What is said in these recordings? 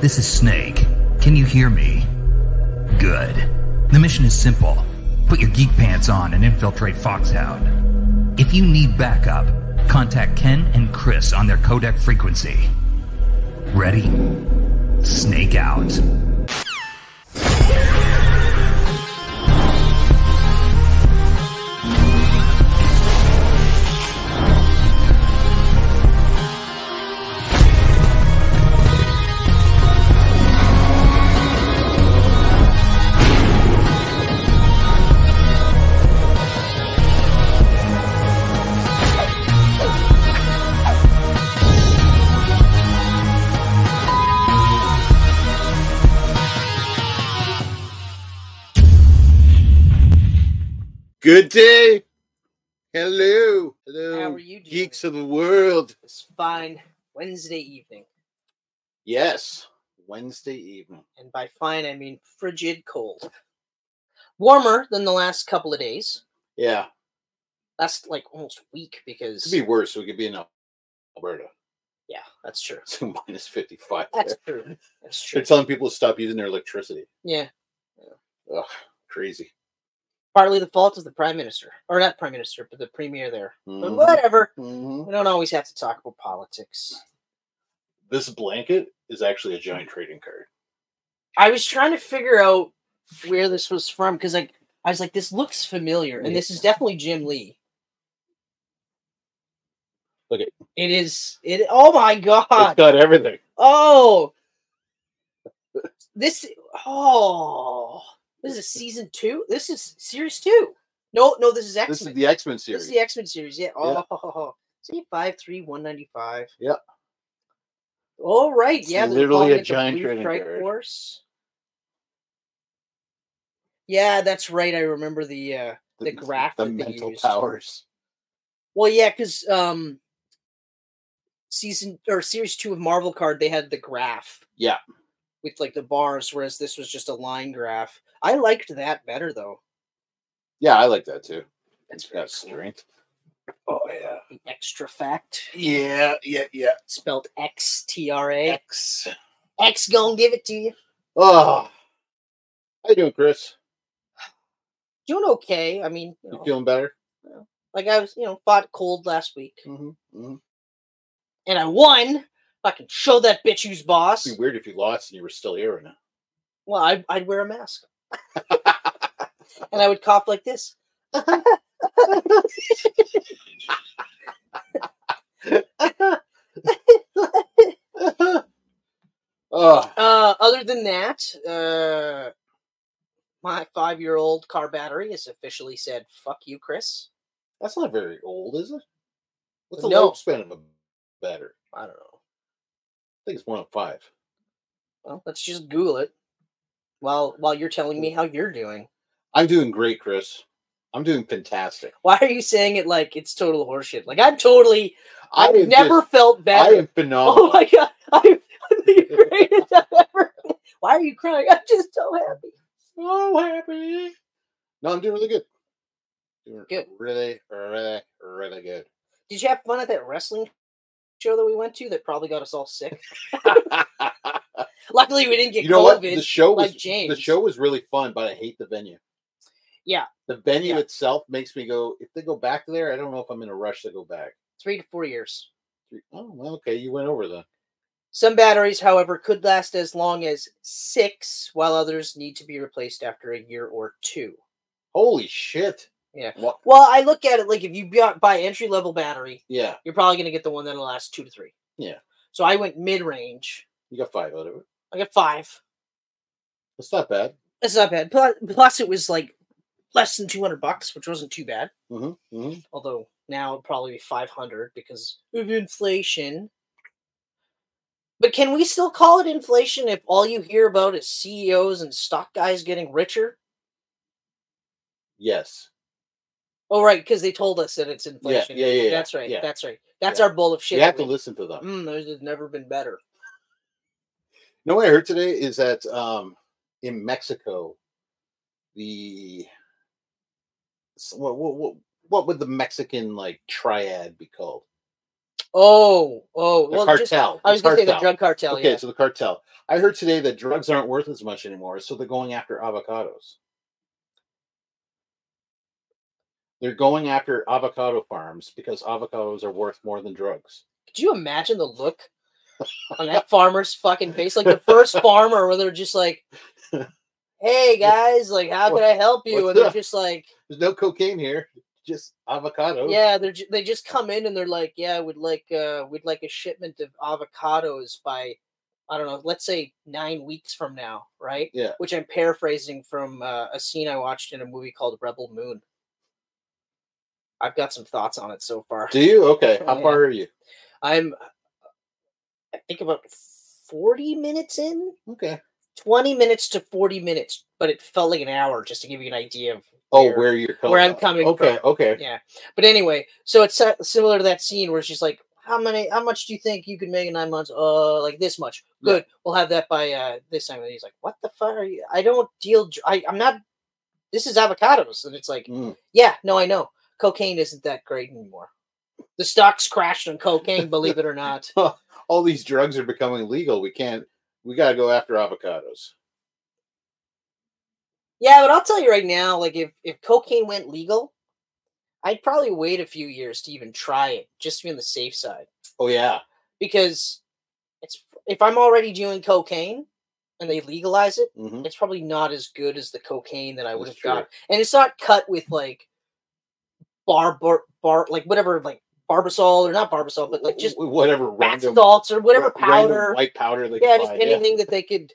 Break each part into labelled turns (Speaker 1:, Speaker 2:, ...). Speaker 1: This is Snake. Can you hear me? Good. The mission is simple. Put your geek pants on and infiltrate Foxhound. If you need backup, contact Ken and Chris on their codec frequency. Ready? Snake out.
Speaker 2: Good day. Hello.
Speaker 3: How
Speaker 2: Hello,
Speaker 3: are you doing?
Speaker 2: geeks of the world.
Speaker 3: It's fine. Wednesday evening,
Speaker 2: Yes, Wednesday evening.
Speaker 3: and by fine I mean frigid cold. Warmer than the last couple of days.
Speaker 2: Yeah,
Speaker 3: Last like almost week
Speaker 2: it
Speaker 3: because
Speaker 2: could be worse. We could be in Alberta.
Speaker 3: yeah, that's true.
Speaker 2: So minus 55. there.
Speaker 3: That's true. That's
Speaker 2: They're
Speaker 3: true.
Speaker 2: telling people to stop using their electricity.
Speaker 3: Yeah,
Speaker 2: Ugh, crazy.
Speaker 3: partly the fault of the prime minister, or not prime minister, but the premier there. But
Speaker 2: Mhm.
Speaker 3: whatever.
Speaker 2: Mhm.
Speaker 3: We don't always have to talk about politics.
Speaker 2: This blanket is actually a giant trading card.
Speaker 3: I was trying to figure out where this was from because like I was like, this looks familiar, and this is definitely Jim Lee.
Speaker 2: Look at-
Speaker 3: it is it. Oh my
Speaker 2: It's
Speaker 3: god!
Speaker 2: got everything.
Speaker 3: Oh, this oh, this is season two. This is series two. No, no, this is X
Speaker 2: This is
Speaker 3: Men.
Speaker 2: the X Men
Speaker 3: This
Speaker 2: series.
Speaker 3: is the X Men series. Yeah.
Speaker 2: Yeah.
Speaker 3: Oh, see five three one ninety five.
Speaker 2: Yeah.
Speaker 3: All right.
Speaker 2: It's
Speaker 3: yeah. they're
Speaker 2: literally
Speaker 3: calling
Speaker 2: a
Speaker 3: it the
Speaker 2: giant
Speaker 3: Blue
Speaker 2: trading
Speaker 3: Strike
Speaker 2: card.
Speaker 3: Force. Yeah, that's right. I remember the. uh the graph
Speaker 2: The
Speaker 3: that they
Speaker 2: mental
Speaker 3: used.
Speaker 2: powers.
Speaker 3: Well, yeah, because um, season or series two of Marvel card, they had the graph.
Speaker 2: Yeah.
Speaker 3: With like the bars, whereas this was just a line graph. I liked that better though.
Speaker 2: Yeah, I like that too.
Speaker 3: That's
Speaker 2: It's got strength. Oh, yeah.
Speaker 3: The extra fact
Speaker 2: Yeah, yeah, yeah.
Speaker 3: spelled X T R A.
Speaker 2: X.
Speaker 3: X gonna give it to you.
Speaker 2: Oh, how you doing, Chris?
Speaker 3: Doing okay. I mean, you
Speaker 2: You
Speaker 3: know,
Speaker 2: feeling better?
Speaker 3: like I was, you know, fought cold last week
Speaker 2: Mm-hmm. Mm-hmm.
Speaker 3: and I won. I can show that bitch who's boss.
Speaker 2: It'd be weird if you lost and you were still here right now.
Speaker 3: Well, I'd, I'd wear a mask. and I would cough like this. Uh,
Speaker 2: Oh,
Speaker 3: Uh, other than that, uh, my five year old car battery has officially said, fuck you, Chris.
Speaker 2: that's not very old, is it? What's the
Speaker 3: No.
Speaker 2: lifespan of a battery?
Speaker 3: I don't know.
Speaker 2: I think it's one of five.
Speaker 3: Well, let's just Google it while, while you're telling me how you're doing.
Speaker 2: I'm doing great, Chris. I'm doing fantastic.
Speaker 3: Why are you saying it like it's total horseshit? Like, I'm totally,
Speaker 2: I
Speaker 3: I've
Speaker 2: am
Speaker 3: never
Speaker 2: just-
Speaker 3: felt
Speaker 2: I
Speaker 3: better.
Speaker 2: am phenomenal.
Speaker 3: Oh my God. I'm, I'm the greatest I've ever. Why are you crying? I'm just so happy.
Speaker 2: so happy. No, I'm doing really good. Doing
Speaker 3: Good.
Speaker 2: Really, really, really good.
Speaker 3: Did you have fun at that wrestling show that we went to that probably got us all sick? Luckily, we didn't get
Speaker 2: you know
Speaker 3: COVID.
Speaker 2: what? The show was
Speaker 3: like James.
Speaker 2: the show was really fun, but I hate the venue.
Speaker 3: Yeah.
Speaker 2: The venue
Speaker 3: Yeah.
Speaker 2: itself makes me go. If they go back there, I don't know if I'm in a rush to go back.
Speaker 3: Three to four years.
Speaker 2: Oh, well, okay, you went over then.
Speaker 3: Some batteries, however, could last as long as six, while others need to be replaced after a year or two.
Speaker 2: Holy shit!
Speaker 3: Yeah.
Speaker 2: What?
Speaker 3: Well, I look at it like if you bu- buy entry level battery,
Speaker 2: Yeah,
Speaker 3: you're probably going to get the one that'll last two to three.
Speaker 2: Yeah.
Speaker 3: So I went mid range.
Speaker 2: you got five out of it.
Speaker 3: I got five.
Speaker 2: That's not bad.
Speaker 3: That's not bad. Plus, plus it was like less than 200 bucks, which wasn't too bad.
Speaker 2: hmm hmm
Speaker 3: although now it'd probably be 500 because of inflation. But can we still call it inflation if all you hear about is CEOs and stock guys getting richer?
Speaker 2: Yes.
Speaker 3: Oh, right, because they told us that it's
Speaker 2: Yeah,
Speaker 3: inflation.
Speaker 2: yeah, yeah. yeah,
Speaker 3: That's right.
Speaker 2: Yeah.
Speaker 3: That's right. That's
Speaker 2: Yeah.
Speaker 3: our bowl of shit.
Speaker 2: You have
Speaker 3: that
Speaker 2: to
Speaker 3: we-
Speaker 2: listen to them.
Speaker 3: Mm, those have never been better.
Speaker 2: No, what I heard today is that um, in Mexico, the s- what, what what what would the Mexican like triad be called?
Speaker 3: Oh,
Speaker 2: The
Speaker 3: oh, well, just-
Speaker 2: cartel.
Speaker 3: I was
Speaker 2: The
Speaker 3: going to say the
Speaker 2: cartel.
Speaker 3: drug cartel.
Speaker 2: okay,
Speaker 3: yeah.
Speaker 2: so the cartel. I heard today that drugs aren't worth as much anymore, so they're going after avocados. They're going after avocado farms because avocados are worth more than drugs.
Speaker 3: Could you imagine the look on that farmer's fucking face? Like the first farmer where they're just like, hey guys, like, how can I help you?
Speaker 2: what's
Speaker 3: And they're
Speaker 2: up?
Speaker 3: just like,
Speaker 2: There's no cocaine here, just avocados.
Speaker 3: yeah, they're ju- they just come in and they're like, yeah, we'd like uh we'd like a shipment of avocados by I don't know, let's say nine weeks from now, right?
Speaker 2: Yeah.
Speaker 3: Which I'm paraphrasing from uh, a scene I watched in a movie called Rebel Moon. I've got some thoughts on it so far.
Speaker 2: Do you? Okay.
Speaker 3: Oh,
Speaker 2: How
Speaker 3: yeah.
Speaker 2: far are you?
Speaker 3: I'm I think about 40 minutes in,
Speaker 2: Okay.
Speaker 3: 20 minutes to 40 minutes, but it felt like an hour just to give you an idea of
Speaker 2: Oh,
Speaker 3: where-
Speaker 2: where, you're coming?
Speaker 3: where I'm coming
Speaker 2: Okay. Okay.
Speaker 3: Yeah. But anyway, so it's si- similar to that scene where she's like, "How many? How much do you think you could make in nine months? Uh, like this much.
Speaker 2: Yeah.
Speaker 3: Good. We'll have that by uh this time." And he's like, "What the fuck are you? I don't deal. dr- I, I'm not. This is avocados." And it's like,
Speaker 2: Mm.
Speaker 3: "Yeah, no, I know. Cocaine isn't that great anymore. The stocks crashed on cocaine, believe it or not.
Speaker 2: All these drugs are becoming legal. We can't. We got to go after avocados.
Speaker 3: Yeah, but I'll tell you right now, like if if cocaine went legal." I'd probably wait a few years to even try it, just to be on the safe side.
Speaker 2: Oh yeah.
Speaker 3: because it's if I'm already doing cocaine and they legalize it,
Speaker 2: hmm
Speaker 3: it's probably not as good as the cocaine that I would
Speaker 2: That's
Speaker 3: have got. And it's not cut with like bar bar, bar like whatever like barbasol or not barbasol, but like just
Speaker 2: whatever
Speaker 3: bath
Speaker 2: random
Speaker 3: salts or whatever
Speaker 2: ra- random
Speaker 3: powder.
Speaker 2: white powder. They
Speaker 3: Yeah,
Speaker 2: could
Speaker 3: just
Speaker 2: find,
Speaker 3: anything that they could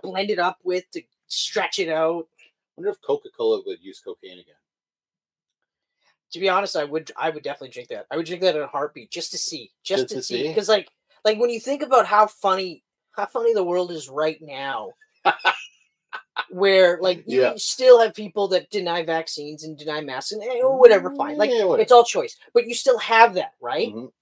Speaker 3: blend it up with to stretch it out.
Speaker 2: I wonder if Coca Cola would use cocaine again.
Speaker 3: to be honest, I would I would definitely drink that. I would drink that in a heartbeat just to see, just, to, see,
Speaker 2: see?
Speaker 3: because like like when you think about how funny how funny the world is right now, where like you
Speaker 2: Yeah.
Speaker 3: still have people that deny vaccines and deny masks and eh, whatever, fine, like
Speaker 2: Yeah, whatever.
Speaker 3: it's all choice, but you still have that, right?
Speaker 2: Mhm.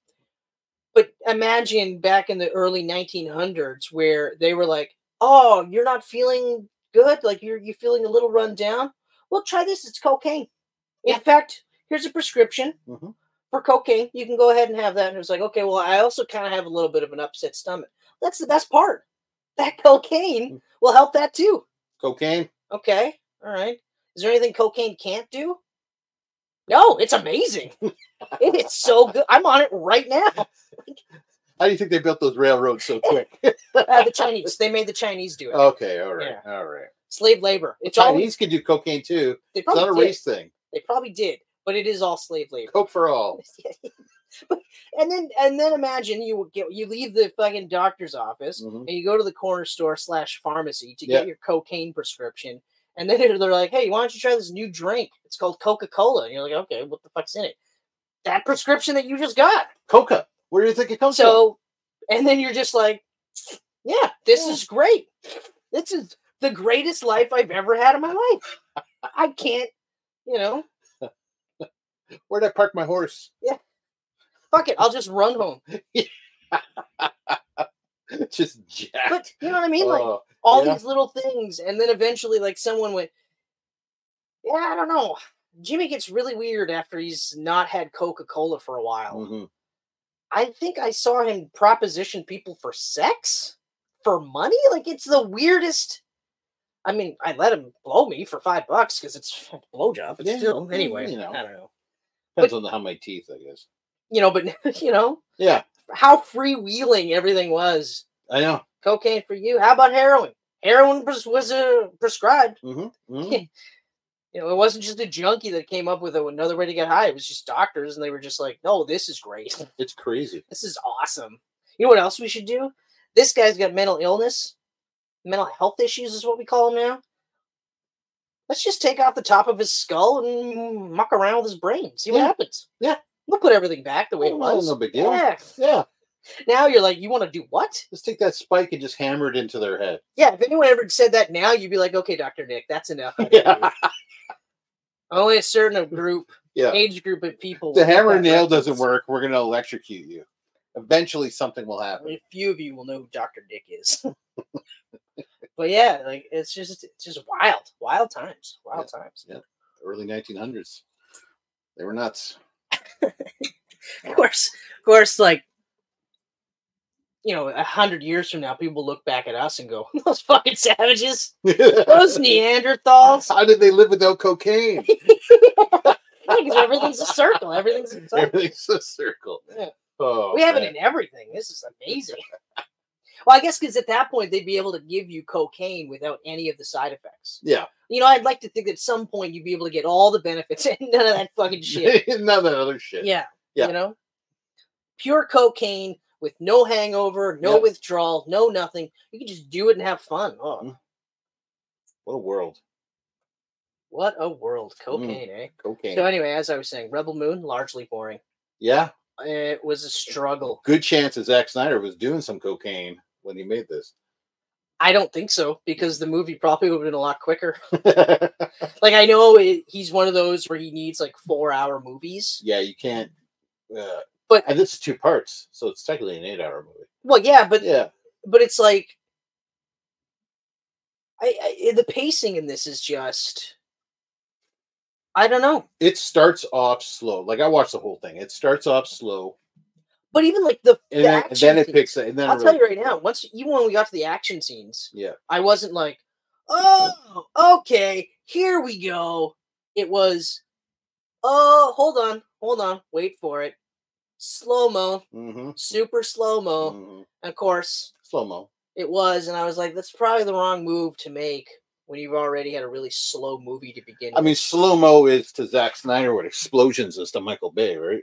Speaker 3: But imagine back in the early 1900s where they were like, "Oh, you're not feeling good. Like you're you feeling a little run down. Well, try this. It's cocaine. In fact, here's a prescription
Speaker 2: Mhm.
Speaker 3: for cocaine. You can go ahead and have that." And it was like, "Okay, well, I also kind of have a little bit of an upset stomach. That's the best part. That
Speaker 2: Mm.
Speaker 3: cocaine will help that too."
Speaker 2: Cocaine.
Speaker 3: Okay, all right. Is there anything cocaine can't do? No, it's amazing. it's so good. I'm on it right now.
Speaker 2: How do you think they built those railroads so quick?
Speaker 3: Uh, the Chinese. They made the Chinese do it.
Speaker 2: okay. All right. All right.
Speaker 3: slave labor. It's
Speaker 2: Oh. Chinese
Speaker 3: always
Speaker 2: can do cocaine too.
Speaker 3: they
Speaker 2: It's
Speaker 3: probably
Speaker 2: not a
Speaker 3: did.
Speaker 2: race thing.
Speaker 3: They probably did, but it is all slave labor.
Speaker 2: Coke for all.
Speaker 3: But- and then and then imagine you would get you leave the fucking doctor's office
Speaker 2: Mhm.
Speaker 3: and you go to the corner store slash pharmacy to
Speaker 2: Yeah.
Speaker 3: get your cocaine prescription. And then they're they're like, hey, why don't you try this new drink? It's called Coca Cola. And you're like, okay, what the fuck's in it? That prescription that you just got.
Speaker 2: Coca. Where do you think it comes from?
Speaker 3: So, and then you're just like, yeah, this
Speaker 2: Yeah.
Speaker 3: is great. This is the greatest life I've ever had in my life. I can't, you know,
Speaker 2: Where'd I park my horse?
Speaker 3: fuck it. I'll just run home.
Speaker 2: Just jacked.
Speaker 3: But you know what I mean? Like
Speaker 2: Oh,
Speaker 3: all
Speaker 2: yeah.
Speaker 3: these little things. And then eventually, like, someone went, yeah, I don't know. Jimmy gets really weird after he's not had Coca Cola for a while.
Speaker 2: mhm.
Speaker 3: I think I saw him proposition people for sex for money. Like it's the weirdest. I mean, I let him blow me for five bucks because it's a blowjob. But
Speaker 2: Yeah,
Speaker 3: still,
Speaker 2: yeah,
Speaker 3: anyway,
Speaker 2: you know.
Speaker 3: I don't know.
Speaker 2: Depends on how many teeth, I guess.
Speaker 3: You know, but you know
Speaker 2: Yeah,
Speaker 3: how freewheeling everything was.
Speaker 2: I know.
Speaker 3: Cocaine for you. How about heroin? Heroin was, was uh, prescribed.
Speaker 2: Mm-hmm.
Speaker 3: You know, it wasn't just a junkie that came up with another way to get high. It was just doctors, and they were just like, "No, this is great."
Speaker 2: It's crazy.
Speaker 3: This is awesome. You know what else we should do? This guy's got mental illness, mental health issues is what we call him now. Let's just take off the top of his skull and muck around with his brain, see what
Speaker 2: Yeah.
Speaker 3: happens.
Speaker 2: Yeah.
Speaker 3: we'll put everything back the way it
Speaker 2: Oh, no,
Speaker 3: was.
Speaker 2: no big deal.
Speaker 3: yeah.
Speaker 2: Yeah,
Speaker 3: Now you're like, you want to do what?
Speaker 2: just take that spike and just hammer it into their head.
Speaker 3: Yeah. If anyone ever said that now, you'd be like, okay, Doctor Nick, that's enough. out of
Speaker 2: Yeah.
Speaker 3: you." Only a certain group,
Speaker 2: Yeah.
Speaker 3: age group of people.
Speaker 2: the
Speaker 3: will get
Speaker 2: hammer
Speaker 3: that
Speaker 2: and nail doesn't
Speaker 3: reference.
Speaker 2: work. We're gonna electrocute you. Eventually, something will happen.
Speaker 3: Only a few of you will know who Dr. Dick is. but yeah, like it's just it's just wild, wild times, wild times.
Speaker 2: yeah. Early 1900s, they were nuts.
Speaker 3: Of course, of course, like you know, a hundred years from now, people look back at us and go, "Those fucking savages, those Neanderthals."
Speaker 2: How did they live without cocaine?
Speaker 3: Because everything's a circle. Everything's a circle.
Speaker 2: Everything's a circle.
Speaker 3: Yeah.
Speaker 2: Oh,
Speaker 3: we have it
Speaker 2: man.
Speaker 3: in everything. This is amazing. well, I guess because at that point they'd be able to give you cocaine without any of the side effects.
Speaker 2: Yeah.
Speaker 3: You know, I'd like to think at some point you'd be able to get all the benefits and none of that fucking shit.
Speaker 2: None of that other shit.
Speaker 3: yeah.
Speaker 2: Yeah.
Speaker 3: You know, pure cocaine with no hangover, no
Speaker 2: Yep.
Speaker 3: withdrawal, no nothing. You can just do it and have fun. Oh,
Speaker 2: Mhm. What a world.
Speaker 3: what a world, cocaine, eh?
Speaker 2: Mm-hmm. Cocaine.
Speaker 3: So anyway, as I was saying, Rebel Moon largely boring.
Speaker 2: yeah.
Speaker 3: It was a
Speaker 2: Mm-hmm.
Speaker 3: struggle.
Speaker 2: Good chances Zack Snyder was doing some cocaine when he made this.
Speaker 3: I don't think so because the movie probably would have been a lot quicker. Like I know it, he's one of those where he needs like four hour movies.
Speaker 2: yeah, you can't. Uh,
Speaker 3: But-
Speaker 2: and this is two parts, so it's technically an eight-hour movie.
Speaker 3: Well, yeah, but
Speaker 2: Yeah,
Speaker 3: but it's like I, I the pacing in this is just I don't know.
Speaker 2: it starts off slow. Like I watched the whole thing. It starts off slow,
Speaker 3: But even like the,
Speaker 2: and
Speaker 3: the
Speaker 2: then, and
Speaker 3: action
Speaker 2: then it
Speaker 3: scenes-
Speaker 2: picks. up, And then
Speaker 3: I'll
Speaker 2: it
Speaker 3: tell you
Speaker 2: really-
Speaker 3: right now. Once even when we got to the action scenes,
Speaker 2: Yeah.
Speaker 3: I wasn't like, oh, okay, here we go. It was, oh, hold on, hold on, wait for it. Slow mo,
Speaker 2: Mm-hmm.
Speaker 3: super slow mo.
Speaker 2: Mm.
Speaker 3: Of course,
Speaker 2: Slow mo.
Speaker 3: It was, and I was like, that's probably the wrong move to make when you've already had a really slow movie to begin
Speaker 2: I
Speaker 3: with.
Speaker 2: mean, slow mo is to Zack Snyder what explosions is to Michael Bay, right?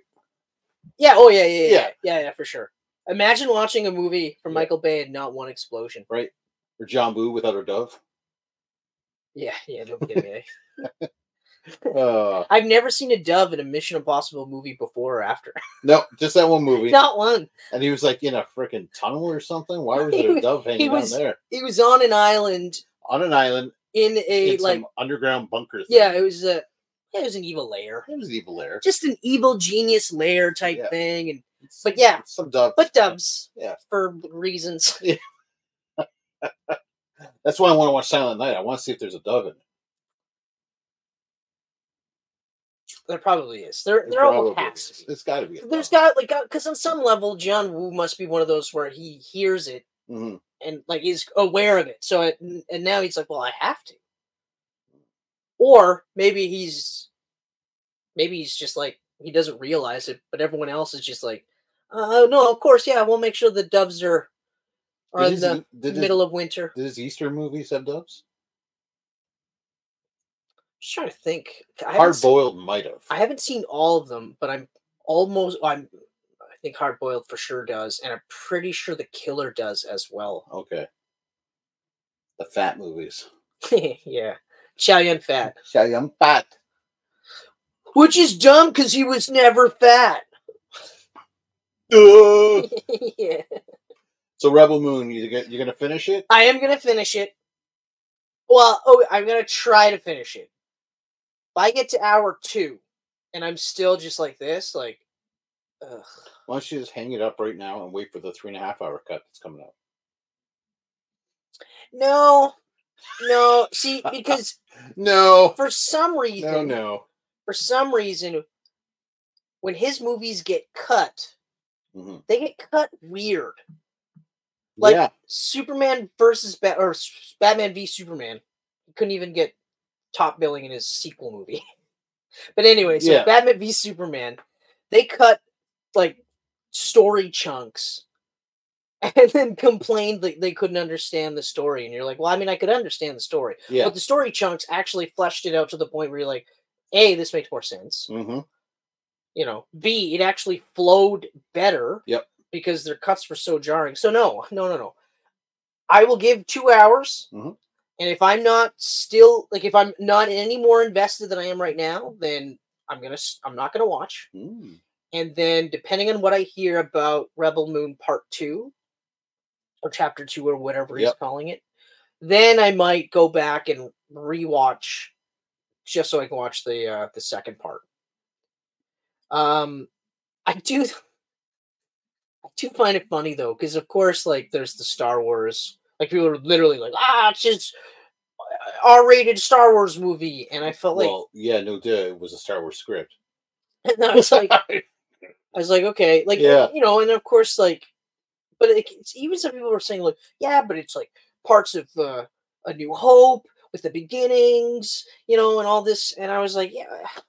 Speaker 3: Yeah, oh yeah, yeah, yeah, yeah,
Speaker 2: Yeah.
Speaker 3: yeah, for sure. Imagine watching a movie from
Speaker 2: Yeah.
Speaker 3: Michael Bay and not one explosion.
Speaker 2: Or John Boo without a dove.
Speaker 3: Yeah, yeah, don't get me. eh?
Speaker 2: Uh,
Speaker 3: I've never seen a dove in a Mission Impossible movie before or after.
Speaker 2: no, just that one movie.
Speaker 3: not one.
Speaker 2: And he was like in a freaking tunnel or something. Why was
Speaker 3: He
Speaker 2: there a
Speaker 3: was-
Speaker 2: dove hanging
Speaker 3: was-
Speaker 2: down there
Speaker 3: He was on an island
Speaker 2: on an island
Speaker 3: in a
Speaker 2: in
Speaker 3: like
Speaker 2: some underground bunker? Thing.
Speaker 3: yeah, it was a it was an evil lair.
Speaker 2: it was evil there.
Speaker 3: Just an evil genius lair type
Speaker 2: Yeah.
Speaker 3: thing and but yeah,
Speaker 2: some dove.
Speaker 3: but doves
Speaker 2: Yeah.
Speaker 3: for reasons.
Speaker 2: That's why I want to watch Silent Night. I want to see if there's a dove in. it.
Speaker 3: There probably is. There,
Speaker 2: There
Speaker 3: there almost
Speaker 2: probably
Speaker 3: has
Speaker 2: is.
Speaker 3: to be.
Speaker 2: It's got to be. A
Speaker 3: There's got like because on some level, John Woo must be one of those where he hears it
Speaker 2: hmm
Speaker 3: and like is aware of it. So it, and now he's like, well, I have to. Or maybe he's, maybe he's just like he doesn't realize it, but everyone else is just like, oh no, of course, yeah, we'll make sure the doves are are
Speaker 2: Did
Speaker 3: in
Speaker 2: his, E,
Speaker 3: the
Speaker 2: did, his,
Speaker 3: middle of winter.
Speaker 2: did his Easter movies have doves?
Speaker 3: just trying to think. I haven't
Speaker 2: Hard
Speaker 3: seen-
Speaker 2: boiled might have.
Speaker 3: I haven't seen all of them, but I'm almost I'm I think Hard Boiled for sure does, and I'm pretty sure the killer does as well.
Speaker 2: Okay. The fat movies.
Speaker 3: yeah. Chow Yun Fat.
Speaker 2: Shyam fat.
Speaker 3: Which is dumb because he was never fat.
Speaker 2: Ugh.
Speaker 3: yeah.
Speaker 2: so Rebel Moon, you get, you're gonna finish it?
Speaker 3: I am gonna finish it. Well, oh I'm gonna try to finish it. If I get to hour two and I'm still just like this, like ugh.
Speaker 2: Why don't you just hang it up right now and wait for the three and a half hour cut that's coming up?
Speaker 3: No. No, see, because
Speaker 2: No.
Speaker 3: for some reason
Speaker 2: No. No.
Speaker 3: for some reason, when his movies get cut,
Speaker 2: hmm
Speaker 3: they get cut weird. Like-
Speaker 2: yeah.
Speaker 3: Superman versus Bat or s- Batman v Superman couldn't even get top billing in his sequel movie. but anyway, so
Speaker 2: Yeah.
Speaker 3: Batman v Superman, they cut like story chunks. And then complained that they couldn't understand the story, and you're like, "Well, I mean, I could understand the story,
Speaker 2: Yeah.
Speaker 3: but the story chunks actually fleshed it out to the point where you're like, a, this makes more sense,
Speaker 2: hmm
Speaker 3: you know, B, it actually flowed better.
Speaker 2: Yep.
Speaker 3: Because their cuts were so jarring. So no, no, no, no. I will give two hours,
Speaker 2: Mhm.
Speaker 3: and if I'm not still like if I'm not any more invested than I am right now, then I'm gonna s- I'm not gonna watch.
Speaker 2: Mm.
Speaker 3: And then depending on what I hear about Rebel Moon Part Two, or Chapter Two, or whatever he's
Speaker 2: Yep.
Speaker 3: calling it, then I might go back and rewatch just so I can watch the uh, the second part. Um, I do, I do find it funny though, because of course, like there's the Star Wars, like people are literally like, ah, it's just uh, R-rated Star Wars movie, and I felt like
Speaker 2: Well, yeah, no, duh, it was a Star Wars script.
Speaker 3: and I was like, I was like, okay, like
Speaker 2: Yeah.
Speaker 3: you know, and of course, like But it, it's, even some people were saying like, yeah, but it's like parts of uh, A New Hope with the beginnings, you know, and all this. And I was like, yeah,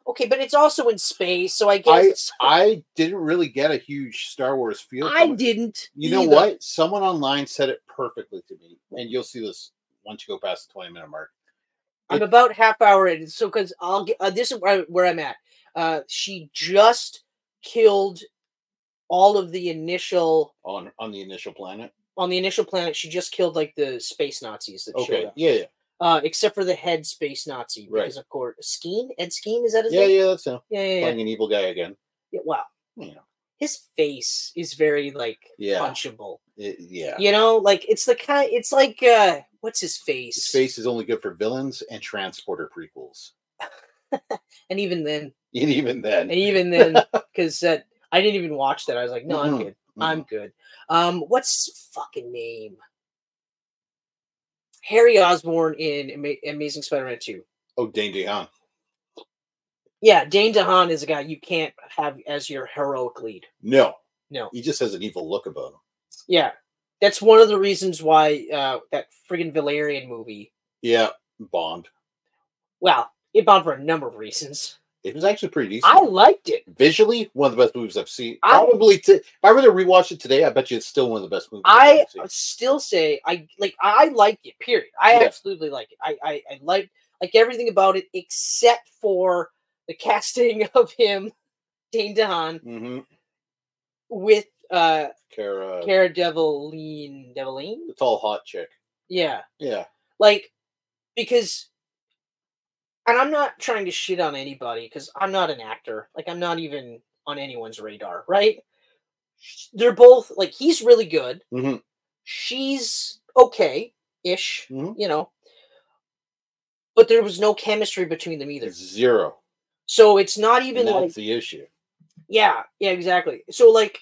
Speaker 3: okay, but it's also in space, so I guess
Speaker 2: I didn't really get a huge Star Wars feel.
Speaker 3: I
Speaker 2: from it.
Speaker 3: didn't.
Speaker 2: You know
Speaker 3: either.
Speaker 2: what? Someone online said it perfectly to me, and you'll see this once you go past the twenty minute mark.
Speaker 3: I'm about half hour in, so because I'll get uh, this is where, I, where I'm at. Uh, she just killed all of the initial
Speaker 2: on on the initial planet.
Speaker 3: on the initial planet. She just killed like the space Nazis that showed
Speaker 2: Okay,
Speaker 3: up,
Speaker 2: yeah, yeah,
Speaker 3: uh, except for the head space Nazi
Speaker 2: Right.
Speaker 3: because of course Skeen Ed Skeen is that his
Speaker 2: yeah,
Speaker 3: name?
Speaker 2: yeah. That's him
Speaker 3: Yeah, yeah, yeah,
Speaker 2: playing an evil guy again.
Speaker 3: Yeah, Wow,
Speaker 2: You know,
Speaker 3: his face is very like
Speaker 2: Yeah.
Speaker 3: punchable.
Speaker 2: it- yeah.
Speaker 3: You know, like it's the kind. It's like uh, what's his face?
Speaker 2: Space is only good for villains and transporter prequels.
Speaker 3: And even then,
Speaker 2: And even then,
Speaker 3: and even then, because that I didn't even watch that. I was like, no, I'm
Speaker 2: Mhm.
Speaker 3: good. I'm good. Um, what's his fucking name? Harry Osborn in Ama- Amazing Spider-Man Two.
Speaker 2: oh Dane DeHaan.
Speaker 3: Yeah, Dane DeHaan is a guy you can't have as your heroic lead.
Speaker 2: No,
Speaker 3: No.
Speaker 2: he just has an evil look about him.
Speaker 3: Yeah, that's one of the reasons why uh, that friggin' Valerian movie.
Speaker 2: Yeah, Bond.
Speaker 3: Well, it bombed for a number of reasons.
Speaker 2: It was actually pretty decent.
Speaker 3: I liked it.
Speaker 2: Visually, one of the best movies I've seen.
Speaker 3: I-
Speaker 2: Probably, t- if I were to rewatch it today, I bet you it's still one of the best movies.
Speaker 3: I
Speaker 2: I've seen.
Speaker 3: still say I like I like it. Period. I
Speaker 2: Yeah.
Speaker 3: absolutely like it. I I, I like like everything about it except for the casting of him, Dane DeHaan,
Speaker 2: Mm-hmm.
Speaker 3: with uh
Speaker 2: Cara,
Speaker 3: Cara Delevingne. Delevingne,
Speaker 2: the tall hot chick.
Speaker 3: yeah,
Speaker 2: Yeah,
Speaker 3: like because, and I'm not trying to shit on anybody because I'm not an actor. Like I'm not even on anyone's radar, right? They're both like he's really good.
Speaker 2: Mhm.
Speaker 3: She's okay ish.
Speaker 2: Mhm.
Speaker 3: you know. But there was no chemistry between them either.
Speaker 2: It's zero.
Speaker 3: So it's not even
Speaker 2: and that's
Speaker 3: like
Speaker 2: the issue.
Speaker 3: yeah, yeah, exactly. So like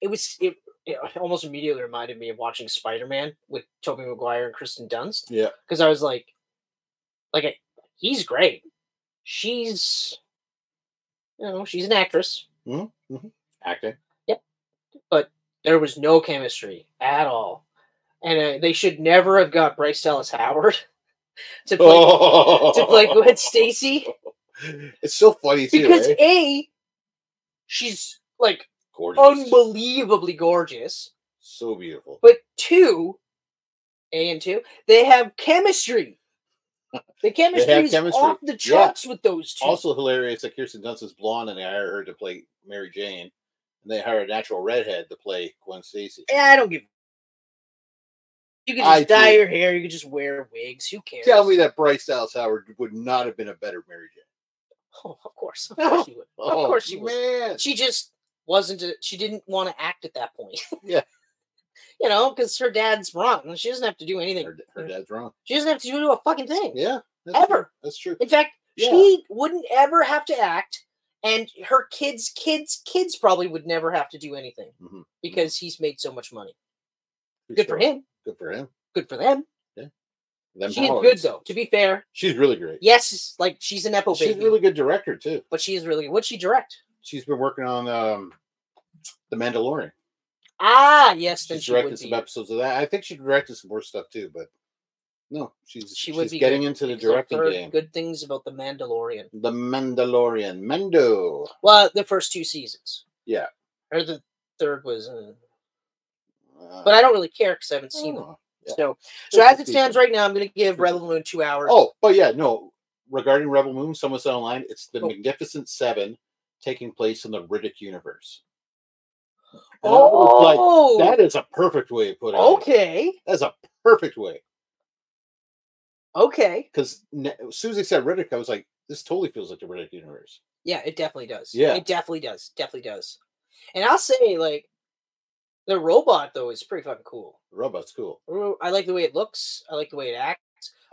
Speaker 3: it was it, it almost immediately reminded me of watching Spider-Man with Tobey Maguire and Kristen Dunst
Speaker 2: Yeah,
Speaker 3: because I was like like I, he's great. She's you know, she's an actress.
Speaker 2: acting.
Speaker 3: There was no chemistry at all. And uh, they should never have got Bryce Dallas Howard to play
Speaker 2: Oh,
Speaker 3: to play good Stacy.
Speaker 2: It's so funny too.
Speaker 3: because
Speaker 2: eh?
Speaker 3: a she's like
Speaker 2: Gorgeous.
Speaker 3: unbelievably gorgeous
Speaker 2: so beautiful.
Speaker 3: but two a and two they have chemistry the chemistry is
Speaker 2: chemistry.
Speaker 3: off the charts with those two
Speaker 2: also hilarious that Kirsten Dunst is blonde and they hired her to play Mary Jane, and they hired a natural redhead to play Gwen Stacy.
Speaker 3: yeah Eh, i don't give you can just
Speaker 2: I
Speaker 3: dye
Speaker 2: think-
Speaker 3: your hair you can just wear wigs who cares
Speaker 2: Tell me that Bryce Dallas Howard would not have been a better Mary Jane.
Speaker 3: oh, of course of
Speaker 2: No.
Speaker 3: course you would of
Speaker 2: Oh,
Speaker 3: course you would
Speaker 2: man.
Speaker 3: she just wasn't a, she didn't want to act at that point
Speaker 2: Yeah.
Speaker 3: you know because her dad's rotten she doesn't have to do anything
Speaker 2: Her, her dad's wrong.
Speaker 3: She doesn't have to do a fucking thing
Speaker 2: Yeah, that's true.
Speaker 3: ever.
Speaker 2: That's true.
Speaker 3: In fact,
Speaker 2: Yeah.
Speaker 3: she wouldn't ever have to act, and her kids, kids, kids probably would never have to do anything
Speaker 2: Mhm.
Speaker 3: because he's made so much money.
Speaker 2: Good,
Speaker 3: Good for
Speaker 2: choice.
Speaker 3: him.
Speaker 2: Good for him.
Speaker 3: Good for them.
Speaker 2: Them
Speaker 3: She is good
Speaker 2: powers.
Speaker 3: though. To be fair,
Speaker 2: She's really great.
Speaker 3: yes, like she's an nepo
Speaker 2: She's a
Speaker 3: baby,
Speaker 2: really good director too.
Speaker 3: but she is really. What'd she direct?
Speaker 2: She's been working on um, the Mandalorian.
Speaker 3: Ah, yes, then
Speaker 2: She's
Speaker 3: she would
Speaker 2: directed
Speaker 3: be.
Speaker 2: some episodes of that. I think she directed some more stuff too, but no, she's
Speaker 3: She would
Speaker 2: she's
Speaker 3: be
Speaker 2: getting
Speaker 3: good,
Speaker 2: into the
Speaker 3: because I've
Speaker 2: directing
Speaker 3: heard
Speaker 2: game.
Speaker 3: Good things about the Mandalorian.
Speaker 2: The Mandalorian, Mendo.
Speaker 3: Well, the first two seasons.
Speaker 2: Yeah.
Speaker 3: or the third was, uh,
Speaker 2: Uh,
Speaker 3: but I don't really care because I haven't seen them.
Speaker 2: oh. yeah.
Speaker 3: So,
Speaker 2: Good
Speaker 3: so as
Speaker 2: for
Speaker 3: it stands
Speaker 2: people.
Speaker 3: right now, I'm going to give
Speaker 2: Good.
Speaker 3: Rebel Moon two hours.
Speaker 2: Oh, but yeah, no. Regarding Rebel Moon, someone said online, it's the
Speaker 3: Oh.
Speaker 2: Magnificent Seven taking place in the Riddick universe. And I was like,
Speaker 3: Oh,
Speaker 2: that is a perfect way of putting it.
Speaker 3: okay,
Speaker 2: That's a perfect way.
Speaker 3: okay.
Speaker 2: Because as soon as they said Riddick, I was like, this totally feels like the Riddick universe.
Speaker 3: Yeah, it definitely does.
Speaker 2: Yeah.
Speaker 3: it definitely does. Definitely does. And I'll say, like, the robot though is pretty fucking cool.
Speaker 2: The robot's cool.
Speaker 3: Ro- I like the way it looks. I like the way it acts.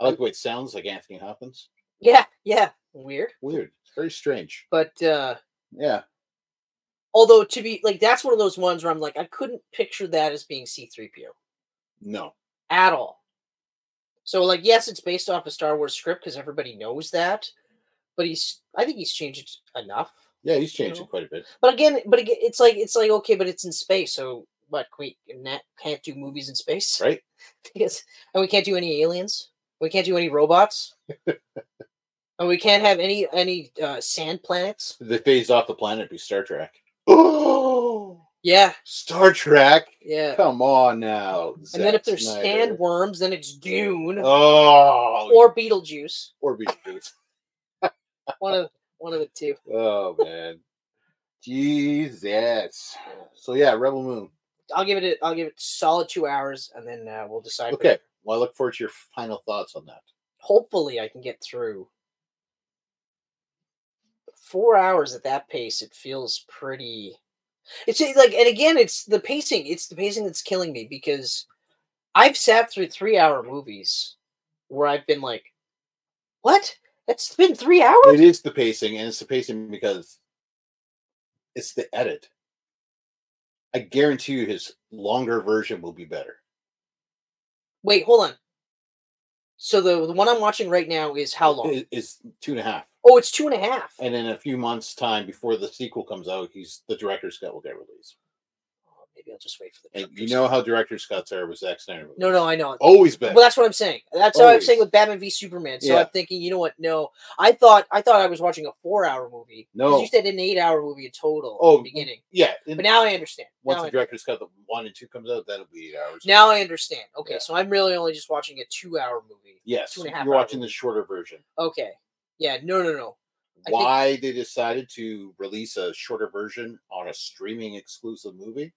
Speaker 2: I like the way it sounds like Anthony Hopkins.
Speaker 3: Yeah, yeah. Weird,
Speaker 2: Weird. It's very strange.
Speaker 3: but uh
Speaker 2: Yeah.
Speaker 3: although to be like, that's one of those ones where I'm like, I couldn't picture that as being C-3PO
Speaker 2: No.
Speaker 3: at all. So, like, yes, it's based off a Star Wars script because everybody knows that. But he's, I think he's changed it enough.
Speaker 2: Yeah, he's changed
Speaker 3: No.
Speaker 2: it quite a bit.
Speaker 3: But again, but again, it's like it's like okay, but it's in space, so what we na- can't do movies in space,
Speaker 2: right?
Speaker 3: Because- and we can't do any aliens. We can't do any robots. and we can't have any any uh, sand planets.
Speaker 2: They phased off the planet. it'd Be Star Trek. Oh,
Speaker 3: Yeah,
Speaker 2: Star Trek!
Speaker 3: yeah.
Speaker 2: Come on now.
Speaker 3: and then
Speaker 2: Zack
Speaker 3: if there's
Speaker 2: Snyder.
Speaker 3: sandworms, then it's Dune
Speaker 2: oh, or
Speaker 3: or Beetlejuice.
Speaker 2: or Beetlejuice.
Speaker 3: One of one of the two.
Speaker 2: Oh man, Jesus. So yeah, Rebel Moon.
Speaker 3: I'll give it. A, I'll give it solid two hours, and then uh, we'll decide.
Speaker 2: Okay. Well, I look forward to your final thoughts on that.
Speaker 3: Hopefully, I can get through. Four hours at that pace, it feels pretty. It's just like, and again, it's the pacing. It's the pacing that's killing me because I've sat through three-hour movies where I've been like, "What? That's been three hours."
Speaker 2: It is the pacing, and it's the pacing because it's the edit. I guarantee you, his longer version will be better.
Speaker 3: Wait, hold on. So the the one I'm watching right now is how long?
Speaker 2: It- It's two and a half.
Speaker 3: Oh, it's two and a half.
Speaker 2: and in a few months' time, before the sequel comes out, he's the director's cut will get released.
Speaker 3: Oh, Maybe I'll just wait for the.
Speaker 2: And you
Speaker 3: director's
Speaker 2: know how director's cuts are with Zack Snyder. movies.
Speaker 3: No, no, I know.
Speaker 2: always been.
Speaker 3: Well, that's what I'm saying. That's how I'm
Speaker 2: Always.
Speaker 3: saying with Batman v Superman. So
Speaker 2: Yeah.
Speaker 3: I'm thinking, you know what? No, I thought I thought I was watching a four-hour movie. 'Cause
Speaker 2: No.
Speaker 3: you said an eight-hour movie in total.
Speaker 2: Oh,
Speaker 3: in the beginning.
Speaker 2: yeah, and
Speaker 3: But now I understand.
Speaker 2: once
Speaker 3: Now I,
Speaker 2: the director's cut, the one and two comes out, that'll be eight hours.
Speaker 3: now I understand. Okay,
Speaker 2: Yeah.
Speaker 3: so I'm really only just watching a two-hour movie.
Speaker 2: yes,
Speaker 3: two and a half
Speaker 2: you're watching
Speaker 3: hours.
Speaker 2: the shorter version.
Speaker 3: Okay. Yeah. No. No. No. I think-
Speaker 2: Why they decided to release a shorter version on a streaming exclusive movie?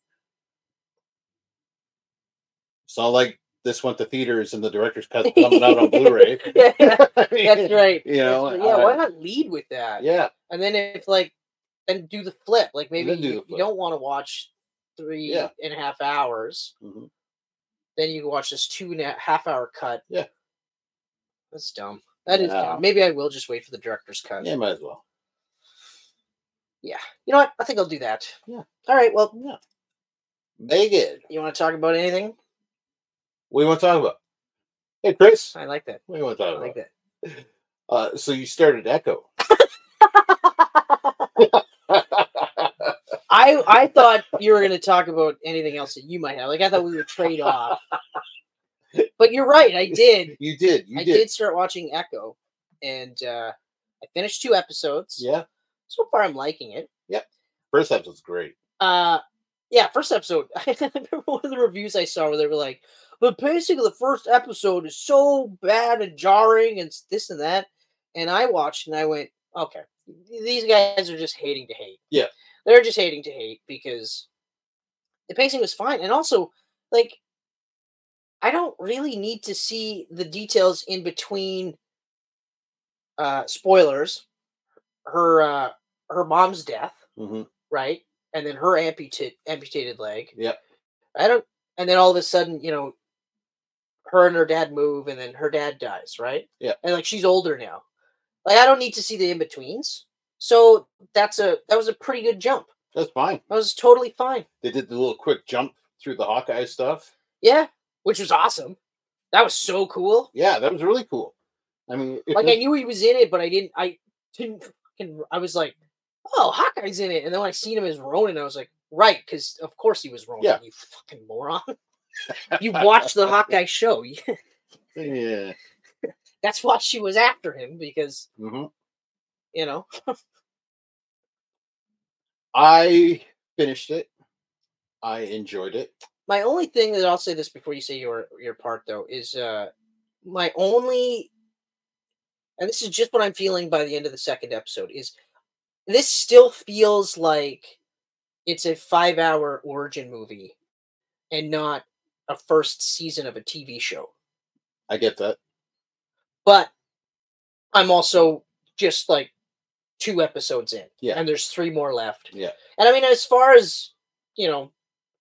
Speaker 2: It's not like this went to theaters and the director's cut coming out on Blu-ray.
Speaker 3: yeah,
Speaker 2: I mean,
Speaker 3: that's right.
Speaker 2: You know,
Speaker 3: That's right. yeah.
Speaker 2: uh,
Speaker 3: why not lead with that?
Speaker 2: Yeah,
Speaker 3: And then if like, then do the flip. Like maybe
Speaker 2: then do
Speaker 3: you,
Speaker 2: the
Speaker 3: you
Speaker 2: flip.
Speaker 3: don't want to watch three and a
Speaker 2: Yeah.
Speaker 3: half hours.
Speaker 2: Mhm.
Speaker 3: then you can watch this two and a half hour cut.
Speaker 2: Yeah.
Speaker 3: That's dumb. That is
Speaker 2: Yeah.
Speaker 3: dumb. Maybe I will just wait for the director's cut.
Speaker 2: yeah, might as well.
Speaker 3: Yeah. You know what? I think I'll do that.
Speaker 2: Yeah.
Speaker 3: All right. Well,
Speaker 2: Megan,
Speaker 3: you want to talk about anything?
Speaker 2: what do you want to talk about? Hey, Chris,
Speaker 3: I like that.
Speaker 2: what do you want to
Speaker 3: I
Speaker 2: talk
Speaker 3: like
Speaker 2: about?
Speaker 3: that.
Speaker 2: Uh, so you started Echo.
Speaker 3: I I thought you were going to talk about anything else that you might have. Like I thought we would trade off. But you're right. I did.
Speaker 2: you did. You
Speaker 3: I
Speaker 2: did.
Speaker 3: did start watching Echo, and uh, I finished two episodes.
Speaker 2: Yeah.
Speaker 3: So far, I'm liking it.
Speaker 2: First episode's great.
Speaker 3: uh yeah first episode i remember one of the reviews i saw where they were like but basically the first episode is so bad and jarring and s- this and that and i watched and i went okay these guys are just hating to hate
Speaker 2: Yeah.
Speaker 3: they're just hating to hate because the pacing was fine and also like i don't really need to see the details in between uh spoilers her uh her mom's death
Speaker 2: Mm-hmm.
Speaker 3: right? And then her amputate amputated leg.
Speaker 2: Yep.
Speaker 3: I don't. And then all of a sudden, you know, her and her dad move, and then her dad dies, right?
Speaker 2: Yep.
Speaker 3: And like she's older now. Like I don't need to see the in betweens. So that's a that was a pretty good jump.
Speaker 2: That's fine.
Speaker 3: That was totally fine.
Speaker 2: They did the little quick jump through the Hawkeye stuff.
Speaker 3: Yeah, which was awesome. That was so cool.
Speaker 2: Yeah, that was really cool. I mean, if
Speaker 3: Like I
Speaker 2: this-
Speaker 3: knew he was in it, but I didn't. I didn't. Fucking, I was like, oh, Hawkeye's in it, and then when I seen him as Ronan, I was like, right, because of course he was Ronan.
Speaker 2: Yeah.
Speaker 3: You fucking moron. you watched the Hawkeye show.
Speaker 2: yeah.
Speaker 3: That's why she was after him because
Speaker 2: Mhm.
Speaker 3: you know.
Speaker 2: I finished it. I enjoyed it.
Speaker 3: My only thing that I'll say this before you say your your part though is uh my only, and this is just what I'm feeling by the end of the second episode is this still feels like it's a five hour origin movie and not a first season of a TV show.
Speaker 2: I get that.
Speaker 3: But I'm also just like two episodes in.
Speaker 2: Yeah.
Speaker 3: And there's three more left.
Speaker 2: Yeah.
Speaker 3: And I mean, as far as, you know,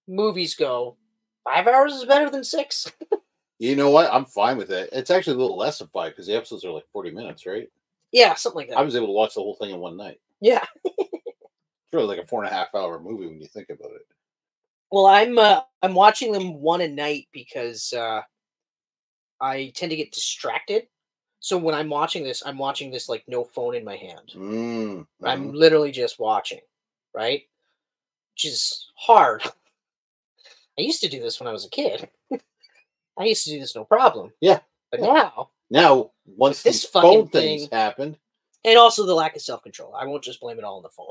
Speaker 3: movies go, five hours is better than six.
Speaker 2: You know what? I'm fine with it. It's actually a little less than five because the episodes are like 40 minutes, right?
Speaker 3: yeah, something like that.
Speaker 2: I was able to watch the whole thing in one night.
Speaker 3: yeah.
Speaker 2: It's really like a four and a half hour movie when you think about it.
Speaker 3: Well, I'm uh, I'm watching them one a night because uh I tend to get distracted. So when I'm watching this, I'm watching this like no phone in my hand.
Speaker 2: Mm,
Speaker 3: I'm
Speaker 2: mhm.
Speaker 3: literally just watching, right? Which is hard. I used to do this when I was a kid. I used to do this no problem.
Speaker 2: Yeah.
Speaker 3: But now,
Speaker 2: Now, once
Speaker 3: This
Speaker 2: these
Speaker 3: fucking
Speaker 2: phone things
Speaker 3: thing-
Speaker 2: happened,
Speaker 3: and also the lack of self control. I won't just blame it all on the phone.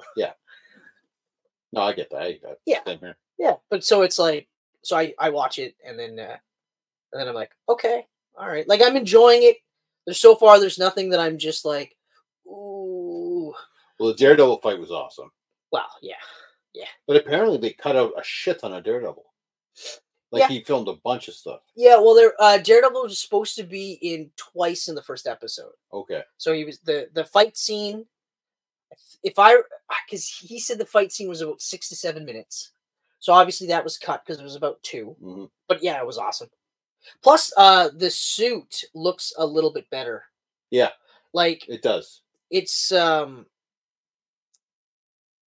Speaker 2: no, I get that. I, I,
Speaker 3: Yeah.
Speaker 2: same here.
Speaker 3: Yeah. But so it's like, so I, I watch it and then, uh, and then I'm like, okay, all right. Like I'm enjoying it. There's so far, there's nothing that I'm just like, ooh,
Speaker 2: Well, the Daredevil fight was awesome,
Speaker 3: wow, yeah.
Speaker 2: but apparently they cut out a shit ton of Daredevil. Like
Speaker 3: Yeah.
Speaker 2: he filmed a bunch of stuff.
Speaker 3: Yeah. Well, there, uh, Daredevil was supposed to be in twice in the first episode.
Speaker 2: Okay,
Speaker 3: So he was the the fight scene. If I because he said the fight scene was about six to seven minutes, so obviously that was cut because it was about two.
Speaker 2: hmm
Speaker 3: But yeah, it was awesome. Plus, uh, the suit looks a little bit better.
Speaker 2: Yeah.
Speaker 3: like
Speaker 2: it does.
Speaker 3: it's um,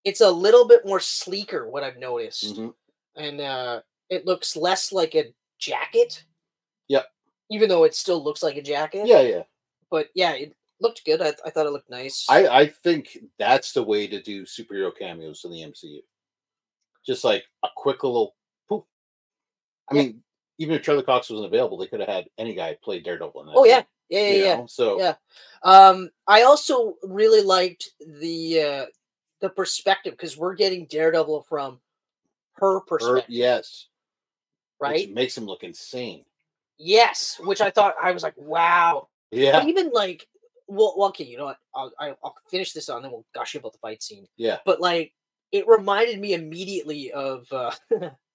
Speaker 3: it's a little bit more sleeker. What I've noticed,
Speaker 2: Mhm.
Speaker 3: and uh, it looks less like a jacket.
Speaker 2: Yep.
Speaker 3: Even though it still looks like a jacket.
Speaker 2: Yeah, yeah.
Speaker 3: But yeah, it looked good. I, I thought it looked nice.
Speaker 2: I, I think that's the way to do superhero cameos in the MCU. Just like a quick little poof. I
Speaker 3: Yeah.
Speaker 2: mean, even if Charlie Cox wasn't available, they could have had any guy play Daredevil. In that
Speaker 3: Oh yeah,
Speaker 2: scene,
Speaker 3: yeah, yeah.
Speaker 2: you
Speaker 3: yeah.
Speaker 2: know? So
Speaker 3: Yeah. Um, I also really liked the uh, the perspective because we're getting Daredevil from her
Speaker 2: her, er,
Speaker 3: perspective,
Speaker 2: yes,
Speaker 3: right?
Speaker 2: which makes him look insane.
Speaker 3: yes, which I thought I was like, wow.
Speaker 2: Yeah,
Speaker 3: But even like, well, well, okay, you know what? I'll I- I'll finish this on, then we'll gush about the fight scene.
Speaker 2: yeah,
Speaker 3: But like, it reminded me immediately of uh,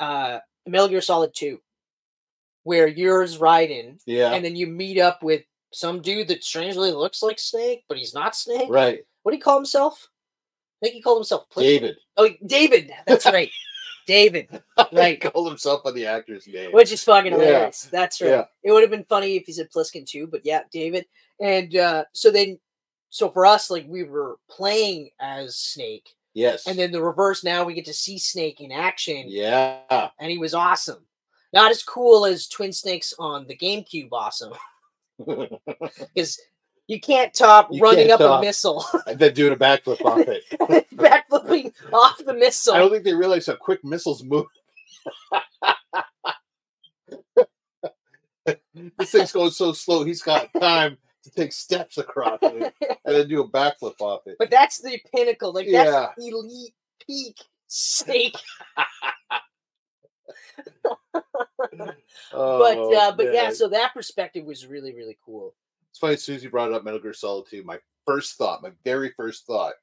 Speaker 3: uh, Metal Gear Solid Two, where yours Raiden,
Speaker 2: yeah.
Speaker 3: and then you meet up with some dude that strangely looks like Snake, but he's not Snake.
Speaker 2: Right,
Speaker 3: What do you call himself? I think he called himself Pl-
Speaker 2: David.
Speaker 3: Oh, David. That's right. David,
Speaker 2: Right,
Speaker 3: Right.
Speaker 2: called himself on the actor's name.
Speaker 3: which is fucking
Speaker 2: Yeah.
Speaker 3: hilarious. That's right.
Speaker 2: Yeah.
Speaker 3: It would have been funny if he said Pliskin too, but yeah, David. And uh, so then, so for us, like we were playing as Snake,
Speaker 2: yes,
Speaker 3: and then the reverse. Now we get to see Snake in action,
Speaker 2: yeah,
Speaker 3: and he was awesome. Not as cool as Twin Snakes on the GameCube, awesome, because you can't top
Speaker 2: You
Speaker 3: running
Speaker 2: can't
Speaker 3: up
Speaker 2: top.
Speaker 3: a missile,
Speaker 2: and then doing a backflip off it.
Speaker 3: backflipping off the missile.
Speaker 2: I don't think they realized how quick missiles move. this thing's going so slow. He's got time to take steps across it and then do a backflip off it.
Speaker 3: But that's the pinnacle. Like that's
Speaker 2: Yeah.
Speaker 3: elite peak snake. but uh,
Speaker 2: Oh,
Speaker 3: but yeah,
Speaker 2: man.
Speaker 3: so that perspective was really really cool.
Speaker 2: it's funny. Susie brought up Metal Gear Solid 2. My first thought, my very first thought,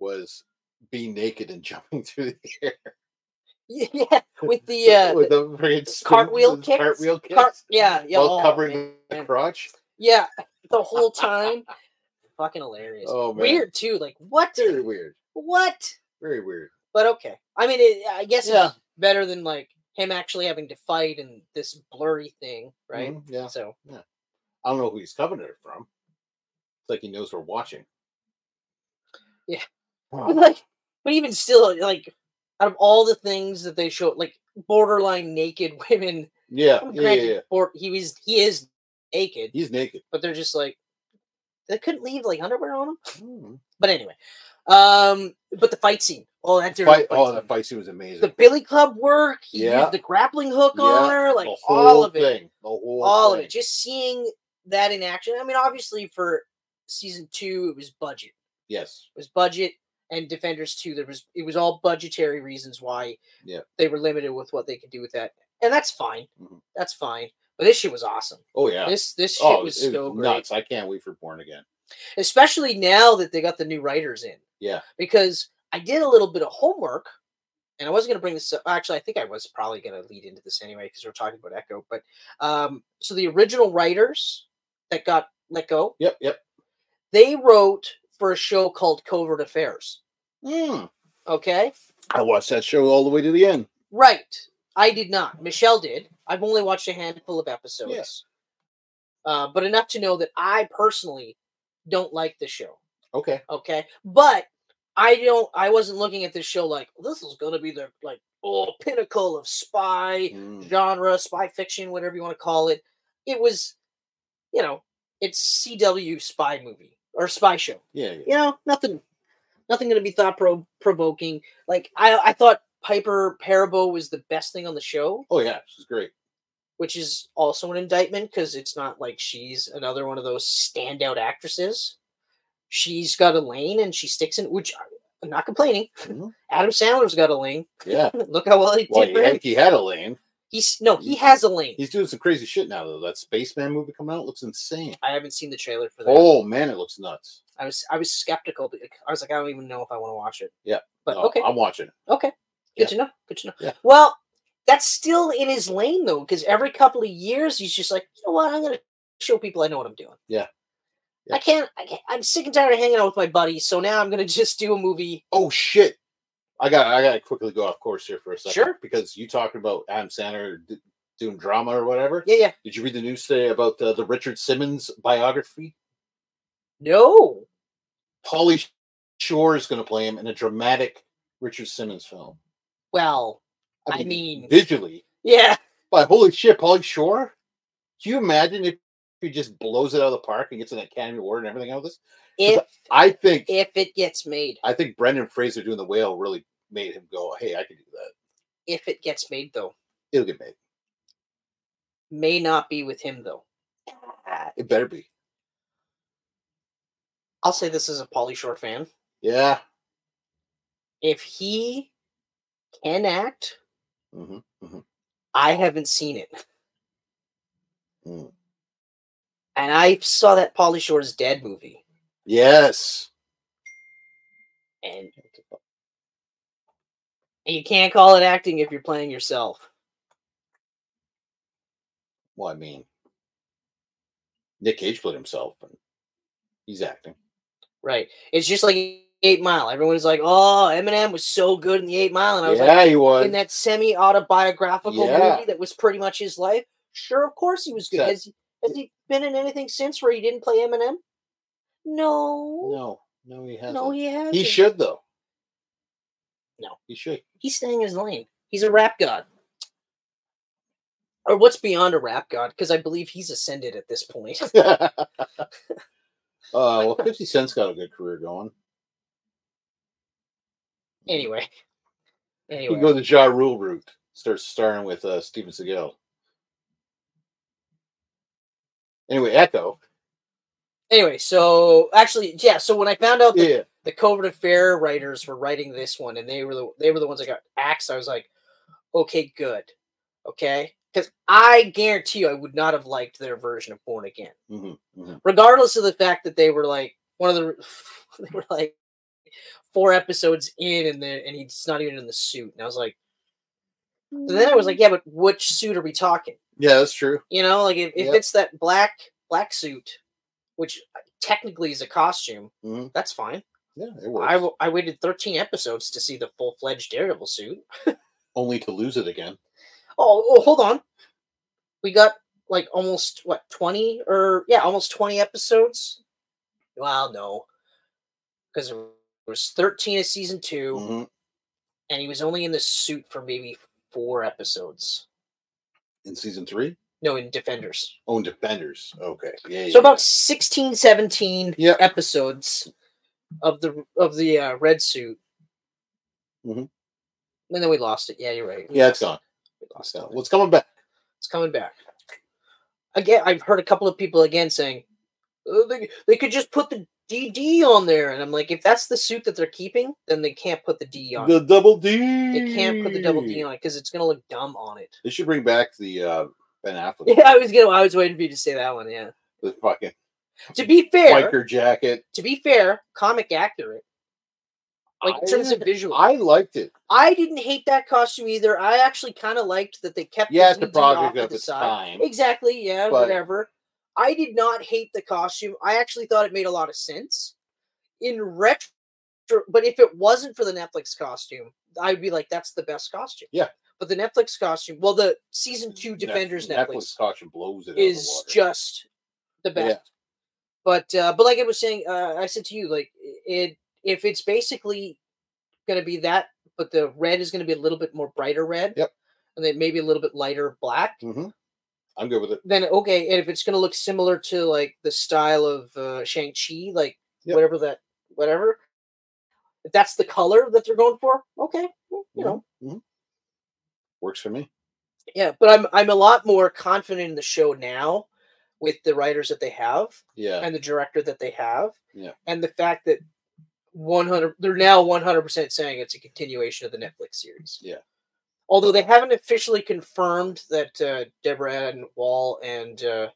Speaker 2: was being naked and jumping through the air.
Speaker 3: Yeah, with the uh,
Speaker 2: with the friggin' spin-
Speaker 3: cartwheel
Speaker 2: the
Speaker 3: kicks.
Speaker 2: cartwheel kicks,
Speaker 3: Car- yeah, yeah,
Speaker 2: while
Speaker 3: oh,
Speaker 2: covering
Speaker 3: man.
Speaker 2: the crotch.
Speaker 3: yeah, the whole time. Fucking hilarious.
Speaker 2: Oh, man.
Speaker 3: Weird too. Like what?
Speaker 2: Very weird.
Speaker 3: What?
Speaker 2: Very weird.
Speaker 3: But okay. I mean, it, I guess
Speaker 2: Yeah.
Speaker 3: it's better than like him actually having to fight and this blurry thing, right?
Speaker 2: Mhm, Yeah.
Speaker 3: So
Speaker 2: I don't know who he's covering it from. It's like he knows we're watching.
Speaker 3: Yeah. But,
Speaker 2: Wow.
Speaker 3: like, but even still, like, out of all the things that they show, like borderline naked women.
Speaker 2: Yeah, yeah, yeah,
Speaker 3: Granted,
Speaker 2: yeah.
Speaker 3: Or he was he is naked,
Speaker 2: He's naked.
Speaker 3: but they're just like they couldn't leave like underwear on him.
Speaker 2: Mm.
Speaker 3: But anyway, um, but the fight scene, oh that dude,
Speaker 2: Fight,
Speaker 3: fight
Speaker 2: oh, that
Speaker 3: scene.
Speaker 2: fight scene was
Speaker 3: the
Speaker 2: amazing.
Speaker 3: billy club work, he
Speaker 2: Yeah.
Speaker 3: used the grappling hook
Speaker 2: Yeah,
Speaker 3: on her,
Speaker 2: The
Speaker 3: like all
Speaker 2: whole
Speaker 3: of it,
Speaker 2: thing. The whole
Speaker 3: all of
Speaker 2: thing.
Speaker 3: it. Just seeing that in action. I mean, obviously for season two, it was budget.
Speaker 2: Yes.
Speaker 3: was budget and defenders too there was it was all budgetary reasons why
Speaker 2: Yeah.
Speaker 3: they were limited with what they could do with that and that's fine
Speaker 2: Mhm.
Speaker 3: that's fine but this shit was awesome
Speaker 2: Oh yeah.
Speaker 3: this this shit
Speaker 2: oh,
Speaker 3: was
Speaker 2: it
Speaker 3: so great
Speaker 2: nuts. I can't wait for Born Again.
Speaker 3: especially now that they got the new writers in
Speaker 2: Yeah.
Speaker 3: because i did a little bit of homework and i wasn't going to bring this up actually i think i was probably going to lead into this anyway because we're talking about echo but um so the original writers that got let go
Speaker 2: Yep. Yep.
Speaker 3: they wrote for a show called covert affairs
Speaker 2: Mm.
Speaker 3: okay
Speaker 2: I watched that show all the way to the end.
Speaker 3: Right. I did not. Michelle did. I've only watched a handful of episodes. Uh, but enough to know that I personally don't like the show.
Speaker 2: Okay.
Speaker 3: Okay. But I don't I wasn't looking at this show like this is gonna be the like oh pinnacle of spy
Speaker 2: Mm.
Speaker 3: genre, spy fiction, whatever you want to call it. It was, you know, it's CW spy movie or spy show
Speaker 2: Yeah. yeah.
Speaker 3: you know, nothing, nothing going to be thought pro- provoking. Like I, I thought Piper Parabo was the best thing on the show,
Speaker 2: Oh yeah, she's great.
Speaker 3: which is also an indictment because it's not like she's another one of those standout actresses. She's got a lane and she sticks in, which I'm not complaining.
Speaker 2: Mhm.
Speaker 3: Adam Sandler's got a lane.
Speaker 2: Yeah.
Speaker 3: Look how well he did.
Speaker 2: Well,
Speaker 3: for
Speaker 2: he
Speaker 3: him.
Speaker 2: had, he had a lane.
Speaker 3: He's no, he has a lane.
Speaker 2: He's doing some crazy shit now though. That Spaceman movie coming out looks insane.
Speaker 3: I haven't seen the trailer for that.
Speaker 2: Oh man, it looks nuts.
Speaker 3: I was I was skeptical. but I was like, I don't even know if I want to watch it.
Speaker 2: Yeah.
Speaker 3: But
Speaker 2: No,
Speaker 3: okay,
Speaker 2: I'm watching. it.
Speaker 3: good
Speaker 2: yeah.
Speaker 3: to know. Good to know.
Speaker 2: Yeah.
Speaker 3: Well, that's still in his lane though, because every couple of years he's just like, you know what, I'm gonna show people I know what I'm doing.
Speaker 2: Yeah. Yeah.
Speaker 3: I can't. I can't. I'm sick and tired of hanging out with my buddies, so now I'm gonna just do a movie.
Speaker 2: Oh shit. I got I gotta quickly go off course here for a second.
Speaker 3: Sure.
Speaker 2: Because you talking about Adam Sandler d- doing drama or whatever.
Speaker 3: Yeah, yeah.
Speaker 2: Did you read the news today about uh, the Richard Simmons biography?
Speaker 3: No,
Speaker 2: Paulie Shore is going to play him in a dramatic Richard Simmons film.
Speaker 3: well, I mean-
Speaker 2: visually,
Speaker 3: yeah,
Speaker 2: but holy shit, Paulie Shore! Can you imagine if he just blows it out of the park and gets an Academy Award and everything out of this?
Speaker 3: if
Speaker 2: I think
Speaker 3: if it gets made,
Speaker 2: I think Brendan Fraser doing the whale really made him go, "Hey, I can do that."
Speaker 3: if it gets made though,
Speaker 2: It'll get made.
Speaker 3: may not be with him though.
Speaker 2: It better be.
Speaker 3: I'll say this as a Polly Shore fan.
Speaker 2: Yeah.
Speaker 3: If he can act,
Speaker 2: hmm
Speaker 3: I haven't seen it.
Speaker 2: Hmm.
Speaker 3: And I saw that Polly Shore's Dead movie,
Speaker 2: Yes.
Speaker 3: and and you can't call it acting if you're playing yourself.
Speaker 2: Well, I mean, Nick Cage played himself, and he's acting.
Speaker 3: Right? It's just like Eight Mile. Everyone's like, "Oh, Eminem was so good in the Eight Mile," and I was
Speaker 2: yeah,
Speaker 3: like,
Speaker 2: he was.
Speaker 3: in that semi-autobiographical
Speaker 2: Yeah.
Speaker 3: movie that was pretty much his life. Sure, of course he was good.
Speaker 2: That-
Speaker 3: Has, has he been in anything since where he didn't play Eminem? No,
Speaker 2: No, no, he
Speaker 3: no,
Speaker 2: hasn't.
Speaker 3: he hasn't.
Speaker 2: He should though.
Speaker 3: No.
Speaker 2: he should.
Speaker 3: He's staying in his lane. He's a rap god. Or what's beyond a rap god? Because I believe he's ascended at this point.
Speaker 2: uh, well, Fifty Cent's got a good career going.
Speaker 3: anyway,
Speaker 2: He
Speaker 3: anyway,
Speaker 2: can go the Ja Rule route. Start starring with uh, Steven Seagal. Anyway, Echo.
Speaker 3: anyway. So actually, yeah. So when I found out that
Speaker 2: Yeah,
Speaker 3: the COVID affair writers were writing this one, and they were the they were the ones that got axed. I was like, okay, good, okay, because I guarantee you, I would not have liked their version of Born Again,
Speaker 2: Mhm, mhm.
Speaker 3: regardless of the fact that they were like one of the they were like four episodes in, and the and he's not even in the suit, and I was like, and then I was like, yeah, but which suit are we talking?
Speaker 2: yeah, that's true.
Speaker 3: You know, like if, if
Speaker 2: Yep.
Speaker 3: it's that black black suit, which uh, technically is a costume,
Speaker 2: Mhm.
Speaker 3: that's fine.
Speaker 2: Yeah, it works.
Speaker 3: I, w- I waited 13 episodes to see the full fledged Daredevil suit.
Speaker 2: Only to lose it again.
Speaker 3: Oh, oh, hold on. We got like almost what 20 or yeah, almost 20 episodes. Well, no, because it was 13 of season 2
Speaker 2: Mhm.
Speaker 3: and he was only in the suit for maybe four episodes.
Speaker 2: In season three,
Speaker 3: No, in Defenders.
Speaker 2: own Defenders. Okay, yeah.
Speaker 3: So
Speaker 2: yeah.
Speaker 3: about 16, 17
Speaker 2: Yeah.
Speaker 3: episodes of the of the uh, red suit.
Speaker 2: Mhm.
Speaker 3: And then we lost it. Yeah, you're right. We
Speaker 2: yeah, it's gone.
Speaker 3: lost- We lost
Speaker 2: It's gone.
Speaker 3: it.
Speaker 2: Well, it's coming back.
Speaker 3: It's coming back. Again, I've heard a couple of people again saying "Oh, they, they could just put the DD on there, and I'm like, if that's the suit that they're keeping, then they can't put the D on.
Speaker 2: The
Speaker 3: it.
Speaker 2: double D.
Speaker 3: They can't put the double
Speaker 2: Hmm.
Speaker 3: D on it because it's gonna look dumb on it.
Speaker 2: They should bring back the uh, Ben Affleck.
Speaker 3: Yeah, I was gonna. I was waiting for you to say that one. Yeah.
Speaker 2: The fucking
Speaker 3: To be fair,
Speaker 2: biker jacket.
Speaker 3: to be fair, comic accurate. Like in terms of
Speaker 2: I-
Speaker 3: visual, I,
Speaker 2: I liked it.
Speaker 3: didn't hate that costume either. I actually kind of liked that they kept
Speaker 2: Yeah, it's the
Speaker 3: DD
Speaker 2: product
Speaker 3: off to
Speaker 2: of
Speaker 3: the
Speaker 2: its
Speaker 3: side.
Speaker 2: time.
Speaker 3: Exactly, yeah,
Speaker 2: But-
Speaker 3: whatever. I did not hate the costume. I actually thought it made a lot of sense. In retro, but if it wasn't for the Netflix costume, I'd be like, that's the best costume.
Speaker 2: Yeah.
Speaker 3: But the Netflix costume, well, the season two Defenders
Speaker 2: Netflix,
Speaker 3: Netflix,
Speaker 2: caution blows it out of
Speaker 3: is
Speaker 2: the water.
Speaker 3: just the
Speaker 2: Yeah.
Speaker 3: best. But uh, but like I was saying, uh, I said to you, like it if it's basically gonna be that, but the red is gonna be a little bit more brighter red.
Speaker 2: Yep.
Speaker 3: And then maybe a little bit lighter black
Speaker 2: Mhm. I'm good with it.
Speaker 3: then okay, and if it's going to look similar to like the style of uh, Shang Chi, like
Speaker 2: Yep.
Speaker 3: whatever that, whatever, if that's the color that they're going for, okay, well,
Speaker 2: Mm-hmm.
Speaker 3: you know,
Speaker 2: Works for me.
Speaker 3: yeah. But I'm I'm a lot more confident in the show now with the writers that they have
Speaker 2: Yeah.
Speaker 3: and the director that they have.
Speaker 2: Yeah.
Speaker 3: And the fact that 100 they're now 100% saying it's a continuation of the Netflix series.
Speaker 2: Yeah.
Speaker 3: Although they haven't officially confirmed that uh, Deborah Ann Wall and uh,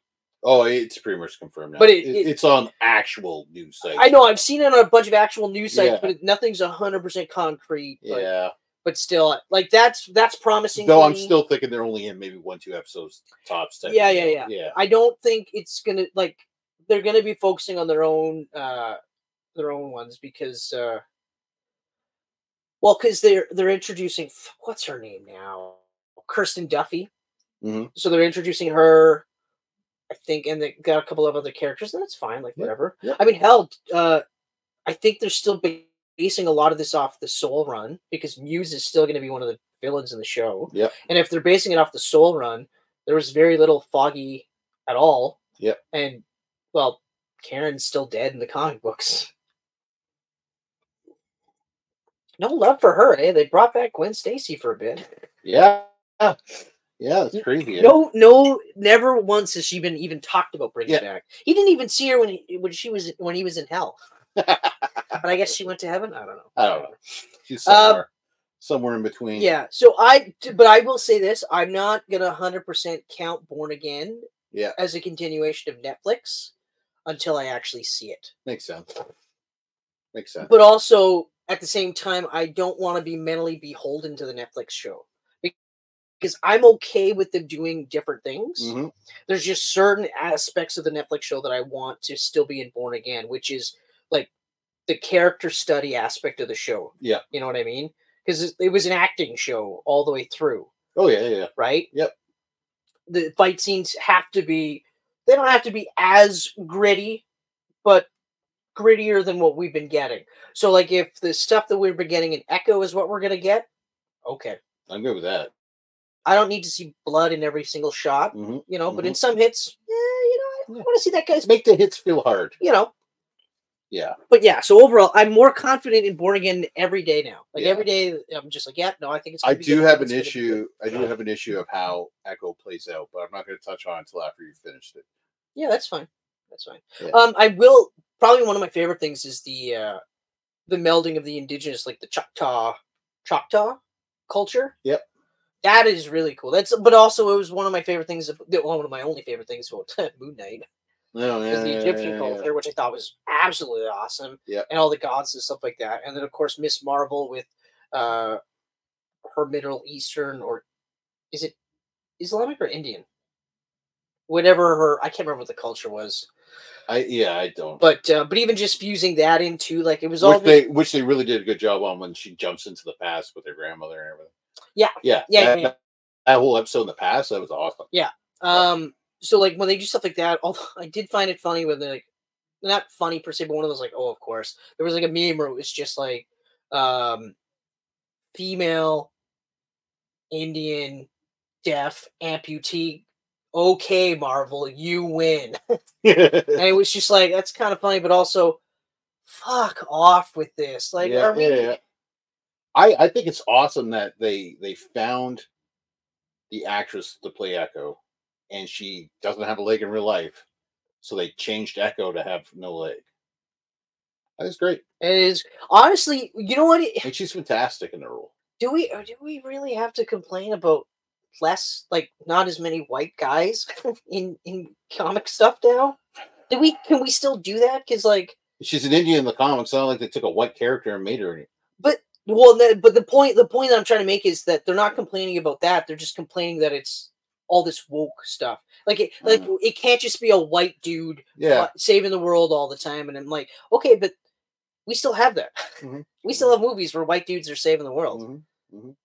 Speaker 2: Oh, it's pretty much confirmed now. But
Speaker 3: But it- it-
Speaker 2: it's on actual news sites.
Speaker 3: I know I've seen it on a bunch of actual news sites,
Speaker 2: Yeah.
Speaker 3: but it- nothing's 100% concrete. But,
Speaker 2: Yeah.
Speaker 3: but still, like that's that's promising.
Speaker 2: Though
Speaker 3: to
Speaker 2: I'm
Speaker 3: me.
Speaker 2: still thinking they're only in maybe one, two episodes tops. type of
Speaker 3: Yeah, yeah,
Speaker 2: deal.
Speaker 3: yeah.
Speaker 2: Yeah.
Speaker 3: I don't think it's gonna like they're gonna be focusing on their own uh their own ones because uh well because they're they're introducing f- what's her name now Kirsten Duffy
Speaker 2: Mhm.
Speaker 3: so they're introducing her I think and they got a couple of other characters and that's fine like
Speaker 2: Yeah,
Speaker 3: whatever
Speaker 2: yeah.
Speaker 3: I mean hell uh I think they're still ba- basing a lot of this off the Soul Run because Muse is still gonna be one of the villains in the show
Speaker 2: Yep.
Speaker 3: and if they're basing it off the Soul Run there was very little Foggy at all.
Speaker 2: Yep.
Speaker 3: And well, Karen's still dead in the comic books. No love for her, eh? They brought back Gwen Stacy for a bit.
Speaker 2: Yeah. Yeah. Yeah. It's crazy. eh?
Speaker 3: No, no, never once has she been even talked about bringing
Speaker 2: Yeah.
Speaker 3: back. He didn't even see her when he, when she was when he was in hell. but I guess she went to heaven. I don't know.
Speaker 2: I don't know. She's
Speaker 3: Um,
Speaker 2: somewhere, uh, somewhere in between.
Speaker 3: Yeah. So I, d- but I will say this: I'm not gonna 100% count Born Again
Speaker 2: Yeah.
Speaker 3: as a continuation of Netflix until I actually see it.
Speaker 2: Makes sense. Makes sense.
Speaker 3: But also at the same time, I don't want to be mentally beholden to the Netflix show Be- because I'm okay with them doing different things.
Speaker 2: Mhm.
Speaker 3: There's just certain aspects of the Netflix show that I want to still be in Born Again, which is like the character study aspect of the show.
Speaker 2: Yeah.
Speaker 3: You know what I mean? Because it was an acting show all the way through
Speaker 2: Oh, yeah, yeah, yeah.
Speaker 3: right?
Speaker 2: Yep.
Speaker 3: The fight scenes have to be they don't have to be as gritty, but grittier than what we've been getting. So like if the stuff that we've been getting in Echo is what we're gonna get, okay.
Speaker 2: I'm good with that.
Speaker 3: I don't need to see blood in every single shot,
Speaker 2: Mhm.
Speaker 3: you know, but in some hits, yeah, you know, I
Speaker 2: Yeah.
Speaker 3: want to see that guy's
Speaker 2: Make the hits feel hard.
Speaker 3: you know.
Speaker 2: Yeah.
Speaker 3: But yeah, so overall I'm more confident in Born Again every day now. Like
Speaker 2: Yeah.
Speaker 3: every day I'm just like, yeah, no, I think it's
Speaker 2: I
Speaker 3: gonna be
Speaker 2: do
Speaker 3: good,
Speaker 2: have
Speaker 3: think
Speaker 2: an
Speaker 3: it's gonna be
Speaker 2: issue.
Speaker 3: good.
Speaker 2: I do have an issue of how Echo plays out, but I'm not going to touch on it until after you finished it.
Speaker 3: Yeah, that's fine. That's fine.
Speaker 2: Yeah.
Speaker 3: Um, I will probably one of my favorite things is the uh, the melding of the indigenous, like the Choctaw Choctaw culture.
Speaker 2: Yep.
Speaker 3: That is really cool. That's but also it was one of my favorite things. ab- the- One of my only favorite things about Moon Knight
Speaker 2: No,
Speaker 3: is
Speaker 2: yeah,
Speaker 3: the
Speaker 2: yeah,
Speaker 3: Egyptian
Speaker 2: yeah, yeah,
Speaker 3: culture, which I thought was absolutely awesome.
Speaker 2: Yep.
Speaker 3: And all the gods and stuff like that, and then of course Miss Marvel with uh, her Middle Eastern or is it Islamic or Indian? Whatever her, I can't remember what the culture was
Speaker 2: I yeah, I don't.
Speaker 3: but uh, but even just fusing that into like it was all
Speaker 2: which
Speaker 3: the,
Speaker 2: they which they really did a good job on when she jumps into the past with her grandmother and everything.
Speaker 3: Yeah,
Speaker 2: yeah,
Speaker 3: yeah,
Speaker 2: That,
Speaker 3: yeah, yeah.
Speaker 2: that whole episode in the past that was awesome.
Speaker 3: um so like when they do stuff like that although i did find it funny when they like not funny per se but one of those like oh of course there was like a meme where it was just like um female indian deaf amputee okay marvel you win
Speaker 2: yeah,
Speaker 3: and it was just like that's kind of funny but also fuck off with this like are we-
Speaker 2: yeah, yeah. I I think it's awesome that they they found the actress to play Echo, and she doesn't have a leg in real life, so they changed Echo to have no leg. That's great,
Speaker 3: it is honestly you know what
Speaker 2: and she's fantastic in the role.
Speaker 3: do we or do we really have to complain about less like not as many white guys in in comic stuff now do we can we still do that because like
Speaker 2: She's an Indian in the comics. It's not like they took a white character and made her. Any-
Speaker 3: well the, but the point the point that i'm trying to make is that they're not complaining about that they're just complaining that it's all this woke stuff like it like
Speaker 2: Mhm.
Speaker 3: it can't just be a white dude
Speaker 2: yeah,
Speaker 3: uh, saving the world all the time and i'm like okay but we still have that
Speaker 2: Mhm.
Speaker 3: we still have movies where white dudes are saving the world
Speaker 2: Mhm.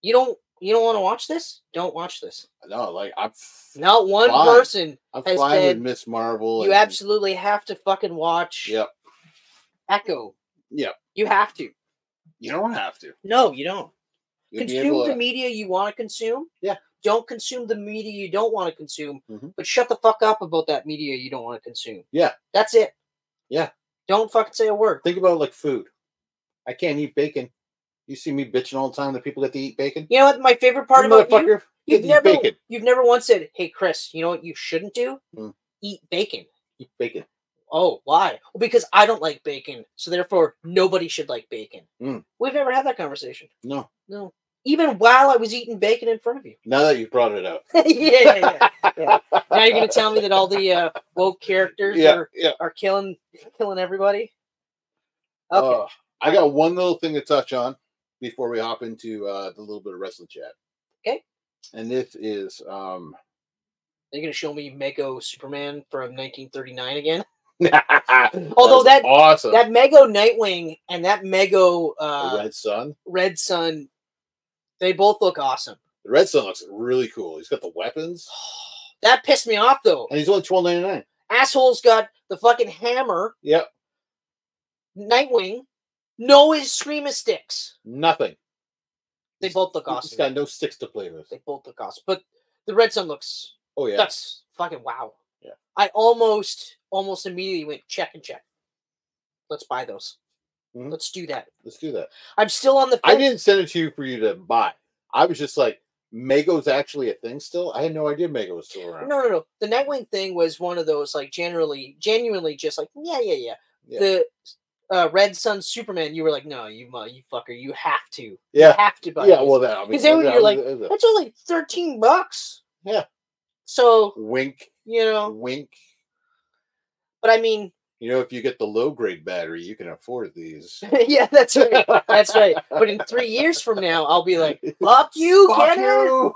Speaker 3: you don't you don't want to watch this don't watch this
Speaker 2: no, like I'm, f-
Speaker 3: not one
Speaker 2: Fine.
Speaker 3: person
Speaker 2: I'm
Speaker 3: has
Speaker 2: fine
Speaker 3: said,
Speaker 2: with Miss Marvel.
Speaker 3: You
Speaker 2: and-
Speaker 3: absolutely have to fucking watch
Speaker 2: Yep.
Speaker 3: Echo.
Speaker 2: Yep.
Speaker 3: You have to.
Speaker 2: You don't have to.
Speaker 3: No, you don't.
Speaker 2: You'll be
Speaker 3: consume
Speaker 2: able
Speaker 3: the
Speaker 2: to-
Speaker 3: media you want to consume.
Speaker 2: Yeah.
Speaker 3: Don't consume the media you don't want to consume,
Speaker 2: Mhm.
Speaker 3: but shut the fuck up about that media you don't want to consume.
Speaker 2: Yeah.
Speaker 3: That's it.
Speaker 2: Yeah.
Speaker 3: Don't fucking say a word.
Speaker 2: Think about it like food. I can't eat bacon. You see me bitching all the time that people get to eat bacon.
Speaker 3: You know what? My favorite part
Speaker 2: You
Speaker 3: about you,
Speaker 2: motherfucker, get
Speaker 3: you've
Speaker 2: to eat
Speaker 3: never,
Speaker 2: bacon.
Speaker 3: you've never once said, "Hey, Chris, you know what you shouldn't do?
Speaker 2: Mm.
Speaker 3: Eat bacon."
Speaker 2: Eat bacon.
Speaker 3: Oh, why? Well, because I don't like bacon, so therefore nobody should like bacon.
Speaker 2: Mm.
Speaker 3: We've never had that conversation.
Speaker 2: No,
Speaker 3: No, even while I was eating bacon in front of you.
Speaker 2: now that you brought it up.
Speaker 3: yeah, yeah, yeah, yeah. Now you're gonna tell me that all the uh, woke characters
Speaker 2: Yeah,
Speaker 3: are,
Speaker 2: yeah.
Speaker 3: are killing killing everybody. Okay.
Speaker 2: Uh, I got one little thing to touch on before we hop into uh, the little bit of wrestling chat.
Speaker 3: Okay.
Speaker 2: And this is um,
Speaker 3: They're gonna show me Mego Superman from 1939 again.
Speaker 2: although
Speaker 3: that-
Speaker 2: awesome
Speaker 3: That Mego Nightwing and that Mego
Speaker 2: the
Speaker 3: uh, Red.
Speaker 2: red sun.
Speaker 3: Sun, they both look awesome.
Speaker 2: The red sun looks really cool. He's got the weapons,
Speaker 3: That pissed me off though.
Speaker 2: and he's only twelve ninety nine.
Speaker 3: Asshole's got the fucking hammer,
Speaker 2: Yep,
Speaker 3: Nightwing, no his screamer sticks.
Speaker 2: nothing.
Speaker 3: They both look
Speaker 2: He's
Speaker 3: awesome.
Speaker 2: got no sticks to play with.
Speaker 3: They both look awesome. But the Red Sun looks
Speaker 2: Oh yeah,
Speaker 3: That's fucking wow.
Speaker 2: Yeah.
Speaker 3: I almost almost immediately went check and check. Let's buy those.
Speaker 2: Mhm.
Speaker 3: Let's do that.
Speaker 2: let's do that.
Speaker 3: I'm still on the
Speaker 2: I
Speaker 3: fence.
Speaker 2: didn't send it to you for you to buy. I was just like, Mago's actually a thing still. I had no idea Mago was still around.
Speaker 3: No, no, no. The Nightwing thing was one of those like generally genuinely just like yeah, yeah, yeah.
Speaker 2: Yeah.
Speaker 3: The uh, Red Sun Superman, you were like, no, you mu- you fucker, you have to, you
Speaker 2: yeah,
Speaker 3: have to buy.
Speaker 2: yeah.
Speaker 3: these."
Speaker 2: Well, that I mean,
Speaker 3: 'Cause then when
Speaker 2: yeah,
Speaker 3: you're like,
Speaker 2: it was a-
Speaker 3: that's only thirteen bucks.
Speaker 2: Yeah.
Speaker 3: So
Speaker 2: wink,
Speaker 3: you know,
Speaker 2: wink.
Speaker 3: but I mean,
Speaker 2: You know, if you get the low grade battery, you can afford these.
Speaker 3: yeah, that's right, that's right. But in three years from now, I'll be like, fuck you,
Speaker 2: Fuck
Speaker 3: get it.
Speaker 2: you!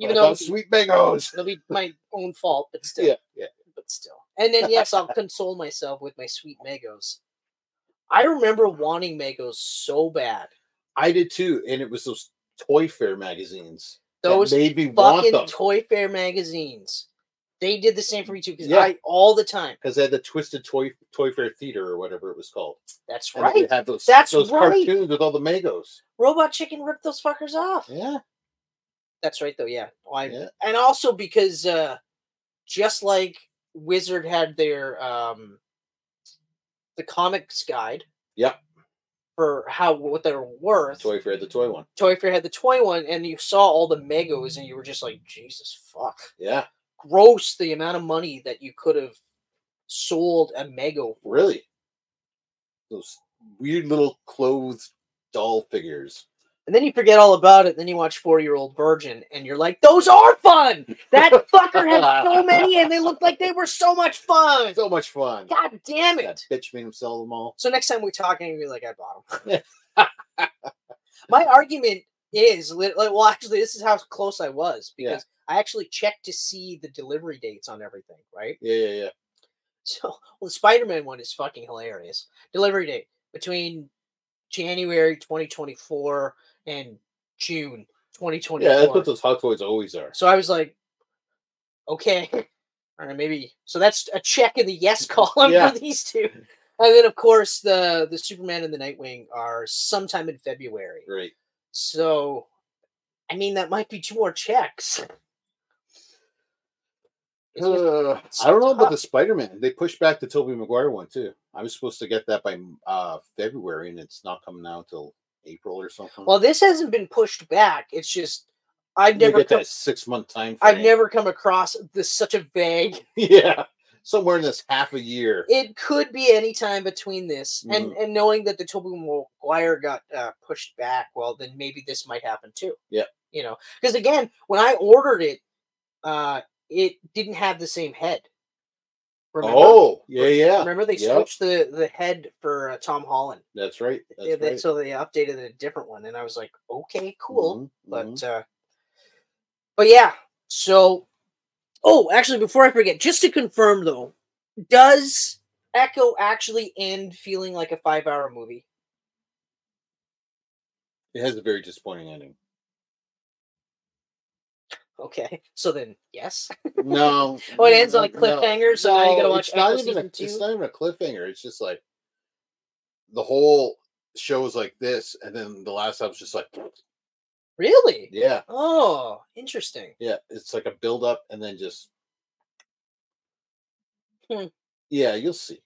Speaker 3: even
Speaker 2: What about
Speaker 3: though
Speaker 2: sweet mangoes.
Speaker 3: it'll be my own fault, but still,
Speaker 2: Yeah, yeah.
Speaker 3: but still. And then yes, I'll console myself with my sweet Megos. I remember wanting Megos so bad.
Speaker 2: I did too, and it was those Toy Fair magazines
Speaker 3: Those
Speaker 2: that made me want
Speaker 3: fucking
Speaker 2: them
Speaker 3: Toy Fair magazines. They did the same for me too, because
Speaker 2: Yeah.
Speaker 3: I all the time.
Speaker 2: because they had the Twisted Toy Toy Fair Theater or whatever it was called.
Speaker 3: That's
Speaker 2: And they
Speaker 3: right.
Speaker 2: would have those
Speaker 3: That's
Speaker 2: those
Speaker 3: right.
Speaker 2: cartoons with all the Magos.
Speaker 3: Robot Chicken ripped those fuckers off.
Speaker 2: Yeah,
Speaker 3: That's right though, yeah. Oh, I-
Speaker 2: Yeah.
Speaker 3: And also because uh just like Wizard had their um the comics guide.
Speaker 2: Yep.
Speaker 3: For how what they're worth.
Speaker 2: Toy Fair, the toy one.
Speaker 3: Toy Fair had the toy one, and you saw all the Megos, and you were just like, Jesus fuck.
Speaker 2: Yeah,
Speaker 3: Gross the amount of money that you could have sold a Mego.
Speaker 2: really. Those weird little clothed doll figures.
Speaker 3: And then you forget all about it, then you watch Four Year Old Virgin, and you're like, those are fun! That fucker had so many, and they looked like they were so much fun!
Speaker 2: So much fun.
Speaker 3: God damn it!
Speaker 2: That bitch made him sell them all.
Speaker 3: So next time we talk, I'm gonna be like, I bought them. My argument is, li- like, well, actually, this is how close I was
Speaker 2: Yeah.
Speaker 3: because I actually checked to see the delivery dates on everything, right?
Speaker 2: Yeah, yeah, yeah.
Speaker 3: So, well, the Spider Man one is fucking hilarious. Delivery date between January 2024 and June 2024.
Speaker 2: Yeah, that's what those hot toys always are.
Speaker 3: so I was like, okay, all right, maybe. So that's a check in the yes column
Speaker 2: Yeah.
Speaker 3: for these two. And then, of course, the the Superman and the Nightwing are sometime in February.
Speaker 2: Great.
Speaker 3: So, I mean, that might be two more checks. It's just-
Speaker 2: Uh,
Speaker 3: it's
Speaker 2: I don't know about
Speaker 3: tough.
Speaker 2: the Spider Man. They pushed back the Tobey Maguire one too. I was supposed to get that by uh, February, and it's not coming out till April or something.
Speaker 3: Well, this hasn't been pushed back. It's just I've
Speaker 2: you
Speaker 3: never
Speaker 2: get
Speaker 3: come-
Speaker 2: that six month time.
Speaker 3: I've
Speaker 2: frame.
Speaker 3: never come across this such a vague.
Speaker 2: yeah, somewhere in this half a year.
Speaker 3: It could be any time between this and
Speaker 2: Mm.
Speaker 3: and knowing that the Tobey Maguire got uh, pushed back, well, then maybe this might happen too.
Speaker 2: Yeah.
Speaker 3: you know, because again, when I ordered it, uh, it didn't have the same head. Remember?
Speaker 2: Oh, yeah, yeah.
Speaker 3: remember they
Speaker 2: Yep.
Speaker 3: switched the the head for uh, Tom Holland,
Speaker 2: That's right. That's
Speaker 3: Yeah, they-
Speaker 2: right.
Speaker 3: so they updated a different one, and I was like, okay, cool.
Speaker 2: Mhm,
Speaker 3: but
Speaker 2: mhm.
Speaker 3: uh but yeah so oh actually before i forget just to confirm though does echo actually end feeling like a five hour movie
Speaker 2: it has a very disappointing ending.
Speaker 3: okay so then yes
Speaker 2: No.
Speaker 3: Oh, it ends on a
Speaker 2: no,
Speaker 3: cliffhanger, so now you gotta watch
Speaker 2: it's not
Speaker 3: Echo
Speaker 2: even a,
Speaker 3: season
Speaker 2: It's
Speaker 3: two?
Speaker 2: not even a cliffhanger. It's just like the whole show is like this, and then the last half was just like,
Speaker 3: really
Speaker 2: yeah,
Speaker 3: oh interesting
Speaker 2: yeah. It's like a build up, and then just.
Speaker 3: Hmm.
Speaker 2: Yeah, you'll see.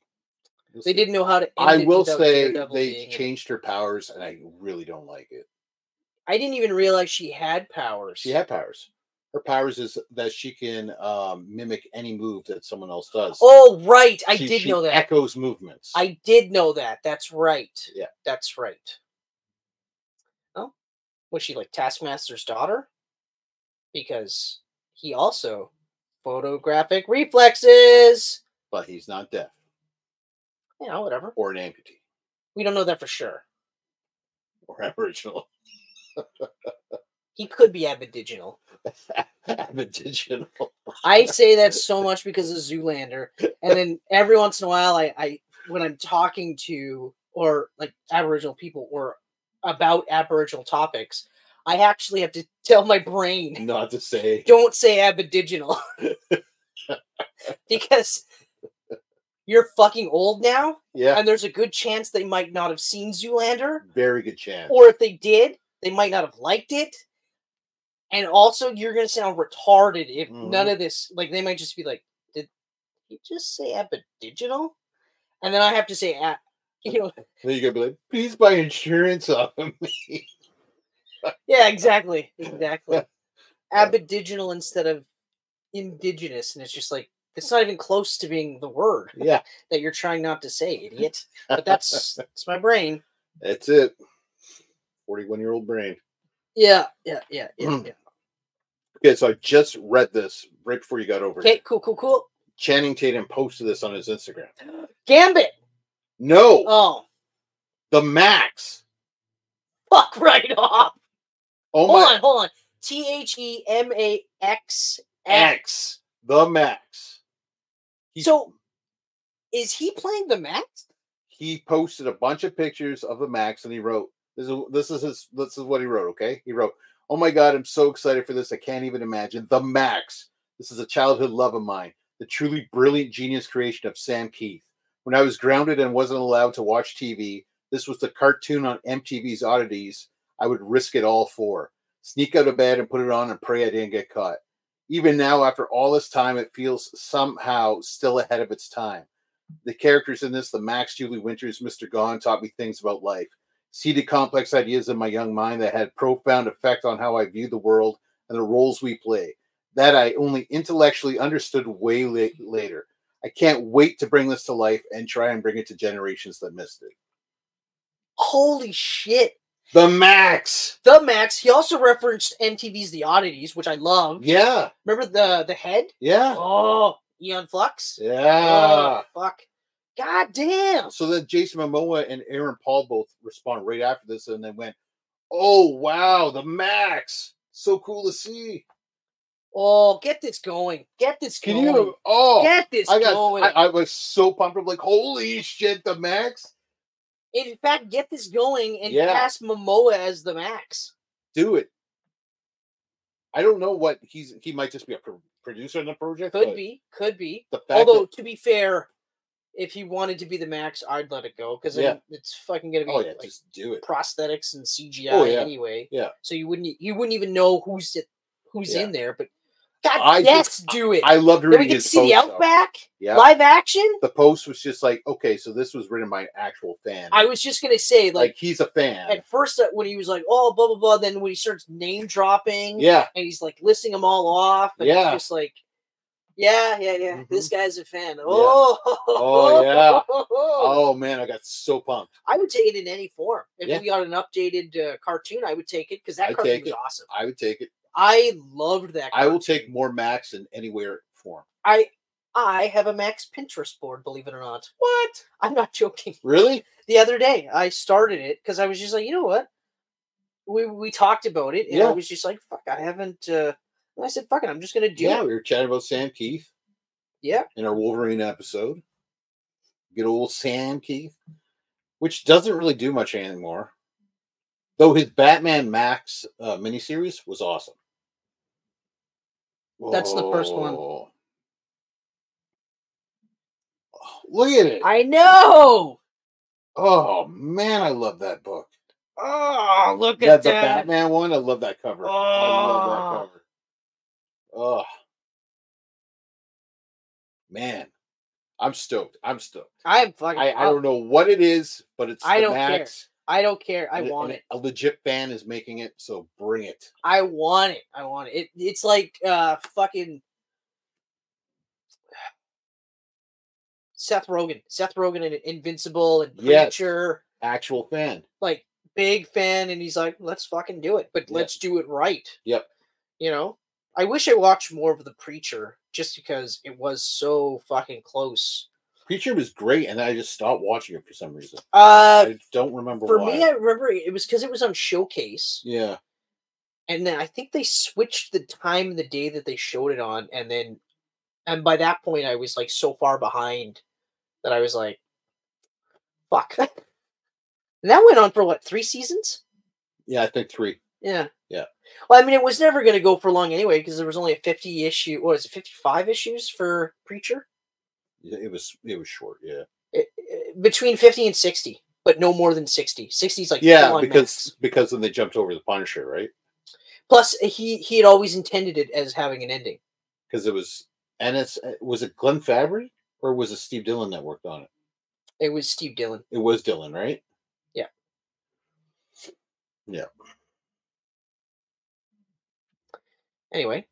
Speaker 2: You'll see.
Speaker 3: They didn't know how to. End
Speaker 2: I
Speaker 3: it
Speaker 2: will
Speaker 3: without
Speaker 2: say
Speaker 3: Daredevil
Speaker 2: they
Speaker 3: being in it.
Speaker 2: changed her powers, and I really don't like it.
Speaker 3: I didn't even realize she had powers.
Speaker 2: She had powers. Her powers is that she can um, mimic any move that someone else does.
Speaker 3: Oh right, I
Speaker 2: She-
Speaker 3: did
Speaker 2: she
Speaker 3: know that.
Speaker 2: Echoes movements.
Speaker 3: I did know that. That's right.
Speaker 2: Yeah.
Speaker 3: That's right. Oh, was she like Taskmaster's daughter? Because he also photographic reflexes.
Speaker 2: but he's not deaf
Speaker 3: You know, whatever.
Speaker 2: or an amputee
Speaker 3: We don't know that for sure.
Speaker 2: or Aboriginal,
Speaker 3: He could be aboriginal.
Speaker 2: aboriginal.
Speaker 3: I say that so much because of Zoolander. And then every once in a while, I, I when I'm talking to or like Aboriginal people or about Aboriginal topics, I actually have to tell my brain
Speaker 2: Not to say
Speaker 3: don't say aboriginal because you're fucking old now
Speaker 2: yeah.
Speaker 3: and there's a good chance they might not have seen zoolander
Speaker 2: Very good chance.
Speaker 3: or if they did they might not have liked it and also you're gonna sound retarded if none
Speaker 2: Mhm.
Speaker 3: of this like they might just be like did you just say aboriginal and then i have to say a- you know
Speaker 2: then you gonna be like, please buy insurance on me.
Speaker 3: yeah exactly exactly aboriginal instead of indigenous and it's just like it's not even close to being the word
Speaker 2: yeah,
Speaker 3: that you're trying not to say, idiot. But that's it's my brain.
Speaker 2: that's it. Forty-one year old brain.
Speaker 3: Yeah, yeah, yeah, yeah.
Speaker 2: Mm.
Speaker 3: yeah.
Speaker 2: Okay, so I just read this right before you got over
Speaker 3: Okay,
Speaker 2: here.
Speaker 3: cool, cool, cool.
Speaker 2: Channing Tatum posted this on his Instagram.
Speaker 3: Gambit.
Speaker 2: No,
Speaker 3: Oh,
Speaker 2: the Max.
Speaker 3: fuck right off.
Speaker 2: Oh
Speaker 3: hold
Speaker 2: my
Speaker 3: on, hold on. T H E M A X X.
Speaker 2: X, the Max. He-
Speaker 3: So is he playing the Max?
Speaker 2: he posted a bunch of pictures of the Max, and he wrote, "This is this is his this is what he wrote." Okay, he wrote, "Oh my God, I'm so excited for this. I can't even imagine the Max. This is a childhood love of mine. The truly brilliant genius creation of Sam Keith. When I was grounded and wasn't allowed to watch TV, this was the cartoon on MTV's oddities. I would risk it all for. Sneak out of bed and put it on and pray I didn't get caught. Even now, after all this time, it feels somehow still ahead of its time." the characters in this, the Max, Julie Winters, Mr. Gone, taught me things about life, seeded complex ideas in my young mind that had profound effect on how I view the world and the roles we play. That I only intellectually understood way late, later. I can't wait to bring this to life and try and bring it to generations that missed it.
Speaker 3: Holy shit.
Speaker 2: The Max,
Speaker 3: The Max. He also referenced MTV's The Oddities, which I love.
Speaker 2: yeah,
Speaker 3: Remember the the head?
Speaker 2: yeah,
Speaker 3: Oh, Eon Flux.
Speaker 2: yeah.
Speaker 3: Oh, fuck. God damn.
Speaker 2: So then Jason Momoa and Aaron Paul both respond right after this, and they went, "Oh wow, the Max, so cool to see."
Speaker 3: Oh, get this going. Get this
Speaker 2: Can
Speaker 3: going.
Speaker 2: you? Oh,
Speaker 3: get this
Speaker 2: I got.
Speaker 3: going.
Speaker 2: I, I was so pumped. I'm like, holy shit, the max,
Speaker 3: In fact, get this going and
Speaker 2: Yeah.
Speaker 3: cast Momoa as the max.
Speaker 2: do it. I don't know what he's. He might just be a pro- producer in the project.
Speaker 3: Could
Speaker 2: but
Speaker 3: be. Could be.
Speaker 2: The fact
Speaker 3: Although,
Speaker 2: that-
Speaker 3: to be fair, if he wanted to be the max, I'd let it go because
Speaker 2: Yeah.
Speaker 3: it's fucking gonna be
Speaker 2: oh yeah,
Speaker 3: like
Speaker 2: just do it.
Speaker 3: prosthetics and CGI
Speaker 2: yeah.
Speaker 3: anyway.
Speaker 2: Yeah.
Speaker 3: So you wouldn't e, you wouldn't even know who's it, who's
Speaker 2: Yeah.
Speaker 3: in there. But God,
Speaker 2: I
Speaker 3: yes,
Speaker 2: just-
Speaker 3: do it.
Speaker 2: I loved
Speaker 3: then we
Speaker 2: reading
Speaker 3: can
Speaker 2: his
Speaker 3: see
Speaker 2: post.
Speaker 3: the
Speaker 2: though.
Speaker 3: outback
Speaker 2: Yeah,
Speaker 3: live action.
Speaker 2: the post was just like, okay, so this was written by an actual fan.
Speaker 3: I was just gonna say
Speaker 2: like,
Speaker 3: like
Speaker 2: he's a fan.
Speaker 3: at first uh, when he was like, oh, blah blah blah, then when he starts name dropping,
Speaker 2: yeah,
Speaker 3: and he's like listing them all off, and
Speaker 2: Yeah. Mm-hmm.
Speaker 3: it's just like, yeah, yeah, yeah, this guy's a fan. Oh,
Speaker 2: Oh, yeah. Oh man, I got so pumped.
Speaker 3: I would take it in any form. If
Speaker 2: Yeah.
Speaker 3: we got an updated uh, cartoon, I would take it because that
Speaker 2: I'd
Speaker 3: cartoon
Speaker 2: take
Speaker 3: was
Speaker 2: it.
Speaker 3: awesome.
Speaker 2: I would take it.
Speaker 3: I loved that.
Speaker 2: I will
Speaker 3: cartoon.
Speaker 2: take more Max in anywhere form.
Speaker 3: I I have a Max Pinterest board. Believe it or not,
Speaker 2: What?
Speaker 3: I'm not joking.
Speaker 2: Really?
Speaker 3: the other day I started it because I was just like, you know what? We we talked about it, and I
Speaker 2: Yeah.
Speaker 3: was just like, fuck, I haven't. Uh, and I said, fuck it, I'm just gonna do
Speaker 2: Yeah,
Speaker 3: it.
Speaker 2: we were chatting about Sam Keith.
Speaker 3: Yeah,
Speaker 2: in our Wolverine episode. Good old Sam Keith, which doesn't really do much anymore. Though his Batman Max uh, miniseries was awesome.
Speaker 3: That's the first one.
Speaker 2: Whoa. Look at it.
Speaker 3: I know.
Speaker 2: oh, man, I love that book.
Speaker 3: Oh, look
Speaker 2: Yeah,
Speaker 3: at
Speaker 2: the
Speaker 3: that.
Speaker 2: Batman one. I love that cover. I love
Speaker 3: Oh.
Speaker 2: that cover. Oh man, I'm stoked. I'm stoked.
Speaker 3: I'm fucking.
Speaker 2: I, I don't know what it is, but it's
Speaker 3: I
Speaker 2: the
Speaker 3: don't care.
Speaker 2: Max.
Speaker 3: I don't care. I
Speaker 2: and-
Speaker 3: want
Speaker 2: and
Speaker 3: it.
Speaker 2: A legit fan is making it, so bring it.
Speaker 3: I want it. I want it. it it's like uh fucking Seth Rogen. Seth Rogen and Invincible and
Speaker 2: Yes.
Speaker 3: Preacher.
Speaker 2: Actual fan.
Speaker 3: Like big fan, and he's like, let's fucking do it, but
Speaker 2: Yeah.
Speaker 3: let's do it right.
Speaker 2: Yep.
Speaker 3: You know? I wish I watched more of The Preacher just because it was so fucking close.
Speaker 2: Preacher was great, and I just stopped watching it for some reason.
Speaker 3: Uh
Speaker 2: I don't remember
Speaker 3: for
Speaker 2: why.
Speaker 3: me, I remember it was because it was on showcase.
Speaker 2: yeah,
Speaker 3: and then I think they switched the time and the day that they showed it on, and then and by that point I was like so far behind that I was like, fuck. and that went on for what three seasons?
Speaker 2: yeah, I think three.
Speaker 3: Yeah.
Speaker 2: Yeah.
Speaker 3: Well, I mean, it was never going to go for long anyway because there was only a fifty issue. What is it? Fifty five issues for Preacher
Speaker 2: Yeah, It was it was short. Yeah,
Speaker 3: It- it- Eh, between fifty and sixty, but no more than sixty. 60 is like full
Speaker 2: yeah,
Speaker 3: on max.
Speaker 2: because because then they jumped over the Punisher, right?
Speaker 3: plus eh, he he had always intended it as having an ending.
Speaker 2: Because it was and it's uh, was it Glenn Fabry or was it Steve Dillon that worked on it?
Speaker 3: It was Steve Dillon.
Speaker 2: It was Dillon, right?
Speaker 3: Yeah.
Speaker 2: Yeah.
Speaker 3: anyway.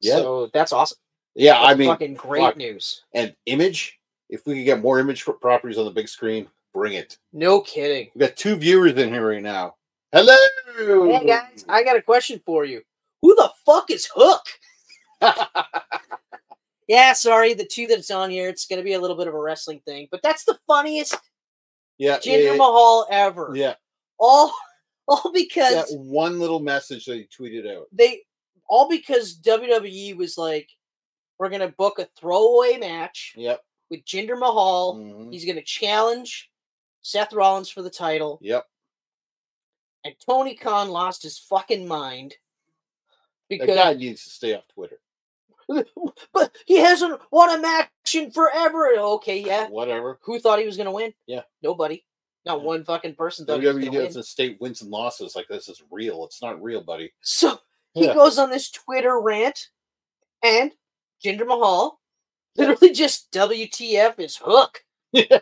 Speaker 2: Yeah.
Speaker 3: So that's awesome.
Speaker 2: Yeah, I
Speaker 3: That's
Speaker 2: mean,
Speaker 3: fucking great
Speaker 2: fuck.
Speaker 3: news.
Speaker 2: and image. If we could get more image pro- properties on the big screen, bring it.
Speaker 3: No kidding.
Speaker 2: We got two viewers in here right now. Hello,
Speaker 3: Hey guys, I got a question for you. Who the fuck is Hook? Yeah, sorry, the two that's on here, it's gonna be a little bit of a wrestling thing, but that's the funniest
Speaker 2: yeah, yeah,
Speaker 3: Jinder
Speaker 2: yeah,
Speaker 3: Mahal ever.
Speaker 2: yeah.
Speaker 3: All all because
Speaker 2: That one little message that he tweeted out.
Speaker 3: they all because WWE was like, we're gonna book a throwaway match
Speaker 2: Yep.
Speaker 3: with Jinder Mahal.
Speaker 2: Mhm.
Speaker 3: He's gonna challenge Seth Rollins for the title.
Speaker 2: Yep.
Speaker 3: and Tony Khan lost his fucking mind
Speaker 2: That
Speaker 3: because
Speaker 2: guy needs to stay off Twitter.
Speaker 3: but he hasn't won a match in forever. Okay, yeah.
Speaker 2: Whatever.
Speaker 3: Who thought he was gonna win?
Speaker 2: Yeah.
Speaker 3: Nobody. Not
Speaker 2: Yeah.
Speaker 3: one fucking person thought he was
Speaker 2: WWE
Speaker 3: gonna
Speaker 2: does
Speaker 3: win.
Speaker 2: a state wins and losses like this is real. It's not real, buddy.
Speaker 3: So he
Speaker 2: Yeah.
Speaker 3: goes on this Twitter rant, and Jinder Mahal literally just WTF is hook.
Speaker 2: Yeah.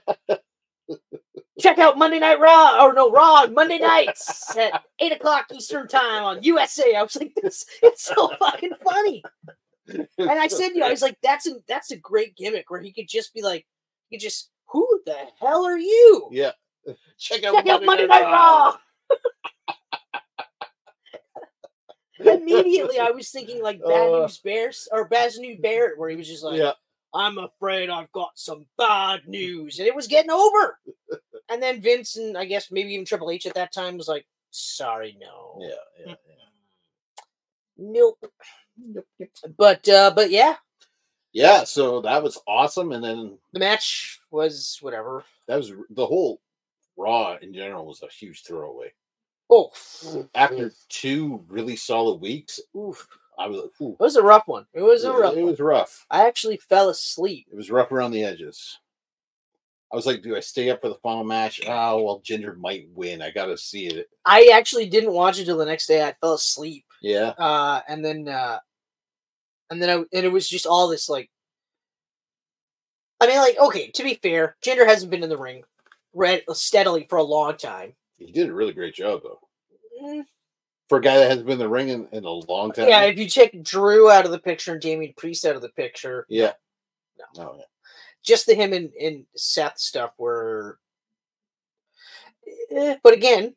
Speaker 3: Check out Monday Night Raw, or no, Raw on Monday nights at 8 o'clock Eastern Time on USA. I was like, this, it's so fucking funny. and I said, you know, I was like, that's a that's a great gimmick where he could just be like, you just who the hell are you?
Speaker 2: Yeah. Check out
Speaker 3: Check out
Speaker 2: Monday,
Speaker 3: Monday Night Raw. Immediately, I was thinking like Bad
Speaker 2: Uh.
Speaker 3: News Bears or Bad News Barrett, where he was just like,
Speaker 2: yeah.
Speaker 3: "I'm afraid I've got some bad news," and it was getting over. and then Vince and I guess maybe even Triple H at that time was like, "Sorry, no."
Speaker 2: Yeah. Yeah.
Speaker 3: Nope. Nope. nope. But uh but yeah,
Speaker 2: Yeah. So that was awesome. And then
Speaker 3: the match was whatever.
Speaker 2: that was the whole Raw in general was a huge throwaway.
Speaker 3: Oh,
Speaker 2: After
Speaker 3: Mm.
Speaker 2: two really solid weeks,
Speaker 3: oof.
Speaker 2: I was like, ooh,
Speaker 3: it was a rough one. It was a rough
Speaker 2: it
Speaker 3: one.
Speaker 2: was rough.
Speaker 3: I actually fell asleep.
Speaker 2: It was rough around the edges. I was like, do I stay up for the final match? Oh, well, Ginger might win. I got to see it.
Speaker 3: I actually didn't watch it till the next day. I fell asleep,
Speaker 2: Yeah.
Speaker 3: uh, and then uh, and then I, and it was just all this like. I mean, like, okay. To be fair, Jinder hasn't been in the ring red steadily for a long time.
Speaker 2: He did a really great job, though. Mm-hmm.
Speaker 3: Mm,
Speaker 2: For a guy that hasn't been in the ring in, in a long time.
Speaker 3: Yeah, if you take Drew out of the picture and Damien Priest out of the picture,
Speaker 2: Yeah. Oh, yeah.
Speaker 3: just the him and, and Seth stuff were. Eh, But again,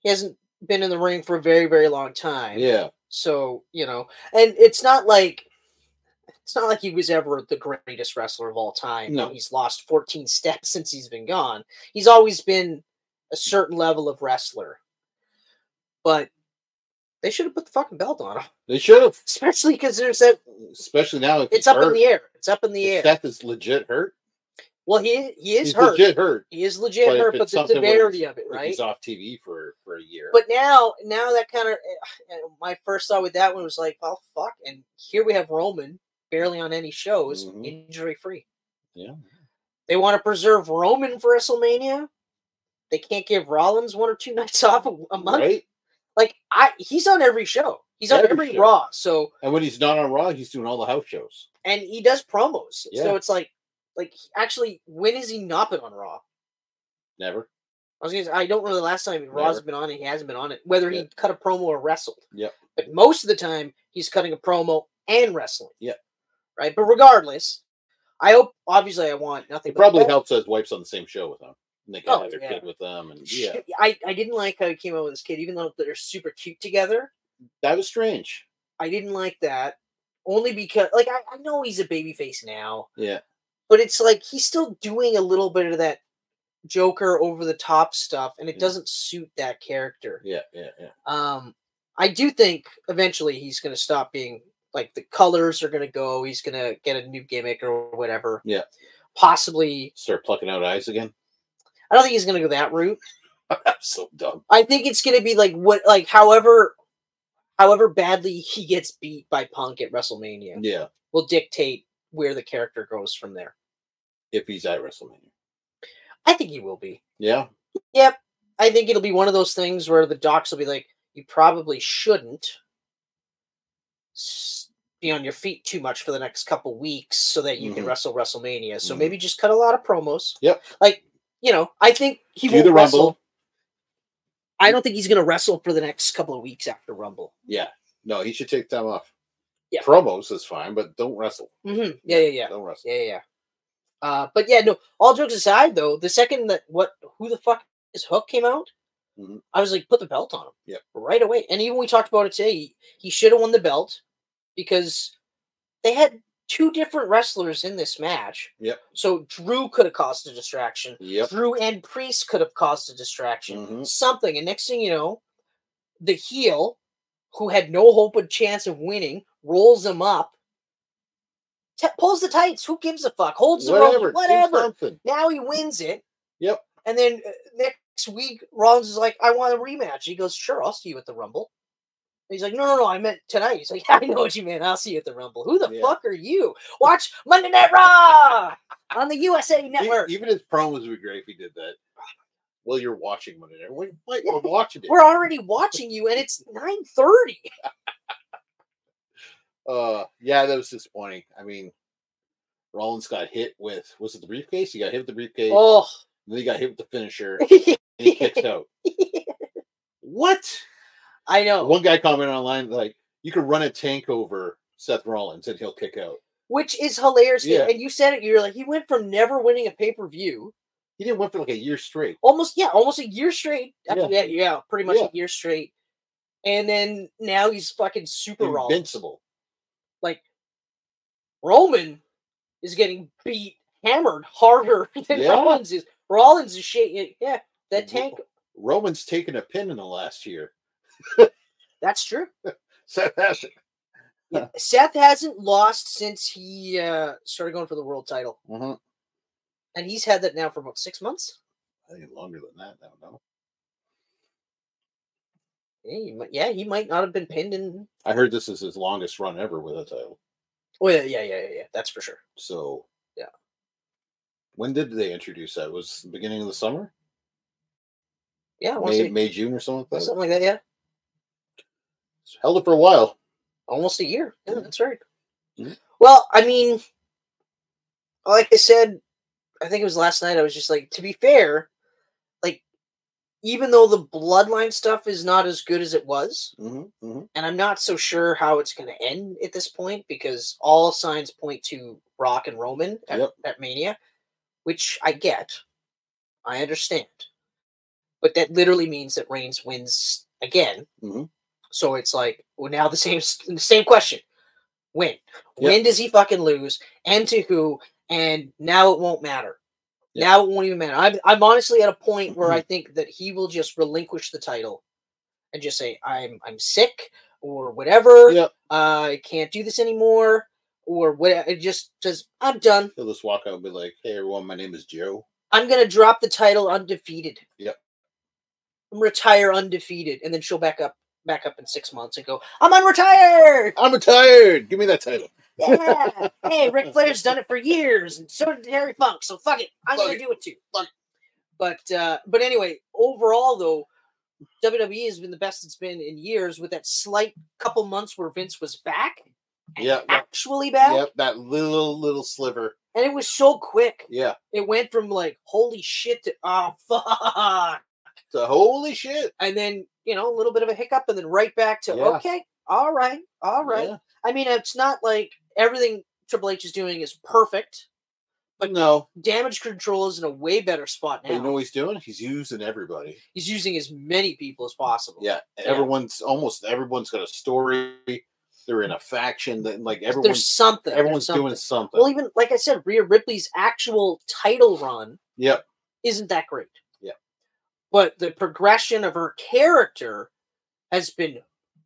Speaker 3: he hasn't been in the ring for a very, very long time.
Speaker 2: Yeah.
Speaker 3: So, you know, and it's not like it's not like he was ever the greatest wrestler of all time.
Speaker 2: No.
Speaker 3: He's lost 14 steps since he's been gone. He's always been a certain level of wrestler. But they should have put the fucking belt on him.
Speaker 2: They should have,
Speaker 3: Especially because there's that
Speaker 2: especially now. If
Speaker 3: it's up in the air. It's up in the air.
Speaker 2: Seth is legit hurt.
Speaker 3: well he he is
Speaker 2: he's
Speaker 3: hurt.
Speaker 2: legit hurt.
Speaker 3: He is legit
Speaker 2: But if
Speaker 3: hurt,
Speaker 2: it's
Speaker 3: but the
Speaker 2: something where
Speaker 3: severity of it,
Speaker 2: if
Speaker 3: right?
Speaker 2: He's off TV for, for a year.
Speaker 3: But now, now that kind of my first thought with that one was like, oh fuck! And here we have Roman barely on any shows,
Speaker 2: Mhm.
Speaker 3: injury free.
Speaker 2: Yeah.
Speaker 3: they want to preserve Roman for WrestleMania. They can't give Rollins one or two nights off a, a month.
Speaker 2: Right?
Speaker 3: Like I, he's on every show. He's on
Speaker 2: Every
Speaker 3: every
Speaker 2: show.
Speaker 3: Raw. So
Speaker 2: And when he's not on Raw, he's doing all the house shows.
Speaker 3: and he does promos.
Speaker 2: Yeah.
Speaker 3: So it's like Like, he- actually, when has he not been on Raw?
Speaker 2: Never.
Speaker 3: I was gonna say, I don't know the last time Raw's
Speaker 2: Never.
Speaker 3: been on it. He hasn't been on it, whether
Speaker 2: Yeah.
Speaker 3: he cut a promo or wrestled.
Speaker 2: Yep.
Speaker 3: But most of the time, he's cutting a promo and wrestling.
Speaker 2: Yep.
Speaker 3: Right. But regardless, I hope. Obviously, I want nothing.
Speaker 2: It
Speaker 3: but the
Speaker 2: probably
Speaker 3: best-
Speaker 2: helps that his wife's on the same show with him. And they can
Speaker 3: Oh,
Speaker 2: have their
Speaker 3: yeah.
Speaker 2: kid with them. And yeah,
Speaker 3: Shit, I I didn't like how he came out with this kid, even though they're super cute together.
Speaker 2: that was strange.
Speaker 3: I didn't like that only because, like, I, I know he's a babyface now,
Speaker 2: Yeah.
Speaker 3: but it's like he's still doing a little bit of that Joker over the top stuff, and it
Speaker 2: Mm.
Speaker 3: doesn't suit that character.
Speaker 2: Yeah. Yeah. Yeah.
Speaker 3: Um, I do think eventually he's going to stop being like the colors are going to go. He's going to get a new gimmick or whatever.
Speaker 2: Yeah.
Speaker 3: Possibly.
Speaker 2: Start plucking out eyes again.
Speaker 3: I don't think he's going to go that route.
Speaker 2: so dumb.
Speaker 3: I think it's going to be like what, like however, however badly he gets beat by Punk at WrestleMania
Speaker 2: Yeah.
Speaker 3: will dictate where the character goes from there.
Speaker 2: If he's at WrestleMania.
Speaker 3: I think he will be.
Speaker 2: Yeah.
Speaker 3: Yep. I think it'll be one of those things where the docs will be like, you probably shouldn't s- be on your feet too much for the next couple weeks so that you can
Speaker 2: Mhm.
Speaker 3: wrestle WrestleMania. So
Speaker 2: Mhm.
Speaker 3: maybe just cut a lot of promos.
Speaker 2: Yep.
Speaker 3: Like, you know, I think he
Speaker 2: Do
Speaker 3: will
Speaker 2: the
Speaker 3: wrestle.
Speaker 2: Rumble.
Speaker 3: I don't think he's going to wrestle for the next couple of weeks after Rumble.
Speaker 2: Yeah. No, he should take time off.
Speaker 3: Yeah.
Speaker 2: Promos is fine, but don't wrestle.
Speaker 3: Mm-hmm. Yeah, yeah, yeah.
Speaker 2: Don't wrestle.
Speaker 3: Yeah, yeah. yeah. Uh, but yeah, no. All jokes aside, though, the second that what who the fuck is Hook came out,
Speaker 2: Mhm.
Speaker 3: I was like, put the belt on him.
Speaker 2: Yep.
Speaker 3: right away. And even we talked about it today. He, he should have won the belt because they had two different wrestlers in this match.
Speaker 2: Yep.
Speaker 3: So Drew could have caused a distraction.
Speaker 2: Yep.
Speaker 3: Drew and Priest could have caused a distraction.
Speaker 2: Mhm.
Speaker 3: Something. And next thing you know, the heel, who had no hope or chance of winning, rolls him up, t- pulls the tights. Who gives a fuck? Holds the
Speaker 2: Whatever.
Speaker 3: rope.
Speaker 2: do
Speaker 3: Whatever.
Speaker 2: something.
Speaker 3: Now he wins it.
Speaker 2: Yep.
Speaker 3: And then uh, next week, Rollins is like, I want a rematch. He goes, Sure, I'll see you at the Rumble. And he's like, No, no, no, I meant tonight. He's like, I know what you meant. I'll see you at the Rumble. Who the
Speaker 2: Yeah.
Speaker 3: fuck are you? Watch Monday Night Raw on the USA
Speaker 2: E-
Speaker 3: Network.
Speaker 2: Even his promos would be great if he did that. Well, you're watching one and everyone. Wait, we're watching it.
Speaker 3: We're already watching you, and it's 9.30.
Speaker 2: Uh, yeah, that was disappointing. I mean, Rollins got hit with was it the briefcase? He got hit with the briefcase.
Speaker 3: Oh.
Speaker 2: Then he got hit with the finisher.
Speaker 3: I
Speaker 2: And he kicked out. what?
Speaker 3: know.
Speaker 2: One guy commented online like, "You could run a tank over Seth Rollins and he'll kick out."
Speaker 3: Which is hilarious.
Speaker 2: Yeah.
Speaker 3: And you said it, you're like, he went from never winning a pay-per-view,
Speaker 2: He didn't win for like a year straight.
Speaker 3: almost, yeah, almost a year straight.
Speaker 2: Yeah.
Speaker 3: Yeah, yeah, pretty much
Speaker 2: Yeah.
Speaker 3: a year straight. And then now he's fucking super Rollins.
Speaker 2: Invincible.
Speaker 3: Roman is getting beat, hammered harder than
Speaker 2: Yeah.
Speaker 3: Rollins is. Rollins is shit. Yeah, that
Speaker 2: Mhm.
Speaker 3: tank.
Speaker 2: Roman's taken a pin in the last year.
Speaker 3: That's true.
Speaker 2: Seth hasn't.
Speaker 3: Seth hasn't lost since he uh, started going for the world title,
Speaker 2: Mhm.
Speaker 3: and he's had that now for about six months.
Speaker 2: I think longer than that. I don't know.
Speaker 3: Yeah, he might, yeah, he might not have been pinned in.
Speaker 2: I heard this is his longest run ever with a title.
Speaker 3: Oh yeah, yeah, yeah, yeah. yeah, That's for sure.
Speaker 2: So
Speaker 3: Yeah.
Speaker 2: When did they introduce that? Was the beginning of the summer?
Speaker 3: Yeah, I wanna
Speaker 2: May,
Speaker 3: say,
Speaker 2: May, June, or something like that.
Speaker 3: something like that. Yeah,
Speaker 2: Held it for a while.
Speaker 3: almost a year. Yeah,
Speaker 2: Mhm.
Speaker 3: that's right.
Speaker 2: Mhm.
Speaker 3: Well, I mean, like I said, I think it was last night. I was just like, to be fair, like even though the bloodline stuff is not as good as it was,
Speaker 2: Mm-hmm,
Speaker 3: and I'm not so sure how it's going to end at this point because all signs point to Rock and Roman at,
Speaker 2: Yep.
Speaker 3: at Mania, which I get, I understand, but that literally means that Reigns wins again.
Speaker 2: Mhm.
Speaker 3: So it's like well, now the same s- the same question: when? When does he fucking lose, and to who? And now it won't matter.
Speaker 2: Yep.
Speaker 3: Now it won't even matter. I'm I'm honestly at a point where I think that he will just relinquish the title and just say I'm I'm sick or whatever.
Speaker 2: Yep.
Speaker 3: Uh, I can't do this anymore or what it just says I'm done.
Speaker 2: He'll just walk out and be like, "Hey, everyone, my name is Joe."
Speaker 3: I'm going to drop the title undefeated.
Speaker 2: Yep.
Speaker 3: I'm retire undefeated and then she'll back up back up in 6 months and go, "I'm unretired."
Speaker 2: I'm retired. Give me that title.
Speaker 3: Yeah. hey, Ric Flair's done it for years and so did Harry Funk. So fuck it. I'm
Speaker 2: Fuck
Speaker 3: going
Speaker 2: it.
Speaker 3: to do it too. Fuck it. But uh but anyway, overall though, WWE has been the best it's been in years with that slight couple months where Vince was back. and
Speaker 2: Yeah, yeah.
Speaker 3: Actually back.
Speaker 2: Yep, that little little sliver.
Speaker 3: And it was so quick.
Speaker 2: Yeah.
Speaker 3: It went from like holy shit to oh fuck,
Speaker 2: So holy shit.
Speaker 3: and then you know a little bit of a hiccup, and then right back to
Speaker 2: Yeah.
Speaker 3: okay, all right, all right.
Speaker 2: Yeah.
Speaker 3: I mean, it's not like everything Triple H is doing is perfect.
Speaker 2: But no.
Speaker 3: Damage control is in a way better spot
Speaker 2: But
Speaker 3: now.
Speaker 2: you know what he's doing? He's using everybody.
Speaker 3: He's using as many people as possible.
Speaker 2: Yeah. Everyone's almost everyone's got a story. They're in a faction. That, like
Speaker 3: there's
Speaker 2: everyone's
Speaker 3: something. there's
Speaker 2: everyone's
Speaker 3: something.
Speaker 2: doing something.
Speaker 3: Well, even like I said, Rhea Ripley's actual title run
Speaker 2: yep.
Speaker 3: isn't that great.
Speaker 2: Yeah.
Speaker 3: But the progression of her character has been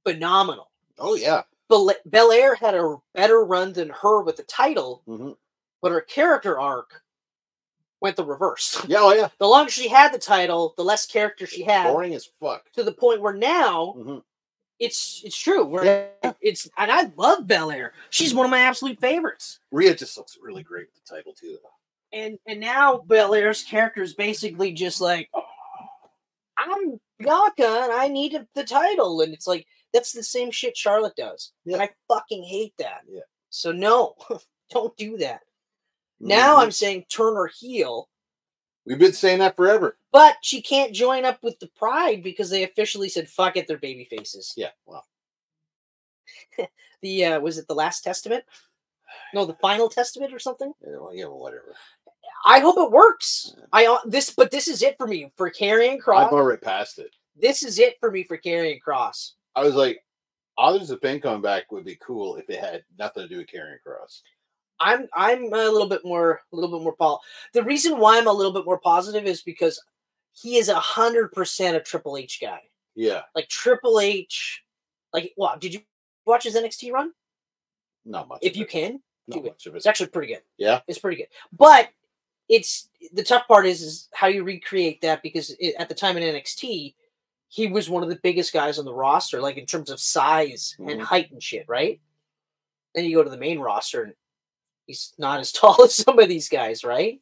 Speaker 3: phenomenal.
Speaker 2: Oh yeah.
Speaker 3: Bel- Belair had a better run than her with the title,
Speaker 2: hmm
Speaker 3: but her character arc went the reverse.
Speaker 2: Yeah. Oh yeah.
Speaker 3: the longer she had the title, the less character she had.
Speaker 2: Boring as fuck.
Speaker 3: To the point where now
Speaker 2: Mhm.
Speaker 3: it's it's true. We're,
Speaker 2: Yeah.
Speaker 3: It's and I love Belair. She's one of my absolute favorites.
Speaker 2: Rhea just looks really great with the title too. though.
Speaker 3: and and now Bel Air's character is basically just like, "Oh, I'm Bianca and I need the title, and it's like that's the same shit Charlotte does, and I fucking hate that.
Speaker 2: Yeah. Mm-hmm.
Speaker 3: So no, don't do that. Now
Speaker 2: Mhm.
Speaker 3: I'm saying turn her heel,
Speaker 2: We've been saying that forever.
Speaker 3: but she can't join up with the Pride because they officially said fuck it, they're baby faces.
Speaker 2: Yeah. Well.
Speaker 3: The uh, was it the Last Testament? No, the Final Testament or something.
Speaker 2: Yeah. Well, yeah, well whatever.
Speaker 3: I hope it works.
Speaker 2: Yeah.
Speaker 3: I uh, this, but this is it for me for Carrying Cross.
Speaker 2: I've already passed it.
Speaker 3: this is it for me for carrying cross.
Speaker 2: I was like, others of Ben coming back would be cool if it had nothing to do with carrying cross.
Speaker 3: I'm I'm a little bit more a little bit more Paul. The reason why I'm a little bit more positive is because he is a hundred percent a Triple H guy.
Speaker 2: Yeah.
Speaker 3: Like Triple H, like wow, did you watch his NXT run?
Speaker 2: Not much.
Speaker 3: If
Speaker 2: of
Speaker 3: you
Speaker 2: it.
Speaker 3: can,
Speaker 2: not
Speaker 3: do it.
Speaker 2: much of it.
Speaker 3: it's actually pretty good.
Speaker 2: Yeah.
Speaker 3: it's pretty good. But it's the tough part is is how you recreate that because it, at the time in NXT, he was one of the biggest guys on the roster, like in terms of size and
Speaker 2: Mhm.
Speaker 3: height and shit, right? Then you go to the main roster and he's not as tall as some of these guys, right?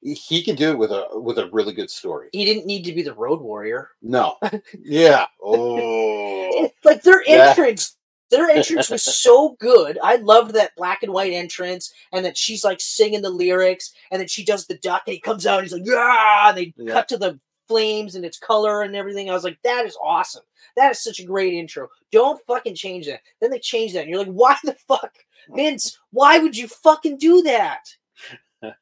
Speaker 2: He- He can do it with a with a really good story.
Speaker 3: He didn't need to be the Road Warrior.
Speaker 2: No. yeah. Oh.
Speaker 3: Like their
Speaker 2: Yeah.
Speaker 3: entrance, their entrance was so good. I loved that black and white entrance, and that she's like singing the lyrics, and then she does the duck, and he comes out, and he's like, yeah, and they
Speaker 2: Yeah.
Speaker 3: cut to the flames and its color and everything. I was like, that is awesome. That is such a great intro. Don't fucking change that. Then they change that, and you're like, why the fuck, Vince? Why would you fucking do that?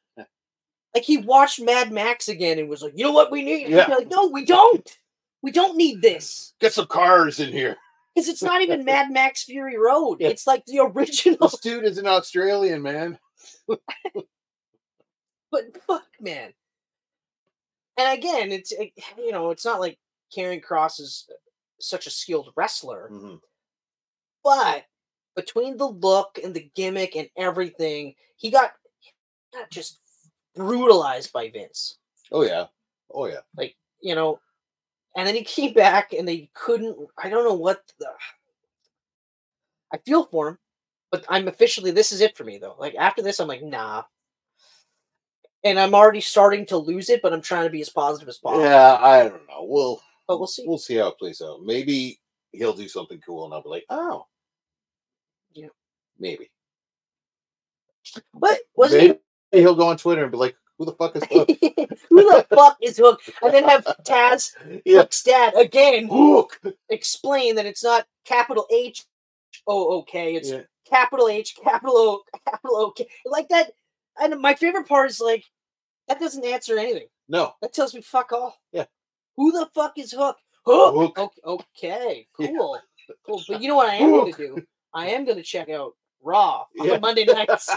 Speaker 3: Like he watched Mad Max again and was like, you know what we need?
Speaker 2: Yeah.
Speaker 3: You're like, no, we don't. We don't need this.
Speaker 2: Get some cars in here.
Speaker 3: Because it's not even Mad Max Fury Road.
Speaker 2: Yeah.
Speaker 3: It's like the original.
Speaker 2: This dude is an Australian man.
Speaker 3: But fuck, man. And again, it's it- you know, it's not like Karen Cross is eh, such a skilled wrestler,
Speaker 2: Mhm.
Speaker 3: but between the look and the gimmick and everything, he got, he got just brutalized by Vince.
Speaker 2: Oh yeah. Oh yeah.
Speaker 3: you know, and then he came back and they couldn't. I don't know what. The, I feel for him, but I'm officially this is it for me though. Like after this, I'm like nah, and I'm already starting to lose it. But I'm trying to be as positive as possible.
Speaker 2: Yeah. I don't know. We'll
Speaker 3: But we'll see.
Speaker 2: we'll see how it plays out. Maybe he'll do something cool, and I'll be like, oh.
Speaker 3: Yeah.
Speaker 2: Maybe.
Speaker 3: What was
Speaker 2: Maybe
Speaker 3: it?
Speaker 2: he'll go on Twitter and be like, "Who the fuck is Hook?"
Speaker 3: Who the fuck is Hook? And then have Taz
Speaker 2: yeah,
Speaker 3: Hook's dad again
Speaker 2: Hook.
Speaker 3: explain that it's not capital H O O K. It's
Speaker 2: Yeah.
Speaker 3: capital H, capital O, capital O, K. Like that. And my favorite part is like, that doesn't answer anything.
Speaker 2: No,
Speaker 3: That tells me fuck all.
Speaker 2: Yeah.
Speaker 3: Who the fuck is Hook? Hook.
Speaker 2: Hook.
Speaker 3: Okay, okay,
Speaker 2: Yeah.
Speaker 3: cool. Cool. But you know what I am going
Speaker 2: Hook.
Speaker 3: to do? I am going to check out Raw on
Speaker 2: Yeah.
Speaker 3: Monday nights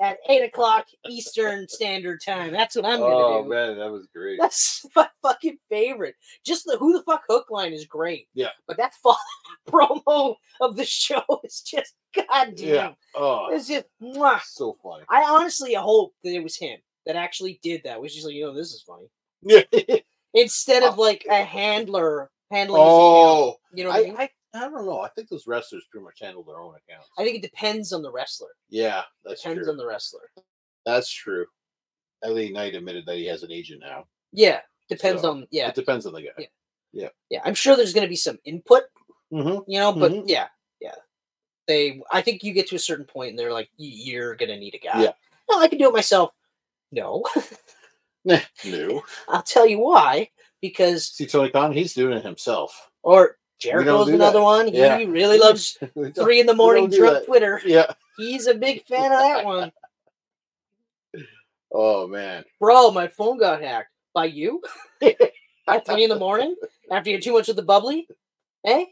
Speaker 3: at 8 o'clock Eastern Standard Time. That's what I'm going to
Speaker 2: oh
Speaker 3: do.
Speaker 2: man, that was great.
Speaker 3: That's my fucking favorite. Just the who the fuck hook line is great.
Speaker 2: Yeah.
Speaker 3: But that fall promo of the show is just goddamn.
Speaker 2: Yeah. Oh,
Speaker 3: It's just mwah.
Speaker 2: so funny.
Speaker 3: I honestly hope that it was him that actually did that. Was just like, you know, this is funny.
Speaker 2: Yeah.
Speaker 3: Instead of like a handler handling his account.
Speaker 2: oh,
Speaker 3: You know what I, mean?
Speaker 2: I, I, I don't know. I think those wrestlers pretty much handle their own accounts.
Speaker 3: I think it depends on the wrestler.
Speaker 2: Yeah, that's
Speaker 3: depends
Speaker 2: true.
Speaker 3: on the wrestler.
Speaker 2: that's true. LA Knight admitted that he has an agent now.
Speaker 3: Yeah. Depends
Speaker 2: So,
Speaker 3: on yeah.
Speaker 2: It depends on the guy.
Speaker 3: Yeah.
Speaker 2: Yeah.
Speaker 3: Yeah. I'm sure there's gonna be some input
Speaker 2: Mm-hmm.
Speaker 3: you know but
Speaker 2: Mhm.
Speaker 3: yeah yeah they i think you get to a certain point and they're like "Y- you're gonna need a guy
Speaker 2: Yeah.
Speaker 3: No, I can do it myself. No,
Speaker 2: Mm-hmm. No.
Speaker 3: I'll tell you why. Because
Speaker 2: See Tony Khan, he's doing it himself.
Speaker 3: or Jericho's
Speaker 2: do
Speaker 3: another
Speaker 2: that.
Speaker 3: one. He
Speaker 2: Yeah.
Speaker 3: really loves three in the morning
Speaker 2: do
Speaker 3: drunk
Speaker 2: that.
Speaker 3: Twitter.
Speaker 2: yeah.
Speaker 3: He's a big fan of that one.
Speaker 2: Oh man.
Speaker 3: Bro, my phone got hacked by you at three in the morning after you had too much of the bubbly. Eh?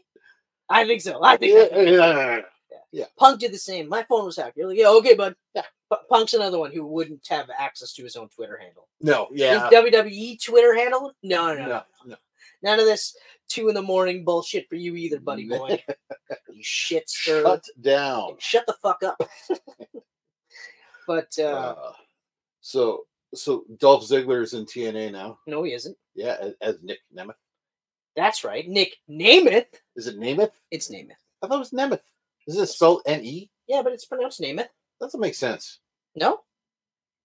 Speaker 3: I think so. I think that's-
Speaker 2: Yeah.
Speaker 3: Punk did the same. My phone was hacked. You're like, yeah, okay, bud.
Speaker 2: Yeah.
Speaker 3: P- Punk's another one who wouldn't have access to his own Twitter handle.
Speaker 2: No. Yeah.
Speaker 3: His WWE E Twitter handle? No, no, no,
Speaker 2: No. no.
Speaker 3: None of this two in the morning bullshit for you either, buddy boy. you shit stir.
Speaker 2: Shut down.
Speaker 3: Shut the fuck up. but uh,
Speaker 2: Uh, so so Dolph Ziggler is in TNA now.
Speaker 3: no, he isn't.
Speaker 2: Yeah, as, as Nick Nemeth.
Speaker 3: That's right. Nick Namath.
Speaker 2: Is it Nemeth?
Speaker 3: It's Namath.
Speaker 2: I thought it was Nemeth. Is it spelled N E?
Speaker 3: Yeah, but it's pronounced Namath.
Speaker 2: Doesn't make sense.
Speaker 3: No?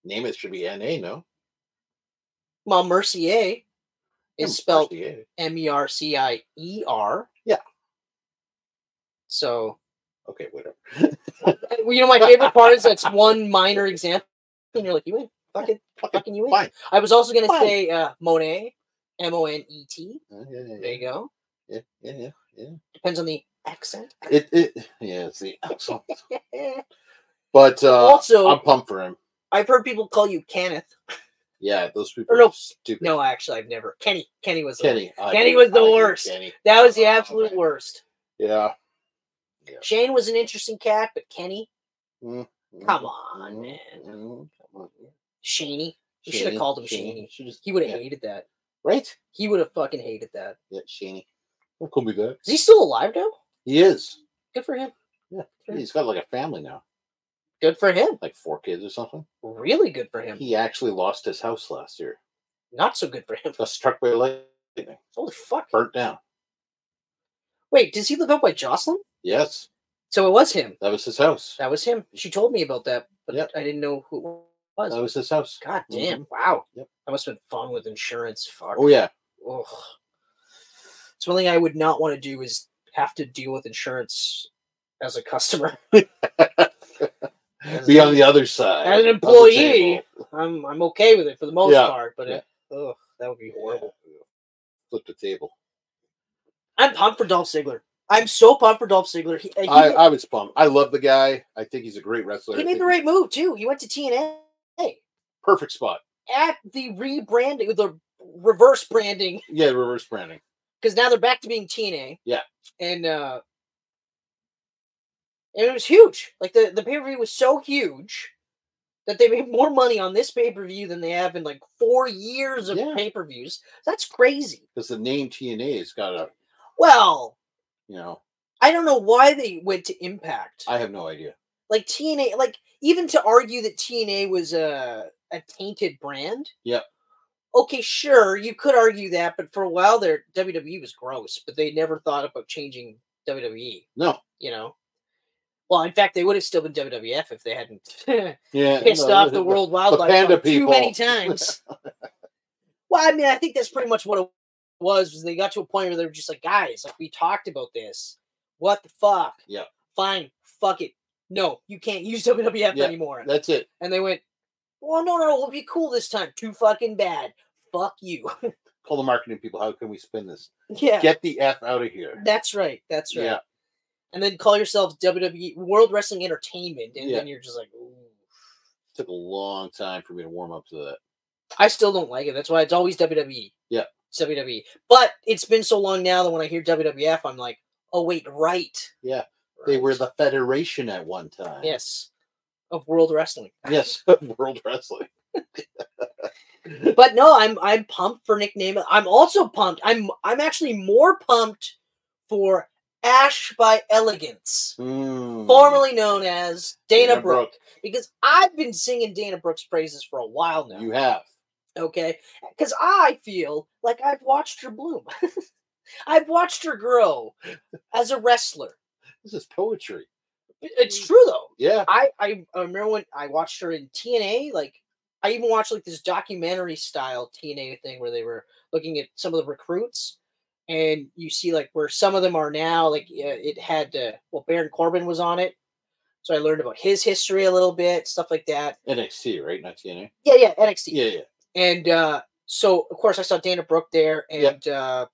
Speaker 2: Nemeth should be N A. No.
Speaker 3: Well, Mercier
Speaker 2: Yeah,
Speaker 3: is spelled
Speaker 2: RCA.
Speaker 3: M E R C I E R.
Speaker 2: Yeah.
Speaker 3: So,
Speaker 2: Okay, whatever.
Speaker 3: well, you know, my favorite part is that's one minor example. And you're like, you win. Fucking,
Speaker 2: Fucking
Speaker 3: fucking you win.
Speaker 2: fine.
Speaker 3: I was also going to
Speaker 2: Fine.
Speaker 3: say uh, Monet, M O N E T.
Speaker 2: Uh, yeah, yeah,
Speaker 3: There you go.
Speaker 2: yeah, yeah, yeah, yeah.
Speaker 3: Depends on the accent. Eh.
Speaker 2: It, it, yeah. It's the accent. but uh,
Speaker 3: also,
Speaker 2: I'm pumped for him.
Speaker 3: I've heard people call you Kenneth.
Speaker 2: Yeah, those people.
Speaker 3: no.
Speaker 2: are stupid.
Speaker 3: No, actually, I've never. Kenny. Kenny was the
Speaker 2: Kenny. I
Speaker 3: Kenny
Speaker 2: hate-
Speaker 3: was the
Speaker 2: I hate
Speaker 3: worst.
Speaker 2: Kenny.
Speaker 3: That was the
Speaker 2: Oh,
Speaker 3: absolute
Speaker 2: man.
Speaker 3: worst.
Speaker 2: Yeah.
Speaker 3: Shane was an interesting cat, but Kenny, come on,
Speaker 2: Mhm,
Speaker 3: man.
Speaker 2: mhm, come on.
Speaker 3: Shaney. You should have
Speaker 2: Shaney,
Speaker 3: called him Shaney. He would have
Speaker 2: yeah.
Speaker 3: hated that.
Speaker 2: Right?
Speaker 3: He would have fucking hated that.
Speaker 2: Yeah, Shaney. Don't call me that.
Speaker 3: Is he still alive now?
Speaker 2: He is.
Speaker 3: Good for him.
Speaker 2: He's got like a family now,
Speaker 3: Good for him.
Speaker 2: like four kids or something.
Speaker 3: Really good for him.
Speaker 2: He actually lost his house last year.
Speaker 3: Not so good for him.
Speaker 2: Got struck by lightning,
Speaker 3: Holy fuck.
Speaker 2: burnt down.
Speaker 3: Wait, does he live out by Jocelyn?
Speaker 2: Yes,
Speaker 3: So it was him.
Speaker 2: that was his house.
Speaker 3: That was him. She told me about that, but
Speaker 2: Yep.
Speaker 3: I didn't know who it was.
Speaker 2: That was his house.
Speaker 3: God damn. Wow.
Speaker 2: Yep.
Speaker 3: I must have been fun with insurance. Fuck.
Speaker 2: Oh yeah,
Speaker 3: Ugh. It's one thing I would not want to do is have to deal with insurance as a customer. As
Speaker 2: be
Speaker 3: a-
Speaker 2: on the other side.
Speaker 3: as an
Speaker 2: of the
Speaker 3: employee,
Speaker 2: table.
Speaker 3: I'm I'm okay with it for the most
Speaker 2: Yeah.
Speaker 3: part, but it, ugh, that would be horrible.
Speaker 2: Flip the table.
Speaker 3: I'm pumped for Dolph Ziggler. I'm so pumped for Dolph Ziggler. He, he,
Speaker 2: I,
Speaker 3: made-
Speaker 2: I was pumped. I love the guy. I think he's a great wrestler.
Speaker 3: he
Speaker 2: I
Speaker 3: made
Speaker 2: think
Speaker 3: the right move too. He went to TNA
Speaker 2: perfect spot.
Speaker 3: at the rebranding, the reverse branding,
Speaker 2: Yeah, reverse branding.
Speaker 3: because now they're back to being TNA.
Speaker 2: Yeah.
Speaker 3: and uh, and it was huge. Like the the pay per view was so huge that they made more money on this pay per view than they have in like four years of
Speaker 2: Yeah.
Speaker 3: pay per views. That's crazy.
Speaker 2: Because the name TNA has got a
Speaker 3: Well,
Speaker 2: you know,
Speaker 3: I don't know why they went to Impact.
Speaker 2: I have no idea.
Speaker 3: like TNA, like even to argue that TNA was a a tainted brand.
Speaker 2: Yep.
Speaker 3: Okay, sure, you could argue that, but for a while there, WWE was gross, but they never thought about changing E. WWE.
Speaker 2: No.
Speaker 3: You know. Well, in fact, they would have still been WWF if they hadn't
Speaker 2: Yeah.
Speaker 3: pissed
Speaker 2: no,
Speaker 3: off the World Wildlife
Speaker 2: panda
Speaker 3: Fund too many
Speaker 2: people.
Speaker 3: times. well, I mean, I think that's pretty much what it was. Was they got to a point where they were just like, guys, like we talked about this. What the fuck?
Speaker 2: Yeah.
Speaker 3: Fine. Fuck it. No, you can't use WWF
Speaker 2: Yeah,
Speaker 3: anymore.
Speaker 2: That's it.
Speaker 3: and they went, well, no, no, no, we'll be cool this time. Too fucking bad. Fuck you.
Speaker 2: Call the marketing people. How can we spin this?
Speaker 3: yeah.
Speaker 2: Get the F out of here.
Speaker 3: That's right. That's right.
Speaker 2: Yeah.
Speaker 3: And then call yourself WWE World Wrestling Entertainment, and
Speaker 2: Yeah.
Speaker 3: then you're just like, ooh.
Speaker 2: Took a long time for me to warm up to that.
Speaker 3: I still don't like it. That's why it's always WWE.
Speaker 2: Yeah.
Speaker 3: It's WWE. But it's been so long now that when I hear WWF, I'm like, oh wait, right.
Speaker 2: Yeah, They were
Speaker 3: Right.
Speaker 2: the Federation at one time.
Speaker 3: yes of world wrestling.
Speaker 2: Yes. World Wrestling.
Speaker 3: But no, I'm I'm pumped for Nick Namath. I'm also pumped. I'm I'm actually more pumped for Ash by Elegance,
Speaker 2: Mm.
Speaker 3: formerly known as Dana,
Speaker 2: Dana
Speaker 3: Brooke, because I've been singing Dana Brooke's praises for a while now.
Speaker 2: You have.
Speaker 3: okay? Because I feel like I've watched her bloom. I've watched her grow as a wrestler.
Speaker 2: This is poetry.
Speaker 3: It's true though.
Speaker 2: Yeah.
Speaker 3: I, I I remember when I watched her in TNA. Like I even watched like this documentary style TNA thing where they were looking at some of the recruits, and you see like where some of them are now. Like uh, it had uh, well Baron Corbin was on it, So I learned about his history a little bit, stuff like that.
Speaker 2: NXT, right? Not TNA.
Speaker 3: Yeah, yeah, NXT.
Speaker 2: Yeah, yeah.
Speaker 3: And uh, so, of course, I saw Dana Brooke there,
Speaker 2: Yep.
Speaker 3: and uh,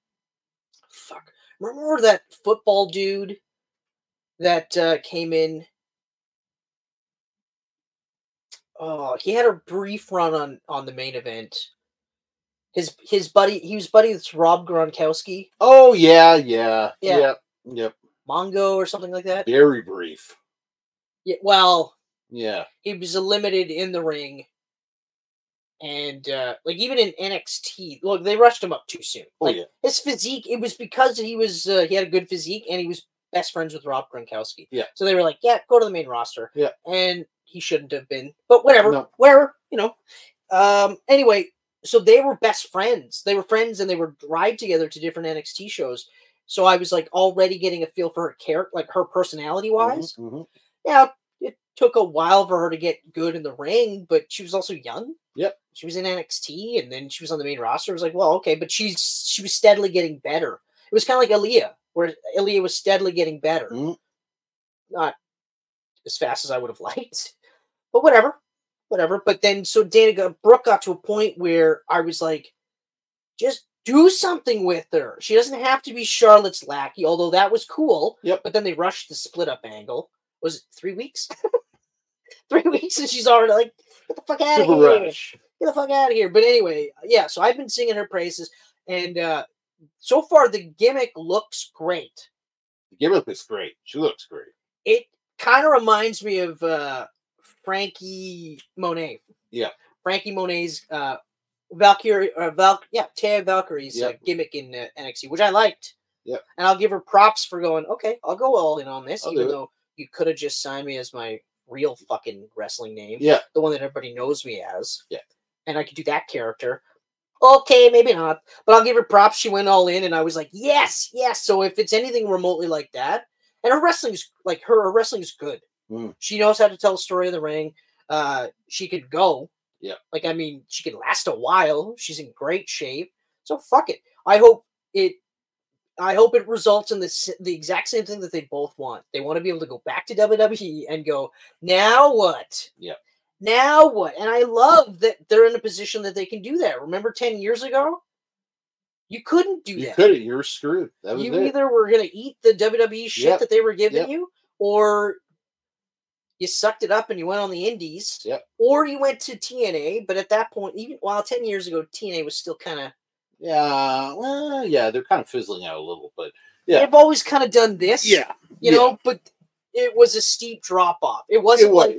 Speaker 3: fuck, remember that football dude that uh, came in? Oh, he had a brief run on on the main event. His his buddy, he was buddy with Rob Gronkowski,
Speaker 2: Oh yeah, yeah,
Speaker 3: Yeah.
Speaker 2: yep, yep.
Speaker 3: Mongo or something like that.
Speaker 2: Very brief.
Speaker 3: Yeah, well,
Speaker 2: Yeah,
Speaker 3: he was limited in the ring. And uh like even in NXT, look, they rushed him up too soon.
Speaker 2: Oh,
Speaker 3: Like
Speaker 2: yeah.
Speaker 3: his physique, it was because he was uh, he had a good physique and he was best friends with Rob Gronkowski.
Speaker 2: Yeah.
Speaker 3: So they were like, yeah, go to the main roster.
Speaker 2: Yeah.
Speaker 3: And he shouldn't have been, but whatever,
Speaker 2: No.
Speaker 3: whatever, you know. Um. Anyway, so they were best friends. They were friends and they would ride together to different NXT shows. So I was like already getting a feel for her character, like her personality wise
Speaker 2: Mhm, mhm.
Speaker 3: yeah, it took a while for her to get good in the ring, but she was also young.
Speaker 2: Yep.
Speaker 3: She was in NXT and then she was on the main roster. It was like, well, okay, but she's she was steadily getting better. It was kind of like Aaliyah, where Aaliyah was steadily getting better.
Speaker 2: Mhm.
Speaker 3: Not as fast as I would have liked, but whatever. Whatever. But then so Dana got, Brooke got to a point where I was like, just do something with her. She doesn't have to be Charlotte's lackey, although that was cool.
Speaker 2: Yep.
Speaker 3: But then they rushed the split up angle was it three weeks? three weeks, and she's already like, get the fuck out of
Speaker 2: Super
Speaker 3: here.
Speaker 2: rush.
Speaker 3: Get the fuck out of here. But anyway, yeah, so I've been singing her praises, and uh, so far the gimmick looks great.
Speaker 2: The gimmick is great. She looks great.
Speaker 3: It kind of reminds me of uh, Frankie Monet.
Speaker 2: Yeah.
Speaker 3: Frankie Monet's uh, Valkyrie, or Val, yeah, Taya Valkyrie's uh,
Speaker 2: Yep.
Speaker 3: gimmick in uh, NXT, which I liked.
Speaker 2: Yep.
Speaker 3: And I'll give her props for going, okay, I'll go all in on this,
Speaker 2: I'll
Speaker 3: even
Speaker 2: do it."
Speaker 3: though you could have just signed me as my real fucking wrestling name.
Speaker 2: Yeah,
Speaker 3: the one that everybody knows me as.
Speaker 2: Yeah.
Speaker 3: And I could do that character. Okay, maybe not. But I'll give her props. She went all in and I was like, yes, yes. So if it's anything remotely like that, and her wrestling's like her, her wrestling's good.
Speaker 2: Mm.
Speaker 3: She knows how to tell a story in the ring. Uh she could go.
Speaker 2: Yeah.
Speaker 3: Like I mean, she can last a while. She's in great shape. So fuck it. I hope it I hope it results in the s- the exact same thing that they both want. They want to be able to go back to WWE and go, now what?
Speaker 2: Yeah.
Speaker 3: Now what? And I love that they're in a position that they can do that. Remember 10 years ago? You couldn't do
Speaker 2: you
Speaker 3: that.
Speaker 2: couldn't. You're screwed. That was
Speaker 3: You
Speaker 2: it.
Speaker 3: either were going to eat the WWE shit
Speaker 2: Yep.
Speaker 3: that they were giving
Speaker 2: Yep.
Speaker 3: you, or you sucked it up and you went on the indies,
Speaker 2: Yep.
Speaker 3: or you went to TNA. But at that point, even while 10 years ago, TNA was still kind of
Speaker 2: Yeah, well, yeah, they're kind of fizzling out a little, but Yeah.
Speaker 3: they've always kind of done this. you
Speaker 2: yeah.
Speaker 3: know, but it was a steep drop off. It wasn't
Speaker 2: wa-
Speaker 3: like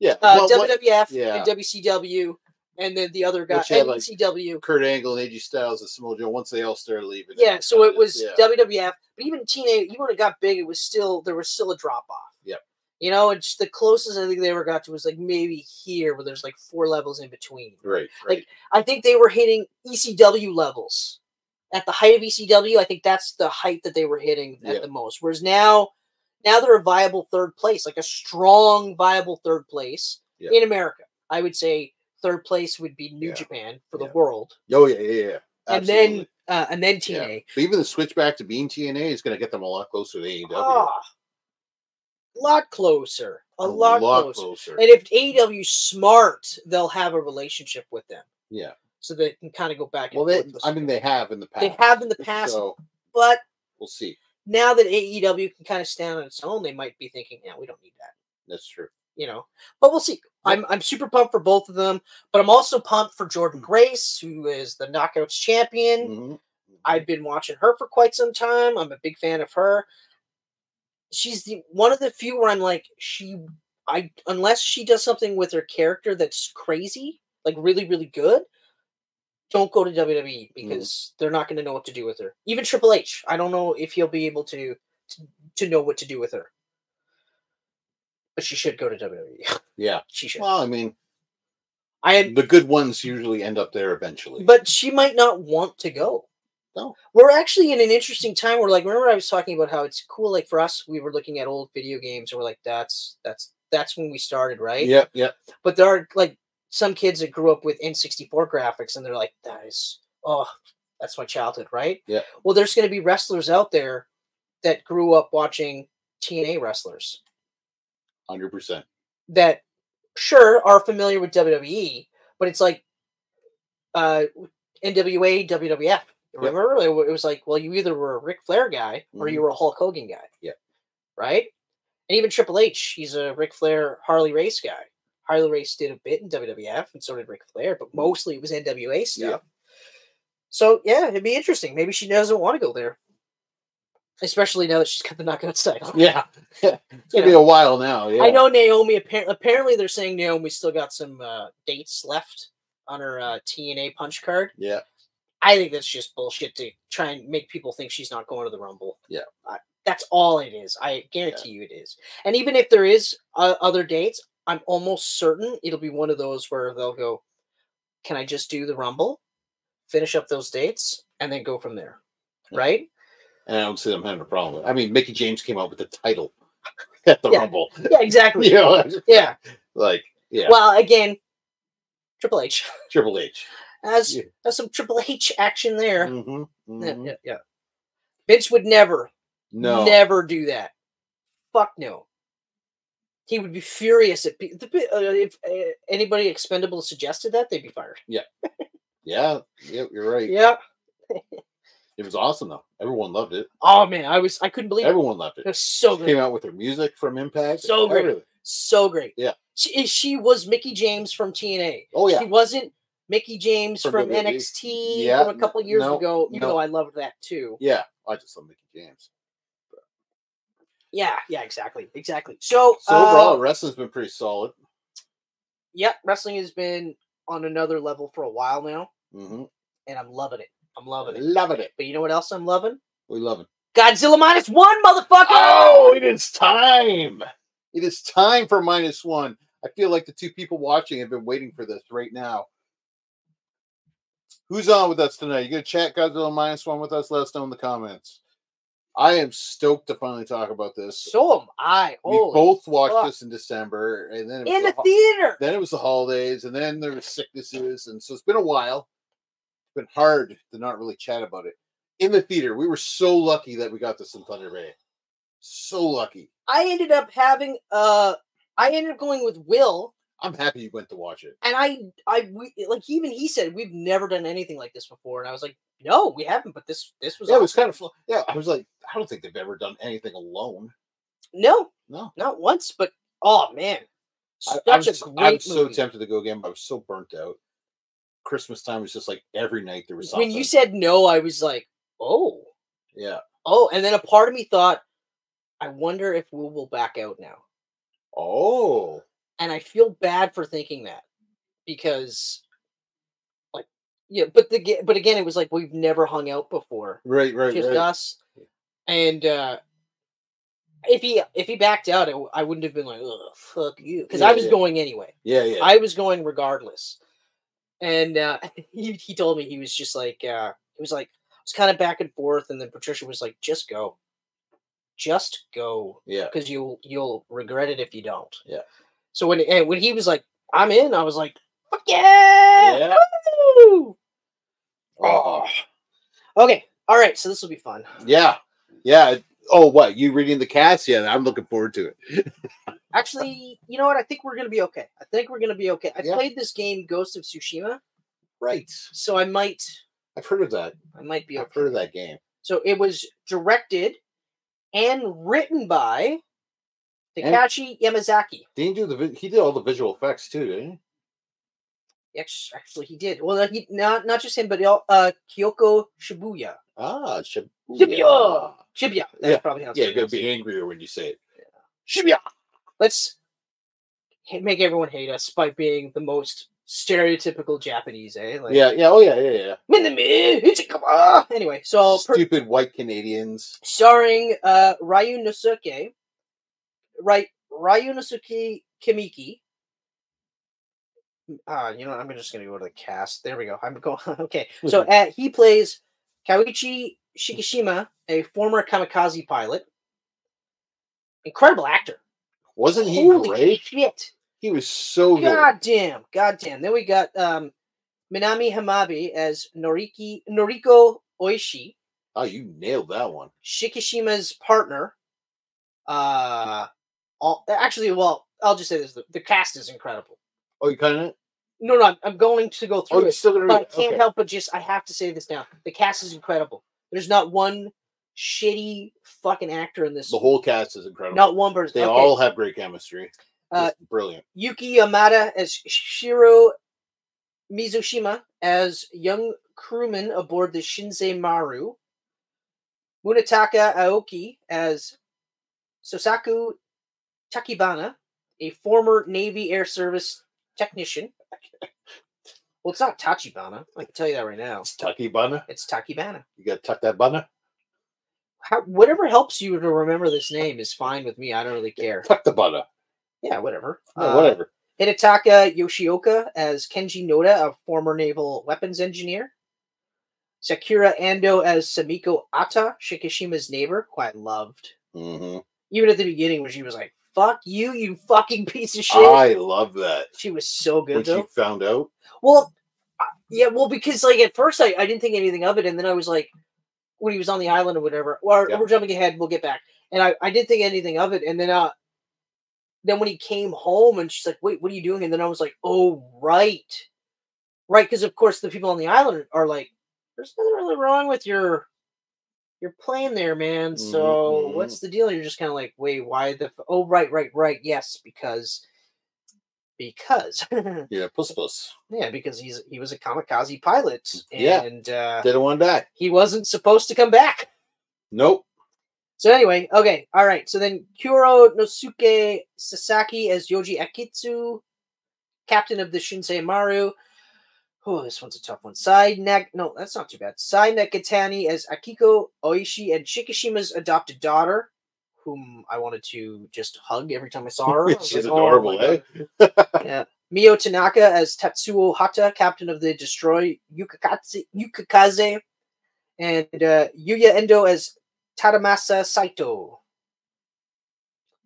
Speaker 2: yeah.
Speaker 3: uh,
Speaker 2: well, what-
Speaker 3: WWF
Speaker 2: yeah.
Speaker 3: and WCW and then the other guy
Speaker 2: Which had, like-
Speaker 3: WCW.
Speaker 2: Kurt Angle and AJ Styles and Samoa Joe. Once they all started leaving,
Speaker 3: yeah, so it was
Speaker 2: yeah.
Speaker 3: WWF, but even TNA, even when it got big, it was still there was still a drop off.
Speaker 2: Yep.
Speaker 3: You know, it's the closest I think they ever got to was like maybe here where there's like four levels in between.
Speaker 2: right,
Speaker 3: like,
Speaker 2: right.
Speaker 3: I think they were hitting ECW levels. At the height of ECW, I think that's the height that they were hitting at
Speaker 2: Yeah.
Speaker 3: the most. Whereas now, now they're a viable third place, like a strong viable third place
Speaker 2: Yeah.
Speaker 3: in America. I would say third place would be New
Speaker 2: Yeah.
Speaker 3: Japan for the
Speaker 2: Yeah.
Speaker 3: world,
Speaker 2: oh yeah, yeah, yeah.
Speaker 3: and
Speaker 2: absolutely.
Speaker 3: then uh, and then
Speaker 2: Yeah.
Speaker 3: TNA.
Speaker 2: But even the switch back to being TNA is going to get them a E lot closer to AEW.
Speaker 3: Ah, lot closer, a, lot, closer.
Speaker 2: closer.
Speaker 3: And if AEW's smart, they'll have a relationship with them,
Speaker 2: Yeah.
Speaker 3: so they can kind of go back. And
Speaker 2: Well, they,
Speaker 3: forth with
Speaker 2: I mean,
Speaker 3: them.
Speaker 2: they have in the past.
Speaker 3: they have in the past,
Speaker 2: So
Speaker 3: but
Speaker 2: we'll see.
Speaker 3: now that AEW can kind of stand on its own, they might be thinking, yeah, we don't need that,
Speaker 2: That's true.
Speaker 3: you know. But we'll see. I'm I'm super pumped for both of them, but I'm also pumped for Jordan Grace, who is the Knockouts champion.
Speaker 2: Mhm.
Speaker 3: I've been watching her for quite some time. I'm a big fan of her. She's the one of the few where I'm like, she I unless she does something with her character that's crazy, like really, really good, don't go to WWE because they're not gonna know what to do with her. Even Triple H, I don't know if he'll be able to to, to know what to do with her. But she should go to WWE.
Speaker 2: Yeah.
Speaker 3: she should.
Speaker 2: Well, I mean,
Speaker 3: I am
Speaker 2: the good ones usually end up there eventually.
Speaker 3: But she might not want to go.
Speaker 2: No.
Speaker 3: We're actually in an interesting time where like remember I was talking about how it's cool, like for us, we were looking at old video games and we're like, that's that's that's when we started, right?
Speaker 2: Yep. Yep.
Speaker 3: But there are like some kids that grew up with N64 graphics and they're like, that is oh, that's my childhood, right?
Speaker 2: Yeah.
Speaker 3: Well, there's gonna be wrestlers out there that grew up watching TNA wrestlers.
Speaker 2: hundred percent.
Speaker 3: that sure are familiar with WWE, but it's like uh NWA, WWF. Remember earlier it was like, well, you either were a Ric Flair guy or you
Speaker 2: Mhm.
Speaker 3: were a Hulk Hogan guy.
Speaker 2: Yep.
Speaker 3: Right? And even Triple H, he's a Ric Flair Harley Race guy. Harley Race did a bit in WWF and so did Ric Flair, but
Speaker 2: Mm-hmm.
Speaker 3: mostly it was NWA stuff. So yeah, it'd be interesting. Maybe she doesn't want to go there. Especially now that she's got the knockouts title.
Speaker 2: Yeah, it's
Speaker 3: You
Speaker 2: gonna be a while now. Yeah,
Speaker 3: I know Naomi. Appar- apparently, they're saying Naomi's still got some uh, dates left on her uh, TNA punch card.
Speaker 2: Yeah,
Speaker 3: I think that's just bullshit to try and make people think she's not going to the Rumble.
Speaker 2: Yeah.
Speaker 3: I, that's all it is. I guarantee you it is. And even if there is uh, other dates, I'm almost certain it'll be one of those where they'll go, "Can I just do the Rumble, finish up those dates, and then go from there?"
Speaker 2: Yeah.
Speaker 3: Right?
Speaker 2: and I don't see them having a problem with. It. I mean, Mickey James came out with the title at the
Speaker 3: Yeah.
Speaker 2: Rumble.
Speaker 3: Yeah, exactly.
Speaker 2: You know,
Speaker 3: yeah.
Speaker 2: like yeah,
Speaker 3: Well, again, Triple H.
Speaker 2: Triple H.
Speaker 3: As
Speaker 2: Yeah.
Speaker 3: That's some Triple H action there.
Speaker 2: Mhm,
Speaker 3: Yeah,
Speaker 2: mhm.
Speaker 3: yeah, yeah. Vince would never,
Speaker 2: No,
Speaker 3: never do that. Fuck no. He would be furious at pe- the pe- uh, if uh, anybody expendable suggested that they'd be fired.
Speaker 2: yeah, yeah, you're right.
Speaker 3: Yeah.
Speaker 2: It was awesome though. Everyone loved it.
Speaker 3: Oh man, I was I couldn't believe it.
Speaker 2: Everyone loved
Speaker 3: It
Speaker 2: it.
Speaker 3: was so
Speaker 2: Came
Speaker 3: great,
Speaker 2: out with her music from Impact.
Speaker 3: So great.
Speaker 2: everything.
Speaker 3: so great.
Speaker 2: Yeah.
Speaker 3: she, eh, she was Mickey James from TNA.
Speaker 2: Oh yeah,
Speaker 3: She wasn't Mickey James
Speaker 2: From
Speaker 3: from,
Speaker 2: WWE.
Speaker 3: NXT
Speaker 2: Yeah,
Speaker 3: from a
Speaker 2: n-
Speaker 3: couple years
Speaker 2: no,
Speaker 3: ago. Even
Speaker 2: no.
Speaker 3: though I loved that too.
Speaker 2: yeah. I just love Mickey James.
Speaker 3: Yeah, yeah, exactly, exactly. So,
Speaker 2: So
Speaker 3: uh,
Speaker 2: overall, wrestling's been pretty solid.
Speaker 3: yep, wrestling has been on another level for a while now.
Speaker 2: Mm-hmm.
Speaker 3: and I'm loving it. I'm loving it.
Speaker 2: Loving it.
Speaker 3: But you know what else I'm loving?
Speaker 2: We love it.
Speaker 3: Godzilla minus one, motherfucker.
Speaker 2: Oh, it is time. It is time for minus one. I feel like the two people watching have been waiting for this right now. Who's on with us tonight? You gonna chat Godzilla minus one with us? Let us know in the comments. I am stoked to finally talk about this.
Speaker 3: So am I.
Speaker 2: We
Speaker 3: Holy
Speaker 2: both watched
Speaker 3: fuck.
Speaker 2: this in December, and then it was
Speaker 3: in the
Speaker 2: ho-
Speaker 3: theater.
Speaker 2: then it was the holidays, and then there were sicknesses, and so it's been a while. It's been hard to not really chat about it in the theater. We were so lucky that we got this in Thunder Bay. So lucky.
Speaker 3: I ended up having uh I ended up going with Will
Speaker 2: I'm happy you went to watch it.
Speaker 3: and I I we, like even he said we've never done anything like this before and I was like no we haven't but this this was,
Speaker 2: Yeah, it
Speaker 3: awesome."
Speaker 2: was kind of fun. Yeah, I was like, I don't think they've ever done anything alone.
Speaker 3: no
Speaker 2: No,
Speaker 3: not once but oh man
Speaker 2: I-
Speaker 3: such
Speaker 2: I, was,
Speaker 3: a
Speaker 2: I
Speaker 3: great
Speaker 2: was so
Speaker 3: movie.
Speaker 2: tempted to go again, but I was so burnt out. Christmas time was just like every night there was something.
Speaker 3: when you said no I was like oh
Speaker 2: yeah,
Speaker 3: oh and then a part of me thought I wonder if Will will back out now
Speaker 2: oh,
Speaker 3: and I feel bad for thinking that because, like, yeah, but the ga- but again, it was like we've never hung out before,
Speaker 2: right, right,
Speaker 3: just
Speaker 2: right.
Speaker 3: us, and uh if he if he backed out, I, w- I wouldn't have been like, Ugh, fuck you, because I
Speaker 2: Yeah,
Speaker 3: was
Speaker 2: yeah.
Speaker 3: going anyway.
Speaker 2: yeah, yeah.
Speaker 3: I was going regardless, and uh he he told me he was just like uh it was like it was kind of back and forth, and then Patricia was like, just go, just go
Speaker 2: yeah,
Speaker 3: because you'll you'll regret it if you don't.
Speaker 2: Yeah.
Speaker 3: So when and when he was like, "I'm in," I was like, "Fuck yeah!"
Speaker 2: Yeah.
Speaker 3: Woo!
Speaker 2: oh.
Speaker 3: Okay. All right. So this will be fun.
Speaker 2: Yeah. Yeah. Oh, what? You reading the cast? Yeah, I'm looking forward to it.
Speaker 3: Actually, you know what? I think we're gonna be okay. I think we're gonna be okay. I
Speaker 2: Yeah.
Speaker 3: played this game, Ghost of Tsushima,
Speaker 2: Right.
Speaker 3: so I might
Speaker 2: I've heard of that.
Speaker 3: I might be
Speaker 2: I've
Speaker 3: okay.
Speaker 2: heard of that game.
Speaker 3: So it was directed and written by
Speaker 2: And-
Speaker 3: Takashi Yamazaki.
Speaker 2: Didn't he do the vi- he did all the visual effects too, didn't he?
Speaker 3: Actu- Actually, he did. Well, he, not not just him, but al- uh, Kyoko Shibuya.
Speaker 2: Ah, Shibuya.
Speaker 3: Shibuya. Shibuya. That's
Speaker 2: Yeah.
Speaker 3: probably how it's
Speaker 2: Yeah, you're gonna
Speaker 3: pronounced.
Speaker 2: be angrier when you say it. Shibuya.
Speaker 3: let's ha- make everyone hate us by being the most stereotypical Japanese, eh? Like,
Speaker 2: Yeah, yeah, oh yeah, yeah,
Speaker 3: "Minami, ichikawa!" Anyway,
Speaker 2: yeah.
Speaker 3: so per-
Speaker 2: Stupid white Canadians.
Speaker 3: starring uh, Ryu Nosuke, right? Ryu Nosuke Kimiki. Uh, you know, what, I'm just gonna go to the cast. There we go. I'm going. okay, so uh, he plays Kawichi Shikishima, a former kamikaze pilot. Incredible actor.
Speaker 2: Wasn't he
Speaker 3: Holy
Speaker 2: great?
Speaker 3: shit!
Speaker 2: He was so good.
Speaker 3: God damn, god damn. Then we got um Minami Hamabe as Noriki Noriko Oishi,
Speaker 2: Ah, Oh, you nailed that one.
Speaker 3: Shikishima's partner. Uh all actually, well, I'll just say this: the, the cast is incredible.
Speaker 2: Oh, you cutting it?
Speaker 3: No, no, I'm going to go
Speaker 2: Oh,
Speaker 3: through
Speaker 2: you're
Speaker 3: it,
Speaker 2: still gonna
Speaker 3: but I
Speaker 2: read it.
Speaker 3: can't
Speaker 2: Okay.
Speaker 3: help but just I have to say this now: the cast is incredible. There's not one shitty fucking actor in this.
Speaker 2: The whole cast is incredible.
Speaker 3: not one person.
Speaker 2: they
Speaker 3: okay.
Speaker 2: all have great chemistry.
Speaker 3: Uh,
Speaker 2: Just brilliant.
Speaker 3: Yuki Yamada as Shiro Mizushima as young crewman aboard the Shinsei Maru. Munetaka Aoki as Sosaku Takibana, a former Navy Air Service technician. Well, it's not Tachibana. I can tell you that right now.
Speaker 2: It's Tucky Bunna.
Speaker 3: It's Takibana.
Speaker 2: You got to tuck that bunna.
Speaker 3: How, whatever helps you to remember this name is fine with me. I don't really care.
Speaker 2: Tuck the bunna.
Speaker 3: Yeah, whatever.
Speaker 2: No,
Speaker 3: Uh,
Speaker 2: whatever.
Speaker 3: Hidetaka Yoshioka as Kenji Noda, a former naval weapons engineer. Sakura Ando as Samiko Ata, Shikishima's neighbor, who I loved.
Speaker 2: hmm
Speaker 3: Even at the beginning when she was like, fuck you, you fucking piece of shit.
Speaker 2: I love that.
Speaker 3: she was so
Speaker 2: Ah. When
Speaker 3: good
Speaker 2: she
Speaker 3: though.
Speaker 2: found out,
Speaker 3: Well, I- yeah, well, because like at first I, I didn't think anything of it. And then I was like, when he was on the island or whatever, or
Speaker 2: Yeah.
Speaker 3: we're jumping ahead, we'll get back. And I, I didn't think anything of it. And then, uh, then when he came home and she's like, wait, what are you doing? And then I was like, oh, right. Right. Cause of course the people on the island are like, there's nothing really wrong with your, your plane there, man. So
Speaker 2: Mhm.
Speaker 3: what's the deal? You're just kind of like, wait, why the, f- oh, right, right, right. Yes. Because, because
Speaker 2: yeah, puss puss.
Speaker 3: yeah, because he's he was a kamikaze pilot,
Speaker 2: Yeah.
Speaker 3: and uh,
Speaker 2: Didn't want to die.
Speaker 3: he wasn't supposed to come back.
Speaker 2: Nope.
Speaker 3: So anyway, okay, all right. So then, Kuro Nosuke Sasaki as Yoji Akitsu, captain of the Shinsei Maru. Oh, this one's a tough one. Sai Nag, no, that's not too bad. Sai Nakatani as Akiko Oishi and Shikishima's adopted daughter, whom I wanted to just hug every time I saw her. I was
Speaker 2: She's
Speaker 3: like, "Oh my
Speaker 2: adorable,
Speaker 3: God."
Speaker 2: eh?
Speaker 3: yeah. Mio Tanaka as Tatsuo Hata, captain of the Destroy Yukikaze, Yukikaze and uh, Yuya Endo as Tadamasa Saito.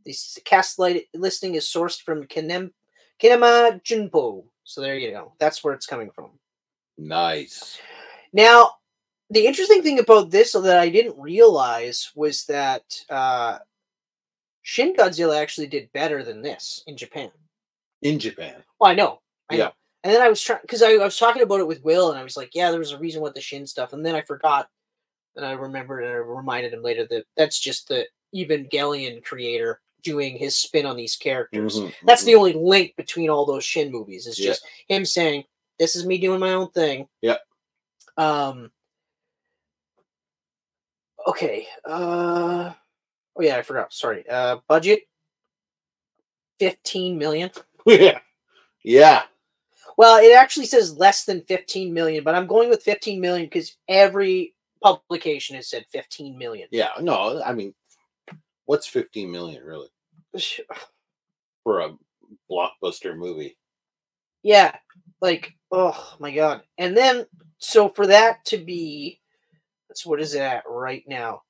Speaker 3: This cast light listing is sourced from Kinem, Kinema Junpo. So there you go. That's where it's coming from.
Speaker 2: Nice.
Speaker 3: Now, the interesting thing about this that I didn't realize was that uh, Shin Godzilla actually did better than this in Japan.
Speaker 2: In Japan.
Speaker 3: Well, I know. I
Speaker 2: Yeah.
Speaker 3: know. And then I was trying because I, I was talking about it with Will, and I was like, "Yeah, there was a reason with the Shin stuff," and then I forgot, and I remembered, and I reminded him later that that's just the Evangelion creator doing his spin on these characters.
Speaker 2: Mhm,
Speaker 3: That's
Speaker 2: mhm.
Speaker 3: the only link between all those Shin movies. It's
Speaker 2: Yeah.
Speaker 3: just him saying, "This is me doing my own thing."
Speaker 2: Yep.
Speaker 3: Um. Okay. Uh. Oh yeah, I forgot. Sorry. Uh, budget. Fifteen million.
Speaker 2: mm-hmm. yeah. Yeah.
Speaker 3: Well, it actually says less than 15 million, but I'm going with 15 million because every publication has said 15 million.
Speaker 2: Yeah. No, I mean, what's 15 million really for a blockbuster movie?
Speaker 3: Yeah, like oh my god. And then so for that to be, that's what is it at right now?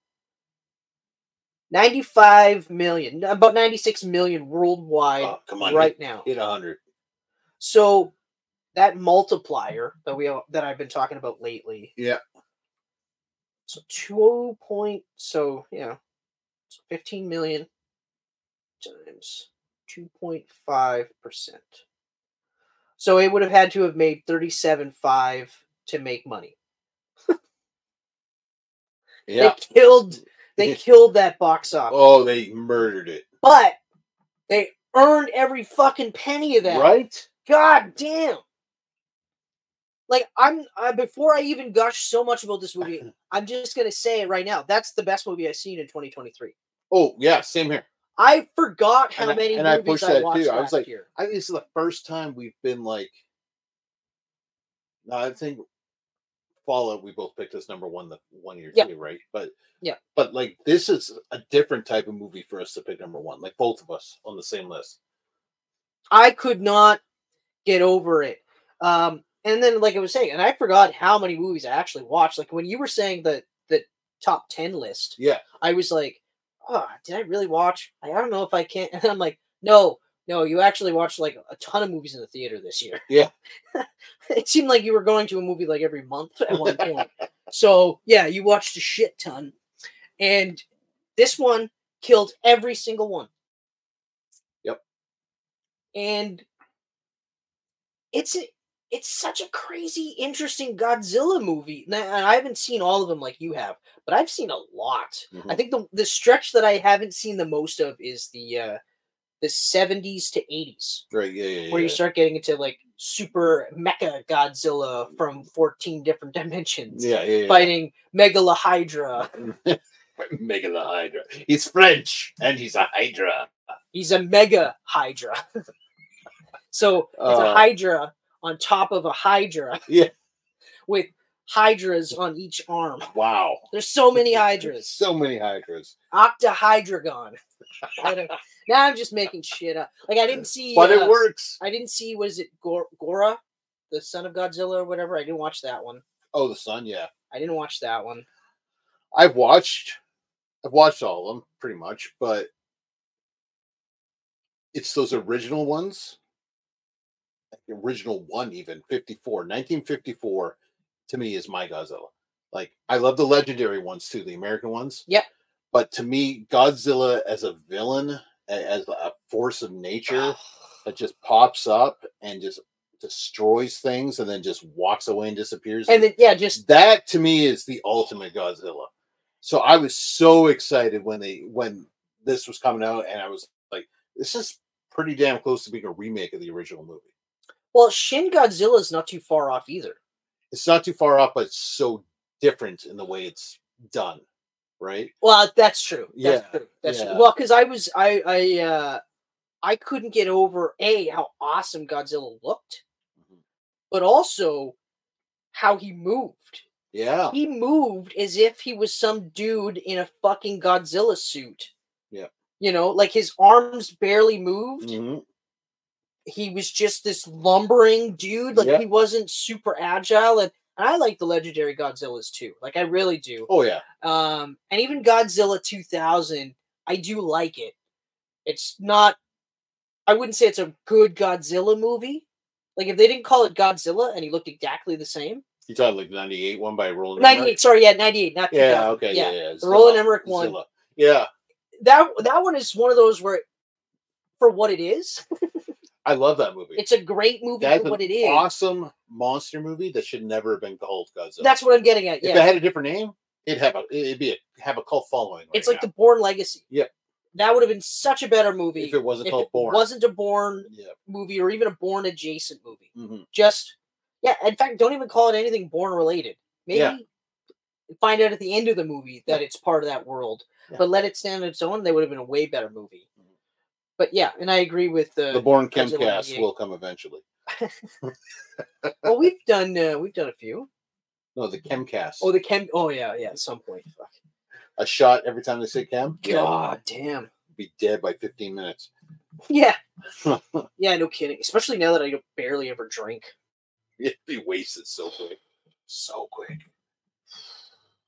Speaker 3: 95 million, about 96 million worldwide
Speaker 2: Oh, come on.
Speaker 3: right now.
Speaker 2: Hit, hit 100.
Speaker 3: So that multiplier that we that I've been talking about lately.
Speaker 2: Yeah.
Speaker 3: So two point so yeah. So fifteen million times two point five percent. So it would have had to have made thirty seven five to make money.
Speaker 2: Yeah.
Speaker 3: They killed they killed that box office.
Speaker 2: Oh, they murdered it.
Speaker 3: But they earned every fucking penny of that.
Speaker 2: Right?
Speaker 3: God damn. Like I'm I, before I even gush so much about this movie, I'm just gonna say it right now. That's the best movie I've seen in 2023.
Speaker 2: Oh, yeah. Same here.
Speaker 3: I forgot how
Speaker 2: And I-
Speaker 3: many
Speaker 2: and I
Speaker 3: movies
Speaker 2: pushed
Speaker 3: I,
Speaker 2: that, too.
Speaker 3: watched
Speaker 2: I was
Speaker 3: last
Speaker 2: like,
Speaker 3: year.
Speaker 2: I think this is the first time we've been like. No, I think Fallout. We both picked as number one the one year
Speaker 3: Yeah.
Speaker 2: too, right? But
Speaker 3: Yeah.
Speaker 2: but like this is a different type of movie for us to pick number one. Like both of us on the same list.
Speaker 3: I could not get over it. Um, and then, like I was saying, and I forgot how many movies I actually watched. Like when you were saying the the top ten list,
Speaker 2: Yeah.
Speaker 3: I was like, oh, did I really watch? Like, I don't know if I can. And I'm like, no, no, you actually watched like a ton of movies in the theater this year.
Speaker 2: Yeah.
Speaker 3: it seemed like you were going to a movie like every month at one point. so yeah, you watched a shit ton, and this one killed every single one. and it's a, it's such a crazy, interesting Godzilla movie. Now, And I haven't seen all of them like you have, but I've seen a lot.
Speaker 2: Mhm.
Speaker 3: I think the the stretch that I haven't seen the most of is the uh the 70s to 80s
Speaker 2: Right, yeah, yeah, yeah.
Speaker 3: where you start getting into like super mecha Godzilla from 14 different dimensions
Speaker 2: yeah, yeah, yeah.
Speaker 3: fighting Megalahydra.
Speaker 2: Mega the Hydra. He's French and he's a Hydra.
Speaker 3: He's a mega Hydra. so it's a
Speaker 2: Uh,
Speaker 3: Hydra on top of a Hydra.
Speaker 2: Yeah.
Speaker 3: With Hydras on each arm.
Speaker 2: Oh, Wow.
Speaker 3: There's so many Hydras.
Speaker 2: So many Hydras.
Speaker 3: Octahydrogon. I don't- now I'm just making shit up. Like I didn't see
Speaker 2: But
Speaker 3: uh,
Speaker 2: it works.
Speaker 3: I didn't see was it Gor- Gora, the son of Godzilla or whatever. I didn't watch that one.
Speaker 2: Oh, the sun, yeah.
Speaker 3: I didn't watch that one.
Speaker 2: I've watched I've watched all of them pretty much, but it's those original ones. The Original one, even 54, 1954 to me is my Godzilla. Like, I love the legendary ones too, the American ones.
Speaker 3: Yep.
Speaker 2: But to me, Godzilla as a villain, a- as a force of
Speaker 3: Ah.
Speaker 2: nature that just pops up and just destroys things and then just walks away and disappears
Speaker 3: And then yeah, just
Speaker 2: that to me is the ultimate Godzilla. So I was so excited when they when this was coming out, and I was like, this is pretty damn close to being a remake of the original movie.
Speaker 3: well, Shin Godzilla is not too far off either.
Speaker 2: It's not too far off, but it's so different in the way it's done, right?
Speaker 3: Well, that's true. That's
Speaker 2: Yeah,
Speaker 3: true. That's
Speaker 2: yeah.
Speaker 3: true. well because I was I I uh I couldn't get over a how awesome Godzilla looked, Mm-hmm.
Speaker 2: Mhm.
Speaker 3: but also how he moved.
Speaker 2: Yeah,
Speaker 3: He moved as if he was some dude in a fucking Godzilla suit.
Speaker 2: Yeah.
Speaker 3: You know, like his arms barely moved.
Speaker 2: Mhm.
Speaker 3: He was just this lumbering dude. Like
Speaker 2: Yeah.
Speaker 3: he wasn't super agile. And, and I like the legendary Godzillas too. Like I really do.
Speaker 2: oh yeah,
Speaker 3: Um, and even Godzilla 2000, I do like it. It's not, I wouldn't say it's a good Godzilla movie. Like if they didn't call it Godzilla and he looked exactly the same,
Speaker 2: you talking like the '98 one by Rolling.
Speaker 3: 98 sorry yeah 98
Speaker 2: Emmerich?
Speaker 3: not
Speaker 2: Yeah,
Speaker 3: 2000,
Speaker 2: okay, yeah, yeah.
Speaker 3: The Roland
Speaker 2: Zilla,
Speaker 3: Emmerich one.
Speaker 2: Zilla. Yeah,
Speaker 3: that that one is one of those where for what it is
Speaker 2: I love that movie.
Speaker 3: it's a great movie
Speaker 2: That's
Speaker 3: for
Speaker 2: an
Speaker 3: what it is
Speaker 2: awesome monster movie that should never have been called Godzilla.
Speaker 3: that's what i'm getting at
Speaker 2: If it
Speaker 3: yeah
Speaker 2: had a different name, it'd have a it'd be a, have a cult following.
Speaker 3: it's
Speaker 2: right
Speaker 3: like
Speaker 2: now,
Speaker 3: the born legacy
Speaker 2: Yep.
Speaker 3: that would have been such a better movie
Speaker 2: if it wasn't
Speaker 3: if
Speaker 2: called
Speaker 3: it
Speaker 2: Born.
Speaker 3: wasn't a born
Speaker 2: yeah.
Speaker 3: movie or even a born adjacent movie
Speaker 2: hmm
Speaker 3: just yeah in fact don't even call it anything born related maybe
Speaker 2: Yeah.
Speaker 3: find out at the end of the movie that it's part of that world
Speaker 2: Yeah.
Speaker 3: but let it stand on its own they would have been a way better movie
Speaker 2: Mhm.
Speaker 3: but yeah and i agree with the
Speaker 2: The Born
Speaker 3: Godzilla
Speaker 2: Chemcast
Speaker 3: 98.
Speaker 2: will come eventually.
Speaker 3: well we've done uh, we've done a few
Speaker 2: No, the Chemcast.
Speaker 3: Oh, the chem. Oh, yeah, yeah. At some point, Fuck.
Speaker 2: a shot every time they say Chem.
Speaker 3: Oh, God damn.
Speaker 2: be dead by fifteen minutes.
Speaker 3: Yeah. yeah. No kidding. Especially now that I don't barely ever drink.
Speaker 2: It'd be wasted so quick. So quick.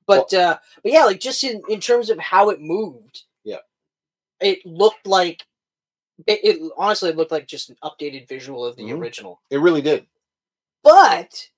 Speaker 3: But uh, but yeah, like just in in terms of how it moved.
Speaker 2: Yeah.
Speaker 3: It looked like. It, it honestly looked like just an updated visual of the
Speaker 2: Mhm.
Speaker 3: original,
Speaker 2: It really did.
Speaker 3: but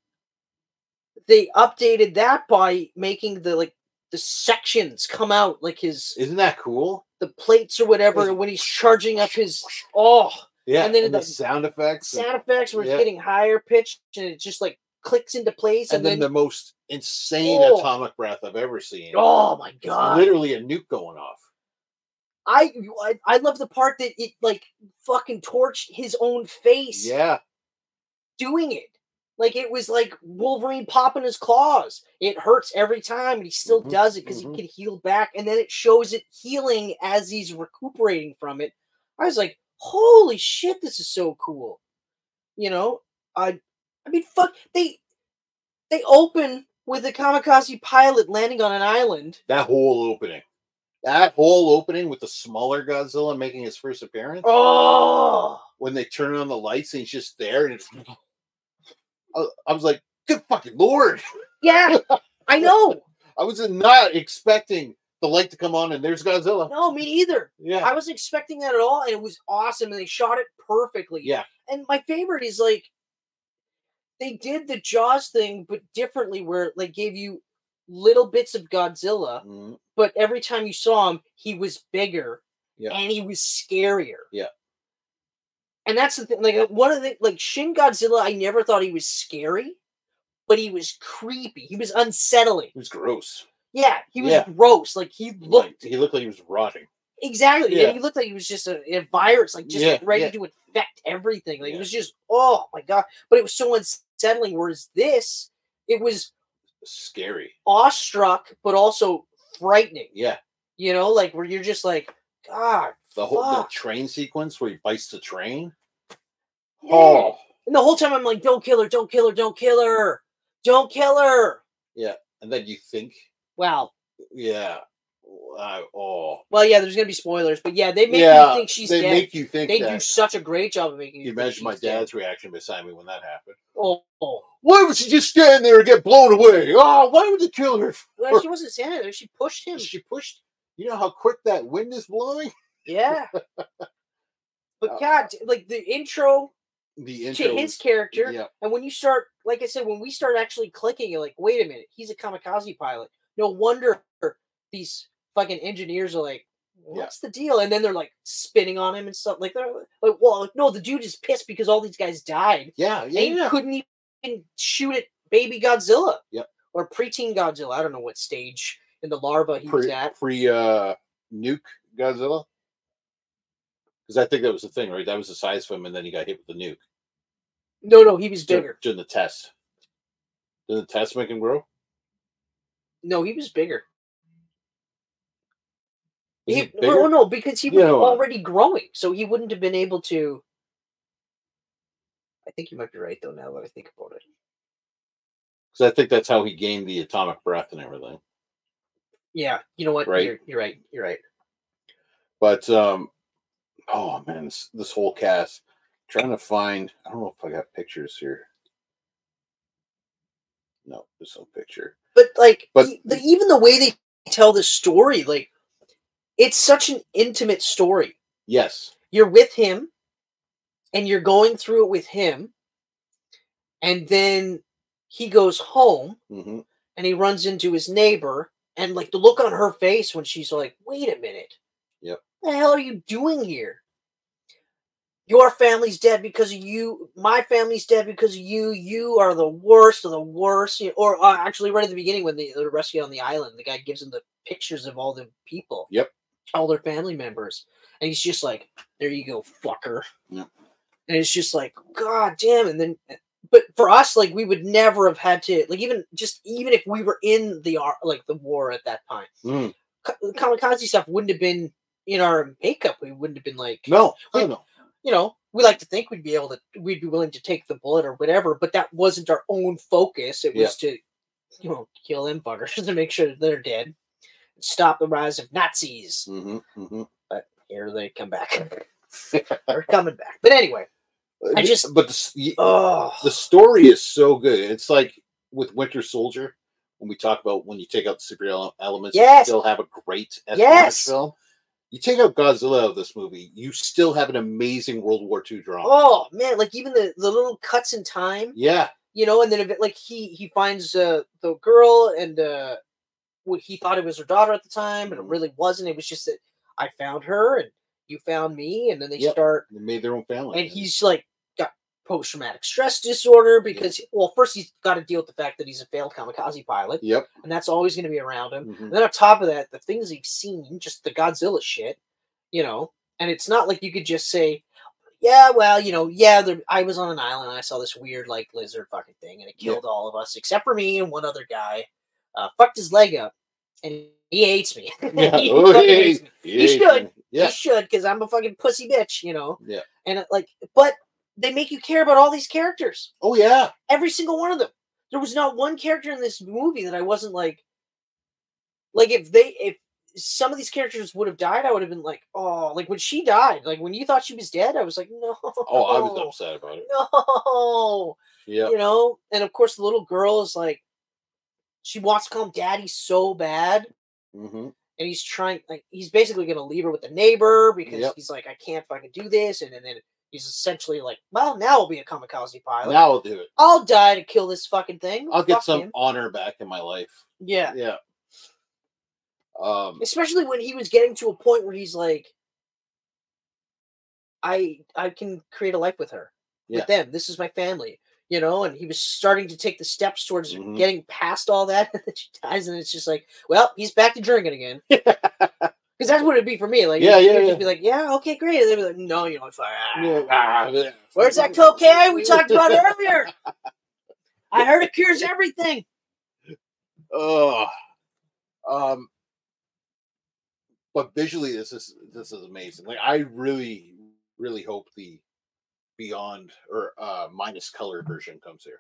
Speaker 3: they updated that by making the like the sections come out like his
Speaker 2: Isn't that cool?
Speaker 3: the plates or whatever
Speaker 2: His-
Speaker 3: when he's charging up his oh
Speaker 2: Yeah.
Speaker 3: And then
Speaker 2: the
Speaker 3: the-
Speaker 2: sound effects. and-
Speaker 3: sound effects were
Speaker 2: Yeah.
Speaker 3: getting higher pitched and it just like clicks into place
Speaker 2: and,
Speaker 3: and,
Speaker 2: then, the most insane
Speaker 3: Oh.
Speaker 2: atomic breath I've ever seen.
Speaker 3: oh my
Speaker 2: It's
Speaker 3: god
Speaker 2: Literally a nuke going off.
Speaker 3: I, I i love the part that it like fucking torched his own face
Speaker 2: Yeah.
Speaker 3: doing it like it was like wolverine popping his claws it hurts every time and he still
Speaker 2: Mhm,
Speaker 3: does it because
Speaker 2: mhm.
Speaker 3: he can heal back and then it shows it healing as he's recuperating from it i was like holy shit this is so cool you know i i mean fuck they they open with a kamikaze pilot landing on an island
Speaker 2: That whole opening. That whole opening with the smaller Godzilla making his first appearance.
Speaker 3: oh
Speaker 2: When they turn on the lights and he's just there and it's I, I was like, good fucking lord.
Speaker 3: yeah i know
Speaker 2: I was not expecting the light to come on and there's Godzilla.
Speaker 3: no me neither
Speaker 2: Yeah.
Speaker 3: i wasn't expecting that at all and it was awesome and they shot it perfectly
Speaker 2: Yeah.
Speaker 3: and my favorite is like they did the Jaws thing, but differently, where it, like gave you little bits of Godzilla,
Speaker 2: Mhm.
Speaker 3: but every time you saw him, he was bigger
Speaker 2: Yeah.
Speaker 3: and he was scarier.
Speaker 2: Yeah.
Speaker 3: and that's the thing. Like one of the like Shin Godzilla, I never thought he was scary, but he was creepy. He was unsettling.
Speaker 2: It was gross.
Speaker 3: Yeah, he was
Speaker 2: Yeah.
Speaker 3: gross. Like he looked
Speaker 2: Like, he looked like he was rotting.
Speaker 3: exactly,
Speaker 2: Yeah.
Speaker 3: and he looked like he was just a, a virus, like just
Speaker 2: Yeah,
Speaker 3: ready
Speaker 2: yeah.
Speaker 3: to infect everything. Like
Speaker 2: Yeah.
Speaker 3: it was just oh my god. But it was so unsettling. Whereas this, it was
Speaker 2: Scary.
Speaker 3: awestruck, but also frightening.
Speaker 2: Yeah.
Speaker 3: You know, like where you're just like, God,
Speaker 2: The whole the
Speaker 3: Fuck.
Speaker 2: train sequence where he bites the train. Oh,
Speaker 3: yeah." And the whole time I'm like, don't kill her, don't kill her, don't kill her, don't kill her.
Speaker 2: And then you think,
Speaker 3: Wow.
Speaker 2: yeah, uh, oh,
Speaker 3: Well, yeah, there's gonna be spoilers, but yeah, they make
Speaker 2: yeah.
Speaker 3: you think she's
Speaker 2: they
Speaker 3: dead.
Speaker 2: make you think
Speaker 3: they
Speaker 2: that.
Speaker 3: do such a great job of making
Speaker 2: you
Speaker 3: you
Speaker 2: imagine my
Speaker 3: think she's dead.
Speaker 2: dad's reaction beside me when that happened.
Speaker 3: Oh, oh.
Speaker 2: Why would she just stand there and get blown away? Oh, why would they kill her?
Speaker 3: Well, she wasn't standing there. She pushed him.
Speaker 2: She pushed. You know how quick that wind is blowing.
Speaker 3: Yeah.
Speaker 2: Uh,
Speaker 3: but God, like the intro
Speaker 2: The
Speaker 3: to
Speaker 2: intro.
Speaker 3: his
Speaker 2: was-
Speaker 3: character,
Speaker 2: Yeah,
Speaker 3: and when you start, like I said, when we start actually clicking, you're like, wait a minute, he's a kamikaze pilot. No wonder these fucking engineers are like, what's the deal? And then they're like spinning on him and stuff. Like they're like, well, no, the dude is pissed because all these guys died.
Speaker 2: yeah, yeah.
Speaker 3: They
Speaker 2: yeah.
Speaker 3: couldn't even shoot at baby Godzilla.
Speaker 2: Yep.
Speaker 3: Or preteen Godzilla. I don't know what stage in the larva he was
Speaker 2: Pre,
Speaker 3: at.
Speaker 2: pre uh, nuke Godzilla. Because I think that was the thing, right? That was the size of him, and then he got hit with the nuke
Speaker 3: No, no, he was
Speaker 2: dur-
Speaker 3: bigger.
Speaker 2: during the test. Did the test make him grow?
Speaker 3: No, he was bigger.
Speaker 2: Was
Speaker 3: He,
Speaker 2: he bigger?
Speaker 3: well, no, because he was
Speaker 2: Yeah.
Speaker 3: already growing, so he wouldn't have been able to. I think you might be right, though. Now that I think about it,
Speaker 2: 'Cause I think that's how he gained the atomic breath and everything.
Speaker 3: yeah, you know what?
Speaker 2: Right.
Speaker 3: You're, you're right. You're right.
Speaker 2: But um, oh man, this, this whole cast. Trying to find. I don't know if I got pictures here. No, there's no picture.
Speaker 3: But like,
Speaker 2: But-
Speaker 3: e- the, even the way they tell the story, like, it's such an intimate story.
Speaker 2: Yes,
Speaker 3: You're with him, and you're going through it with him, and then he goes home,
Speaker 2: hmm
Speaker 3: and he runs into his neighbor and like the look on her face when she's like wait a minute
Speaker 2: Yep.
Speaker 3: what the hell are you doing here your family's dead because of you my family's dead because of you you are the worst of the worst you- or uh, actually right at the beginning when they, they're rescued on the island the guy gives him the pictures of all the people
Speaker 2: Yep.
Speaker 3: all their family members and he's just like there you go fucker
Speaker 2: Yep.
Speaker 3: and it's just like god damn and then but for us like we would never have had to like even just even if we were in the ar- like the war at that time
Speaker 2: Mm.
Speaker 3: ka- kamikaze stuff wouldn't have been in our makeup we wouldn't have been like
Speaker 2: No, I
Speaker 3: Yeah.
Speaker 2: know.
Speaker 3: you know we like to think we'd be able to we'd be willing to take the bullet or whatever but that wasn't our own focus it
Speaker 2: Yeah.
Speaker 3: was to you know kill them buggers and make sure that they're dead stop the rise of nazis
Speaker 2: hmm hmm
Speaker 3: here they come back they're coming back but anyway I just-
Speaker 2: but the, s- y-
Speaker 3: oh
Speaker 2: the story is so good. It's like with Winter Soldier when we talk about when you take out the superhero ele- elements,
Speaker 3: Yes.
Speaker 2: you still have a great espionage
Speaker 3: Yes.
Speaker 2: film. You take out Godzilla of this movie, you still have an amazing World War II drama.
Speaker 3: oh man like even the, the little cuts in time
Speaker 2: Yeah,
Speaker 3: you know and then if it, like he he finds uh, the girl and uh what he thought it was her daughter at the time and it
Speaker 2: Mhm.
Speaker 3: really wasn't it was just that i found her and you found me and then they
Speaker 2: Yep.
Speaker 3: start
Speaker 2: they made their own family.
Speaker 3: and he's like got post-traumatic stress disorder because well first he's got to deal with the fact that he's a failed kamikaze pilot
Speaker 2: yep.
Speaker 3: and that's always going to be around him
Speaker 2: Mhm.
Speaker 3: and then on top of that, the things he's seen, just the Godzilla shit, you know, and it's not like you could just say, yeah, well, you know, yeah, there, I was on an island and I saw this weird, like, lizard fucking thing and it
Speaker 2: Yeah.
Speaker 3: killed all of us except for me and one other guy. Uh, fucked his leg up and he hates me.
Speaker 2: Yeah.
Speaker 3: He
Speaker 2: Oh,
Speaker 3: fucking
Speaker 2: yeah,
Speaker 3: hates me.
Speaker 2: yeah,
Speaker 3: should.
Speaker 2: Yeah.
Speaker 3: He should because I'm a fucking pussy bitch, you know?
Speaker 2: Yeah.
Speaker 3: And, uh, like, but they make you care about all these characters
Speaker 2: Oh yeah.
Speaker 3: every single one of them. There was not one character in this movie that I wasn't like, like if they if some of these characters would have died, I would have been like, oh, like when she died, like when you thought she was dead, I was like, no,
Speaker 2: Oh, I was upset about it.
Speaker 3: no,
Speaker 2: Yeah.
Speaker 3: you know. And of course, the little girl is like, she wants to call him daddy so bad,
Speaker 2: hmm
Speaker 3: and he's trying, like, he's basically gonna leave her with the neighbor because
Speaker 2: Yep.
Speaker 3: he's like, I can't fucking do this, and, and then he's essentially like, well, now I'll be a kamikaze pilot.
Speaker 2: Now I'll do it.
Speaker 3: I'll die to kill this fucking thing.
Speaker 2: I'll get
Speaker 3: Fuck
Speaker 2: some
Speaker 3: him."
Speaker 2: honor back in my life.
Speaker 3: Yeah.
Speaker 2: Yeah. Um.
Speaker 3: Especially when he was getting to a point where he's like, I I can create a life with her,
Speaker 2: Yeah.
Speaker 3: with them. This is my family, you know. And he was starting to take the steps towards
Speaker 2: Mhm.
Speaker 3: getting past all that. And then she dies, and it's just like, well, he's back to drinking again. Because that's what it'd be for me. Like,
Speaker 2: Yeah,
Speaker 3: you'd-
Speaker 2: yeah,
Speaker 3: you'd
Speaker 2: yeah.
Speaker 3: just be like, yeah, okay, great. And they'd be like, no, you're not fire.
Speaker 2: Yeah, ah, bleh.
Speaker 3: Where's that cocaine we talked about earlier? I heard it cures everything.
Speaker 2: Ugh. um, but visually, this is this is amazing. Like, I really, really hope the Beyond or uh minus color version comes here.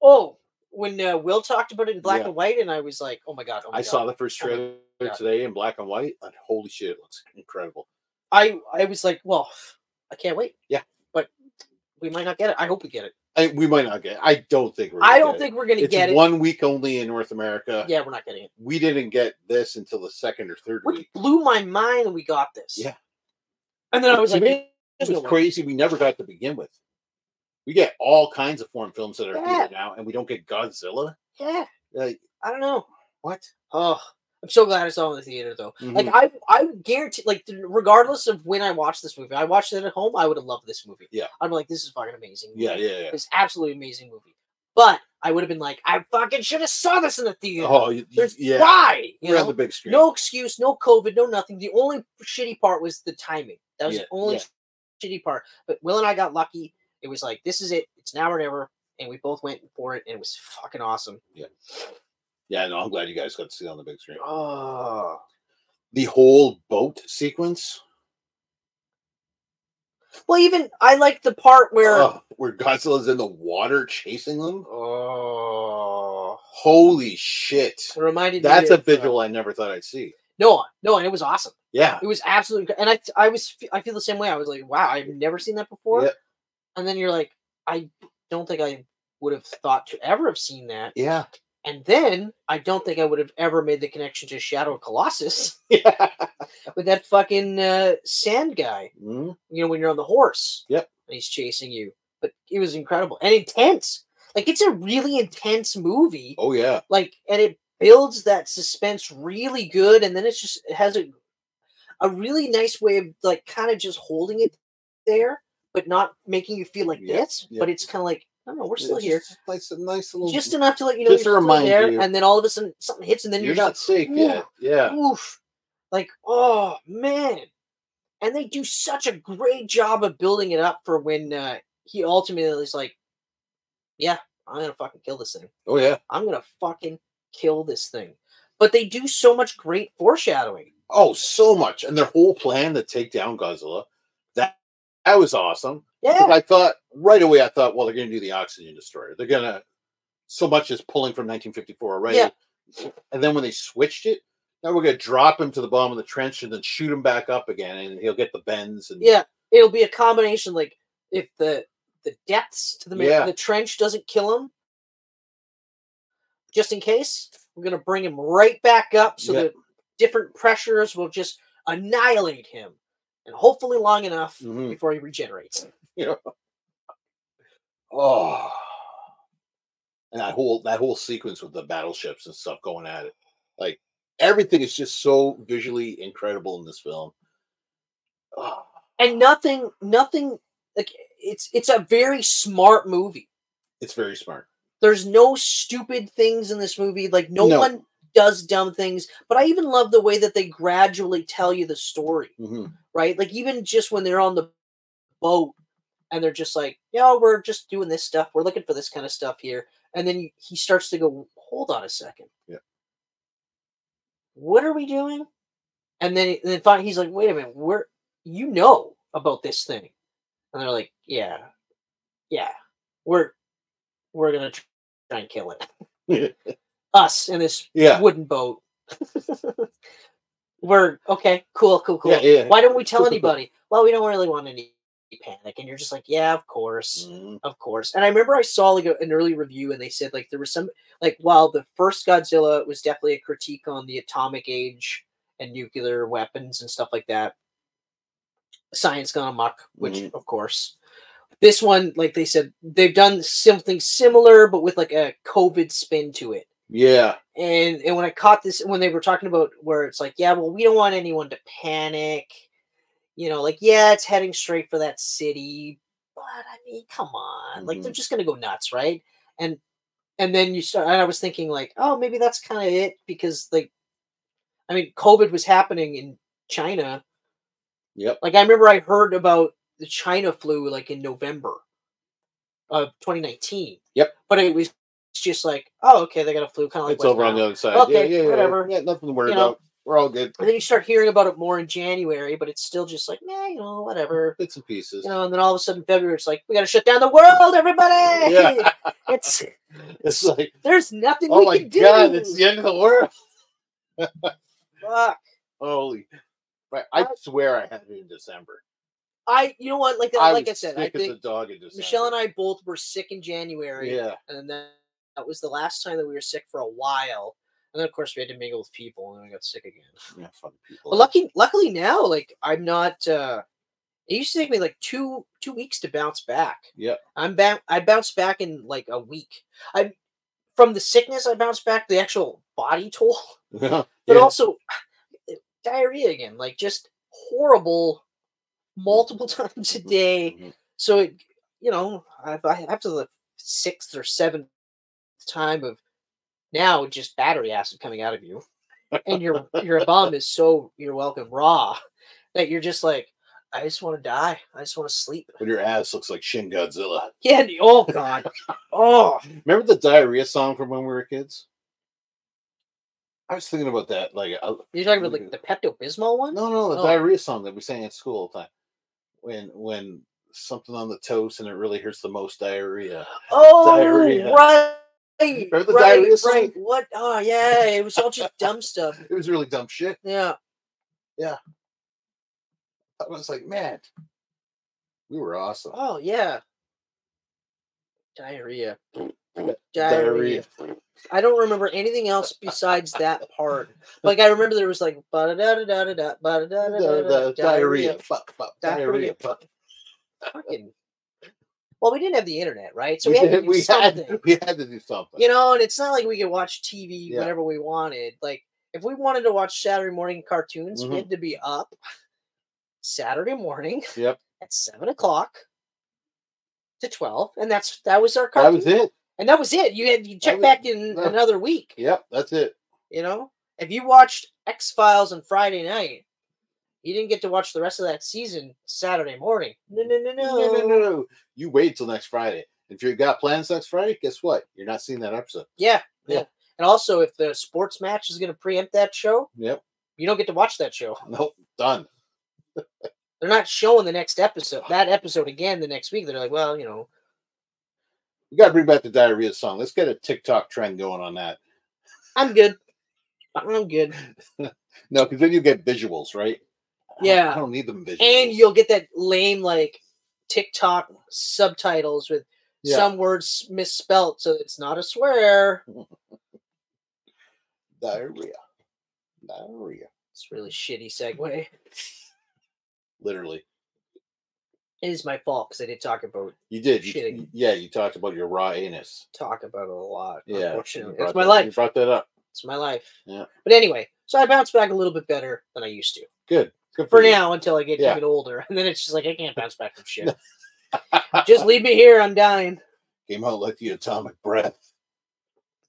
Speaker 3: Oh, when uh, Will talked about it in black
Speaker 2: Yeah.
Speaker 3: and white, and I was like, oh my god, oh my
Speaker 2: I
Speaker 3: god.
Speaker 2: saw the first
Speaker 3: Oh my
Speaker 2: trailer
Speaker 3: God.
Speaker 2: today in black and white, and holy shit, it looks incredible.
Speaker 3: I I was like, well, I can't wait.
Speaker 2: Yeah.
Speaker 3: but we might not get it. I hope we get it.
Speaker 2: I, we might not get. I don't think we're. gonna
Speaker 3: I don't
Speaker 2: get it.
Speaker 3: think we're gonna
Speaker 2: it's
Speaker 3: get
Speaker 2: one week only in North America.
Speaker 3: it. Yeah, we're not getting it.
Speaker 2: We didn't get this until the second or third
Speaker 3: Which
Speaker 2: week.
Speaker 3: blew my mind when we got this.
Speaker 2: Yeah.
Speaker 3: and then I was
Speaker 2: To
Speaker 3: like,
Speaker 2: me,
Speaker 3: there's
Speaker 2: it
Speaker 3: no
Speaker 2: was
Speaker 3: way.
Speaker 2: crazy. We never got to begin with. We get all kinds of foreign films that are
Speaker 3: Yeah.
Speaker 2: here now, and we don't get Godzilla.
Speaker 3: yeah,
Speaker 2: Like
Speaker 3: I don't know.
Speaker 2: what?
Speaker 3: Oh, I'm so glad I saw it in the theater though. Like
Speaker 2: Mhm.
Speaker 3: I, I guarantee, like th- regardless of when I watched this movie, I watched it at home. I would have loved this movie.
Speaker 2: Yeah.
Speaker 3: I'm like, this is fucking amazing.
Speaker 2: yeah, yeah,
Speaker 3: it's absolutely amazing movie. But I would have been like, I fucking should have saw this in the
Speaker 2: yeah.
Speaker 3: theater.
Speaker 2: Oh, you, you-
Speaker 3: There's
Speaker 2: yeah.
Speaker 3: why you
Speaker 2: We're
Speaker 3: know?
Speaker 2: on the big screen.
Speaker 3: no excuse, no COVID, no nothing. The only shitty part was the timing. That was
Speaker 2: Yeah,
Speaker 3: the only
Speaker 2: yeah.
Speaker 3: shitty part. But Will and I got lucky. It was like this is it. It's now or never, and we both went for it, and it was fucking awesome.
Speaker 2: Yeah, no. I'm glad you guys got to see it on the big screen.
Speaker 3: Oh,
Speaker 2: The whole boat sequence,
Speaker 3: well, even I liked the part where.
Speaker 2: Ugh, Oh, where Godzilla's in the water chasing them.
Speaker 3: Oh,
Speaker 2: Holy shit!
Speaker 3: it reminded
Speaker 2: That's
Speaker 3: me
Speaker 2: a
Speaker 3: of, uh,
Speaker 2: visual I never thought I'd see.
Speaker 3: No, no, and it was awesome.
Speaker 2: Yeah,
Speaker 3: It was absolutely, and I, I was, I feel the same way. I was like, wow, I've never seen that before.
Speaker 2: yeah,
Speaker 3: And then you're like, I don't think I would have thought to ever have seen that.
Speaker 2: yeah.
Speaker 3: And then I don't think I would have ever made the connection to Shadow of Colossus
Speaker 2: yeah.
Speaker 3: with that fucking uh, sand guy.
Speaker 2: Mhm.
Speaker 3: You know, when you're on the horse.
Speaker 2: Yep.
Speaker 3: And he's chasing you, but it was incredible and intense. Like it's a really intense movie.
Speaker 2: Oh yeah.
Speaker 3: like and it builds that suspense really good and then it's just it has a a really nice way of like kind of just holding it there but not making you feel like
Speaker 2: Yeah,
Speaker 3: this
Speaker 2: yeah.
Speaker 3: but it's kind of like no no we're still
Speaker 2: It's
Speaker 3: here
Speaker 2: just Nice, a nice little.
Speaker 3: just enough to let you know
Speaker 2: just
Speaker 3: you're
Speaker 2: to
Speaker 3: still
Speaker 2: remind
Speaker 3: there
Speaker 2: you.
Speaker 3: and then all of a sudden something hits and then
Speaker 2: you're
Speaker 3: you're,
Speaker 2: not
Speaker 3: just
Speaker 2: safe
Speaker 3: "Ooh,
Speaker 2: yet. Yeah.
Speaker 3: oof like oh man and they do such a great job of building it up for when uh, he ultimately is like yeah i'm gonna fucking kill this thing
Speaker 2: Oh yeah.
Speaker 3: I'm gonna fucking kill this thing. But they do so much great foreshadowing.
Speaker 2: Oh, so much, and their whole plan to take down Godzilla. That that was awesome. 'Cause
Speaker 3: Yeah,
Speaker 2: I thought right away. I thought, well, they're going to do the oxygen destroyer. They're going to so much is pulling from 1954 already.
Speaker 3: Yeah.
Speaker 2: And then when they switched it, now we're going to drop him to the bottom of the trench and then shoot him back up again, and he'll get the bends. And
Speaker 3: yeah. It'll be a combination. Like if the the depths to the ma-
Speaker 2: Yeah.
Speaker 3: the trench doesn't kill him, just in case, we're gonna bring him right back up so
Speaker 2: Yeah.
Speaker 3: the different pressures will just annihilate him, and hopefully long enough
Speaker 2: Mhm.
Speaker 3: before he regenerates.
Speaker 2: Oh. And that whole that whole sequence with the battleships and stuff going at it. Like everything is just so visually incredible in this film. Ah,
Speaker 3: And nothing, nothing. Like it's it's a very smart movie.
Speaker 2: it's very smart.
Speaker 3: There's no stupid things in this movie. Like no,
Speaker 2: No.
Speaker 3: one does dumb things. But I even love the way that they gradually tell you the story,
Speaker 2: Mhm.
Speaker 3: right? Like even just when they're on the boat and they're just like, "Yeah, we're just doing this stuff. We're looking for this kind of stuff here." And then he starts to go, "Hold on a second.
Speaker 2: Yeah.
Speaker 3: What are we doing?" And then and then finally he's like, "Wait a minute. We're you know about this thing." And they're like, "Yeah. Yeah. We're we're going to try and kill it." Us in this
Speaker 2: Yeah.
Speaker 3: wooden boat. We're okay, cool, cool, cool.
Speaker 2: Yeah, yeah.
Speaker 3: Why don't we tell anybody? well, we don't really want any panic. And you're just like, yeah, of course,
Speaker 2: Mhm.
Speaker 3: of course. And I remember I saw like a- an early review, and they said like there was some like while the first Godzilla was definitely a critique on the atomic age and nuclear weapons and stuff like that, science gone amok, which
Speaker 2: Mhm.
Speaker 3: of course. This one, like they said, they've done something similar, but with like a COVID spin to it
Speaker 2: Yeah.
Speaker 3: and and when I caught this when they were talking about where it's like, yeah, well, we don't want anyone to panic, You know, like yeah, it's heading straight for that city, but I mean, come on, like
Speaker 2: Mm-hmm.
Speaker 3: they're just gonna go nuts, right? And and then you start. And I was thinking like, oh, maybe that's kind of it because like, I mean, COVID was happening in China.
Speaker 2: Yep.
Speaker 3: Like I remember I heard about the China flu like in November of 2019.
Speaker 2: Yep.
Speaker 3: But it was just like, oh, okay, they got a flu, kind of like
Speaker 2: it's
Speaker 3: West
Speaker 2: over on
Speaker 3: Nile.
Speaker 2: the other side.
Speaker 3: Okay,
Speaker 2: yeah, yeah, yeah.
Speaker 3: whatever.
Speaker 2: Yeah, nothing to worry
Speaker 3: You know.
Speaker 2: about. We're all good.
Speaker 3: And then you start hearing about it more in January, but it's still just like, nah, you know, whatever.
Speaker 2: Bits and pieces.
Speaker 3: You know, and then all of a sudden February it's like, we gotta shut down the world, everybody.
Speaker 2: Yeah.
Speaker 3: it's
Speaker 2: It's like,
Speaker 3: there's nothing
Speaker 2: oh
Speaker 3: we
Speaker 2: my
Speaker 3: can do.
Speaker 2: god, it's the end of the world.
Speaker 3: Fuck.
Speaker 2: Holy, right? I swear I had it in December.
Speaker 3: I you know what, like
Speaker 2: I
Speaker 3: like
Speaker 2: was
Speaker 3: I said, I
Speaker 2: sick as a
Speaker 3: think
Speaker 2: dog in December.
Speaker 3: Michelle and I both were sick in January.
Speaker 2: Yeah,
Speaker 3: And then that was the last time that we were sick for a while. And then of course we had to mingle with people and then we got sick again.
Speaker 2: yeah, fucking people.
Speaker 3: But lucky luckily now, like I'm not uh it used to take me like two two weeks to bounce back.
Speaker 2: Yep.
Speaker 3: I'm back I bounced back in like a week. I from the sickness I bounced back the actual body toll,
Speaker 2: Yeah,
Speaker 3: but
Speaker 2: yeah.
Speaker 3: also eh, diarrhea again, like just horrible multiple times a day.
Speaker 2: Mhm.
Speaker 3: So it you know, I I- after the sixth or seventh time of now just battery acid coming out of you and your your bum is so you're welcome raw that you're just like I just want to die. I just want to sleep.
Speaker 2: But your ass looks like Shin Godzilla.
Speaker 3: Yeah. and- Oh God. oh.
Speaker 2: Remember the diarrhea song from when we were kids? I was thinking about that. Like, I,
Speaker 3: You're talking about like the Pepto Bismol one?
Speaker 2: no, no, the
Speaker 3: Oh.
Speaker 2: diarrhea song that we sang at school all the time. When when something on the toast and it really hurts the most diarrhea.
Speaker 3: Oh,
Speaker 2: diarrhea.
Speaker 3: right.
Speaker 2: Remember the
Speaker 3: right,
Speaker 2: diarrhea song?
Speaker 3: right. What? Oh yeah. It was all just dumb stuff.
Speaker 2: It was really dumb shit.
Speaker 3: Yeah.
Speaker 2: I was like, man, we were awesome.
Speaker 3: Oh yeah. Diarrhea. Diarrhea.
Speaker 2: Diarrhea.
Speaker 3: I don't remember anything else besides that part. Like I remember there was like ba da da da da da ba da da da da
Speaker 2: Diarrhea.
Speaker 3: da
Speaker 2: Diarrhea. Fuck, fuck. Diarrhea.
Speaker 3: Diarrhea.
Speaker 2: Fuck.
Speaker 3: fucking well we didn't have the internet right so
Speaker 2: we,
Speaker 3: we had to
Speaker 2: did-
Speaker 3: do
Speaker 2: we had,
Speaker 3: something
Speaker 2: we had to do something.
Speaker 3: you know and it's not like we could watch tv
Speaker 2: Yeah.
Speaker 3: whenever we wanted like if we wanted to watch saturday morning cartoons
Speaker 2: Mhm.
Speaker 3: we had to be up saturday morning
Speaker 2: Yep.
Speaker 3: at seven o'clock to 12 and that's that was our
Speaker 2: That
Speaker 3: cartoon
Speaker 2: was it.
Speaker 3: and that was it you had you check
Speaker 2: was-
Speaker 3: back in
Speaker 2: yeah.
Speaker 3: another week
Speaker 2: Yep, that's it.
Speaker 3: you know if you watched x files on friday night you didn't get to watch the rest of that season saturday morning no no no
Speaker 2: No, no, no, no. You wait till next Friday. If you got plans next Friday, guess what? You're not seeing that episode.
Speaker 3: Yeah,
Speaker 2: Yeah.
Speaker 3: yeah. And also, if the sports match is going to preempt that show,
Speaker 2: Yep.
Speaker 3: you don't get to watch that show.
Speaker 2: Nope. Done.
Speaker 3: They're not showing the next episode, that episode again the next week. They're like, well, you know,
Speaker 2: We got to bring back the diarrhea song. Let's get a TikTok trend going on that.
Speaker 3: I'm good. I'm good.
Speaker 2: No, because then you get visuals, right? I don't- I
Speaker 3: Yeah.
Speaker 2: don't need them visuals.
Speaker 3: And you'll get that lame, like, TikTok subtitles with
Speaker 2: Yeah.
Speaker 3: some words misspelt, so it's not a swear.
Speaker 2: diarrhea. Diarrhea.
Speaker 3: It's a really shitty segue.
Speaker 2: Literally.
Speaker 3: It is my fault because I did talk about
Speaker 2: You did. You,
Speaker 3: Shitting.
Speaker 2: you- yeah, you talked about your raw anus.
Speaker 3: talk about it a lot.
Speaker 2: Yeah.
Speaker 3: unfortunately.
Speaker 2: you brought
Speaker 3: it's my
Speaker 2: that- You
Speaker 3: life.
Speaker 2: brought that up.
Speaker 3: It's my life.
Speaker 2: Yeah.
Speaker 3: But anyway, so I bounced back a little bit better than I used to.
Speaker 2: Good. Good
Speaker 3: for
Speaker 2: you.
Speaker 3: now until I get
Speaker 2: Yeah.
Speaker 3: a bit older, and then it's just like I can't bounce back from shit. just leave me here. I'm dying.
Speaker 2: Came out like the atomic breath.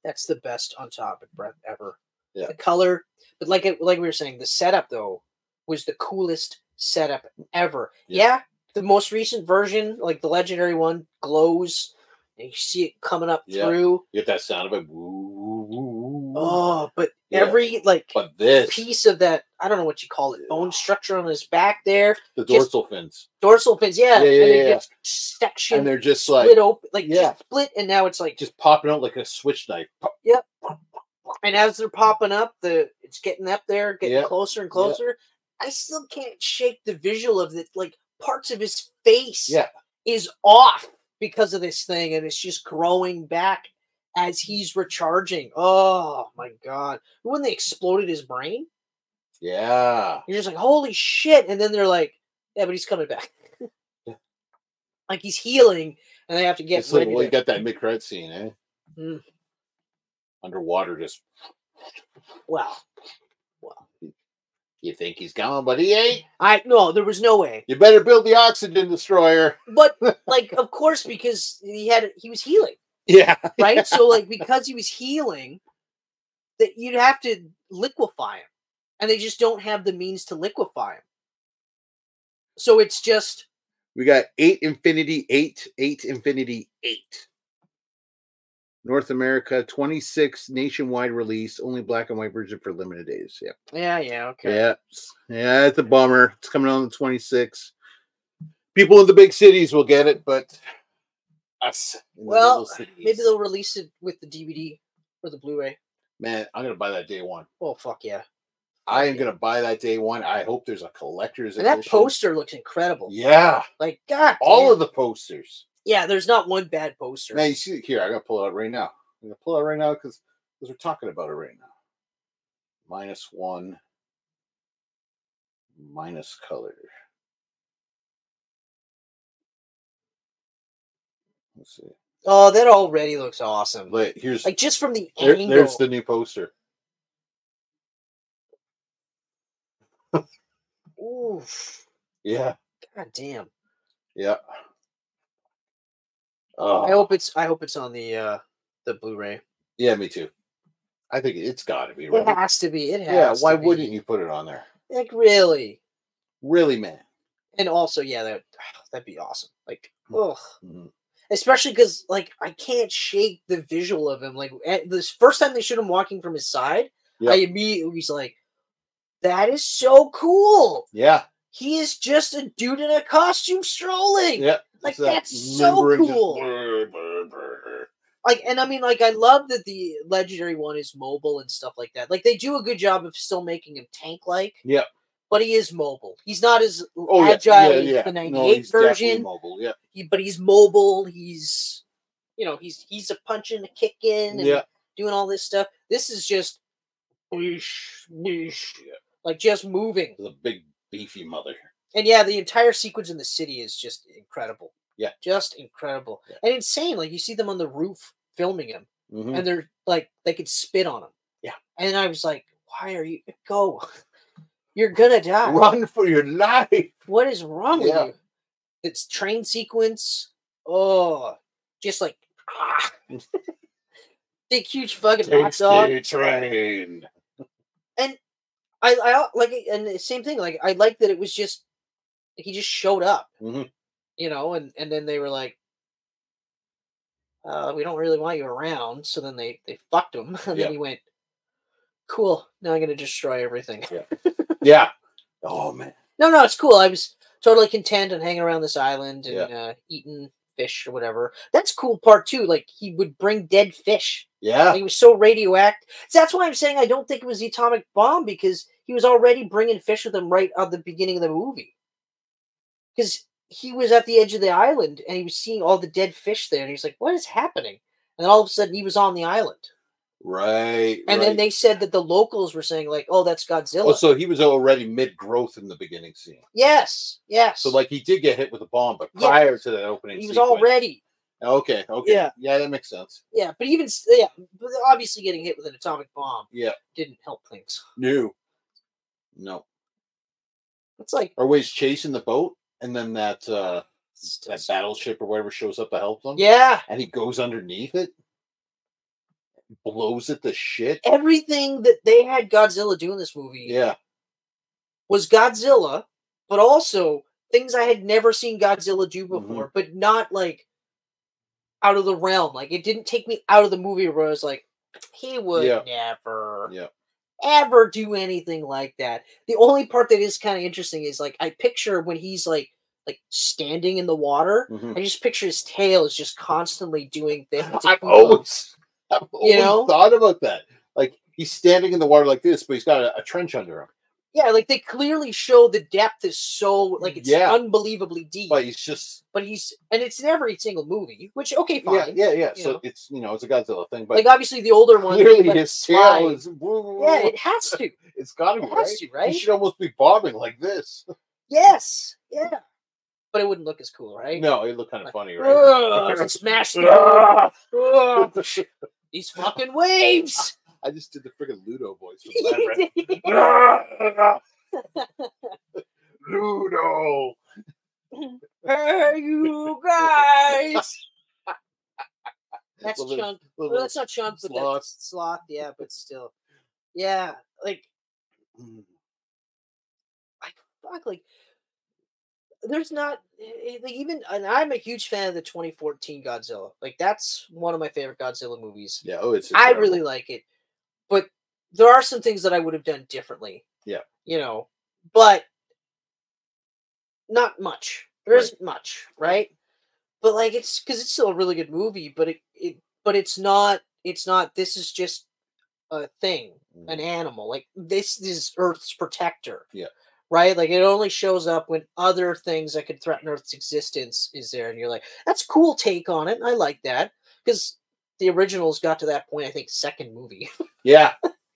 Speaker 3: That's the best on topic breath ever.
Speaker 2: Yeah.
Speaker 3: The color, but like it, like we were saying, the setup though was the coolest setup ever.
Speaker 2: Yeah.
Speaker 3: Yeah. the most recent version, like the legendary one, glows. And you see it coming up
Speaker 2: Yeah.
Speaker 3: through.
Speaker 2: You get that sound of it. Woo, woo, woo, woo.
Speaker 3: Oh, but
Speaker 2: Yeah.
Speaker 3: every like
Speaker 2: But this,
Speaker 3: piece of that, I don't know what you call it, bone structure on his back there,
Speaker 2: the
Speaker 3: just-
Speaker 2: dorsal fins.
Speaker 3: dorsal fins, yeah,
Speaker 2: Yeah, yeah,
Speaker 3: and
Speaker 2: yeah,
Speaker 3: it
Speaker 2: yeah.
Speaker 3: gets sectioned
Speaker 2: And they're just like,
Speaker 3: split open, like
Speaker 2: yeah.
Speaker 3: just split, and now it's like,
Speaker 2: just popping out like a switch knife. Pop.
Speaker 3: and as they're popping up, the it's getting up there, getting
Speaker 2: Yeah.
Speaker 3: closer and
Speaker 2: Yeah.
Speaker 3: closer. I still can't shake the visual of that, like parts of his face,
Speaker 2: Yeah.
Speaker 3: is off because of this thing, and it's just growing back as he's recharging. Oh my god! When they exploded his brain,
Speaker 2: Yeah.
Speaker 3: you're just like, holy shit! And then they're like, yeah, but he's coming back.
Speaker 2: Yeah.
Speaker 3: Like he's healing, and they have to get
Speaker 2: it's like,
Speaker 3: ready
Speaker 2: well,
Speaker 3: to-
Speaker 2: you got that mid cred scene, eh?
Speaker 3: Mm.
Speaker 2: Underwater, just
Speaker 3: Well,
Speaker 2: You think he's gone, but he ain't.
Speaker 3: I no, there was no way.
Speaker 2: You better build the oxygen destroyer.
Speaker 3: But like, of course, because he had he was healing,
Speaker 2: Yeah.
Speaker 3: right? So like, because he was healing, that you'd have to liquefy him, and they just don't have the means to liquefy him. So it's just
Speaker 2: We got eight infinity eight, eight infinity eight. North America, 26 nationwide release, only black and white version for limited days. Yeah.
Speaker 3: yeah, yeah, okay.
Speaker 2: Yeah. Yeah, it's a bummer. It's coming on the 26th. People in the big cities will get it, but us. in the
Speaker 3: Well,
Speaker 2: little cities-
Speaker 3: Maybe they'll release it with the DVD or the Blu-ray.
Speaker 2: Man, I'm going to buy that day one.
Speaker 3: Oh fuck yeah!
Speaker 2: I am going to buy that day one. I hope there's a collector's
Speaker 3: And that
Speaker 2: edition.
Speaker 3: poster looks incredible.
Speaker 2: Yeah.
Speaker 3: Like God,
Speaker 2: All
Speaker 3: damn.
Speaker 2: of the posters.
Speaker 3: yeah. There's not one bad poster.
Speaker 2: Now you see here. I gotta pull it out right now. I'm gonna pull it out right now because we're talking about it right now. Minus one, minus color. Let's see.
Speaker 3: Oh, that already looks awesome.
Speaker 2: Wait, here's
Speaker 3: Like just from the
Speaker 2: there-
Speaker 3: angle.
Speaker 2: there's the new poster.
Speaker 3: Oof.
Speaker 2: Yeah,
Speaker 3: God damn.
Speaker 2: yeah.
Speaker 3: I
Speaker 2: Oh,
Speaker 3: hope it's I hope it's on the uh the Blu-ray.
Speaker 2: yeah, me too. I think it's got to be
Speaker 3: It
Speaker 2: right.
Speaker 3: has to be. It has.
Speaker 2: Yeah, why
Speaker 3: to be.
Speaker 2: wouldn't you put it on there?
Speaker 3: Like really?
Speaker 2: Really, man.
Speaker 3: And also, yeah, that that'd be awesome. Like, ugh.
Speaker 2: Mhm.
Speaker 3: Especially because like I can't shake the visual of him. Like at this first time they showed him walking from his side, I immediately was like, "That is so cool."
Speaker 2: Yeah,
Speaker 3: He is just a dude in a costume strolling.
Speaker 2: yeah.
Speaker 3: Like,
Speaker 2: It's that
Speaker 3: that's so
Speaker 2: membrane just
Speaker 3: cool.
Speaker 2: brr, brr, brr.
Speaker 3: like and i mean like i love that the legendary one is mobile and stuff like that like they do a good job of still making him tank like
Speaker 2: Yep.
Speaker 3: but he is mobile he's not as
Speaker 2: Oh, yeah,
Speaker 3: agile
Speaker 2: yeah,
Speaker 3: as
Speaker 2: yeah.
Speaker 3: the
Speaker 2: No,
Speaker 3: 98
Speaker 2: he's definitely
Speaker 3: version
Speaker 2: Mobile, yeah,
Speaker 3: he- but he's mobile he's you know he's he's a punching a kicking and
Speaker 2: yeah,
Speaker 3: doing all this stuff this is just whoosh, whoosh, like just moving
Speaker 2: the big beefy mother.
Speaker 3: and yeah the entire sequence in the city is just incredible
Speaker 2: Yeah.
Speaker 3: just incredible
Speaker 2: Yeah.
Speaker 3: and insane like you see them on the roof filming him
Speaker 2: Mhm.
Speaker 3: and they're like they could spit on him.
Speaker 2: Yeah.
Speaker 3: And I was like, why are you go? You're gonna die.
Speaker 2: Run for your life!
Speaker 3: What is wrong
Speaker 2: Yeah.
Speaker 3: with you? It's train sequence. Oh, just like ah. big huge fucking hot
Speaker 2: Takes
Speaker 3: dog.
Speaker 2: the train.
Speaker 3: I, I like it- and the same thing. Like I like that it was just he just showed up,
Speaker 2: Mhm.
Speaker 3: you know, and and then they were like, uh, "We don't really want you around." So then they they fucked him, and
Speaker 2: Yeah.
Speaker 3: then he went, "Cool, now I'm gonna destroy everything."
Speaker 2: Yeah. Oh man.
Speaker 3: no, no, it's cool. I was totally content and hanging around this island and
Speaker 2: Yeah.
Speaker 3: uh, eating fish or whatever. That's cool part too. Like he would bring dead fish.
Speaker 2: Yeah.
Speaker 3: Like, he was so radioactive. that's why I'm saying I don't think it was the atomic bomb because he was already bringing fish with him right at the beginning of the movie. Because he was at the edge of the island and he was seeing all the dead fish there, and he's like, "What is happening?" And all of a sudden, he was on the island.
Speaker 2: Right.
Speaker 3: And
Speaker 2: right.
Speaker 3: then they said that the locals were saying, "Like, oh, that's Godzilla."
Speaker 2: Oh, so he was already mid-growth in the beginning scene.
Speaker 3: yes, yes.
Speaker 2: So like he did get hit with a bomb, but
Speaker 3: Yeah.
Speaker 2: prior to that opening,
Speaker 3: he was
Speaker 2: sequence-
Speaker 3: already.
Speaker 2: Okay. Okay. Yeah.
Speaker 3: Yeah.
Speaker 2: Yeah, that makes sense.
Speaker 3: Yeah, but even s- yeah, but obviously getting hit with an atomic bomb
Speaker 2: Yeah.
Speaker 3: didn't help things.
Speaker 2: New. No.
Speaker 3: It's like
Speaker 2: Or he's chasing the boat, and then that uh
Speaker 3: still-
Speaker 2: that battleship or whatever shows up to help them.
Speaker 3: yeah,
Speaker 2: and he goes underneath it, blows it the shit.
Speaker 3: everything that they had Godzilla do in this movie
Speaker 2: Yeah,
Speaker 3: was Godzilla, but also things I had never seen Godzilla do
Speaker 2: Mm-hmm.
Speaker 3: before, but not like out of the realm. Like it didn't take me out of the movie where I was like, he would
Speaker 2: Yeah.
Speaker 3: never
Speaker 2: Yeah.
Speaker 3: ever do anything like that. The only part that is kind of interesting is like I picture when he's like like standing in the water.
Speaker 2: Mhm.
Speaker 3: I just picture his tail is just constantly doing things. to
Speaker 2: I've
Speaker 3: keep up.
Speaker 2: always, I've always
Speaker 3: know?
Speaker 2: thought about that. Like he's standing in the water like this, but he's got a, a trench under him,
Speaker 3: yeah, like they clearly show the depth is so like it's
Speaker 2: Yeah.
Speaker 3: unbelievably deep.
Speaker 2: but he's just
Speaker 3: but he's and it's in every single movie, which okay, fine.
Speaker 2: yeah, yeah, yeah.
Speaker 3: you
Speaker 2: So
Speaker 3: know.
Speaker 2: it's you know it's a Godzilla thing, but
Speaker 3: Like obviously the older one
Speaker 2: clearly
Speaker 3: let it
Speaker 2: his tail
Speaker 3: slide.
Speaker 2: is.
Speaker 3: yeah, it has to, it
Speaker 2: it's got to be right.
Speaker 3: has to,
Speaker 2: He
Speaker 3: right?
Speaker 2: should almost be bobbing like this.
Speaker 3: Yes, yeah, but it wouldn't look as cool, right?
Speaker 2: No, it looked kind of
Speaker 3: Like,
Speaker 2: funny,
Speaker 3: Ugh,
Speaker 2: right?
Speaker 3: it's smashed.
Speaker 2: Ah!
Speaker 3: Ugh, these fucking waves.
Speaker 2: I just did the freaking Ludo voice. From that, right?
Speaker 3: yeah,
Speaker 2: Ah! Ludo.
Speaker 3: Hey, you guys! That's
Speaker 2: Little bit- little
Speaker 3: chunk. Well,
Speaker 2: bit of
Speaker 3: that's not chunk, but
Speaker 2: Sloth.
Speaker 3: that's sloth. Yeah, but still, yeah. Like,
Speaker 2: Mm.
Speaker 3: like fuck. Like, there's not eh, like even. And I'm a huge fan of the 2014 Godzilla. Like, that's one of my favorite Godzilla movies.
Speaker 2: Yeah. Oh, it's.
Speaker 3: I
Speaker 2: incredible.
Speaker 3: really like it, but there are some things that I would have done differently.
Speaker 2: Yeah.
Speaker 3: You know, but not much. There
Speaker 2: Right.
Speaker 3: not much, right? But like it's because it's still a really good movie, but it, it but it's not it's not this is just a thing,
Speaker 2: Mm.
Speaker 3: an animal. Like this is Earth's protector.
Speaker 2: Yeah.
Speaker 3: Right? Like it only shows up when other things that could threaten Earth's existence is there. And you're like, that's a cool take on it. I like that. Because the originals got to that point, I think, second movie.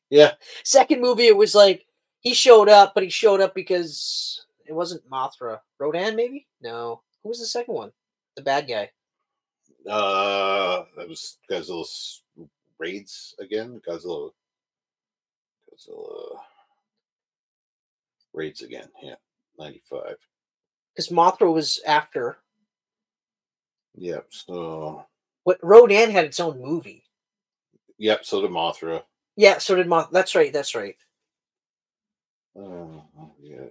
Speaker 2: Yeah.
Speaker 3: second movie, it was like he showed up, but he showed up because it wasn't Mothra. Rodan, maybe? No. Who was the second one? The bad guy.
Speaker 2: Uh, that was Godzilla's raids again. Godzilla. Godzilla. uh, Raids again. Yeah. Ninety-five.
Speaker 3: Because Mothra was after.
Speaker 2: Yep. So.
Speaker 3: What Rodan had its own movie.
Speaker 2: Yep. So did Mothra.
Speaker 3: Yeah, so did Moth. That's right. That's right.
Speaker 2: Oh yeah.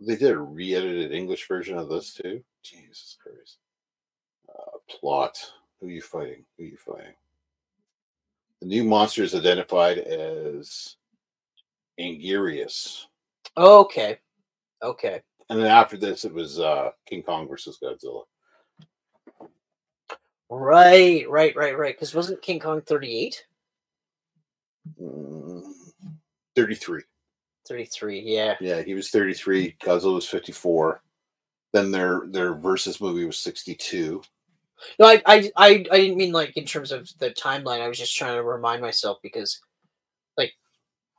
Speaker 2: They did a re-edited English version of this too. Jesus Christ. Uh, plot. Who you fighting? Who you fighting? The new monster is identified as Angirius.
Speaker 3: Okay. Okay.
Speaker 2: And then after this it was uh, King Kong versus Godzilla.
Speaker 3: Right, right, right, right. Because wasn't King Kong 38?
Speaker 2: Mm, 33.
Speaker 3: 33, yeah.
Speaker 2: Yeah, he was 33, Godzilla was 54. Then their their versus movie was 62.
Speaker 3: No, I, I, I, I didn't mean like in terms of the timeline. I was just trying to remind myself because, like,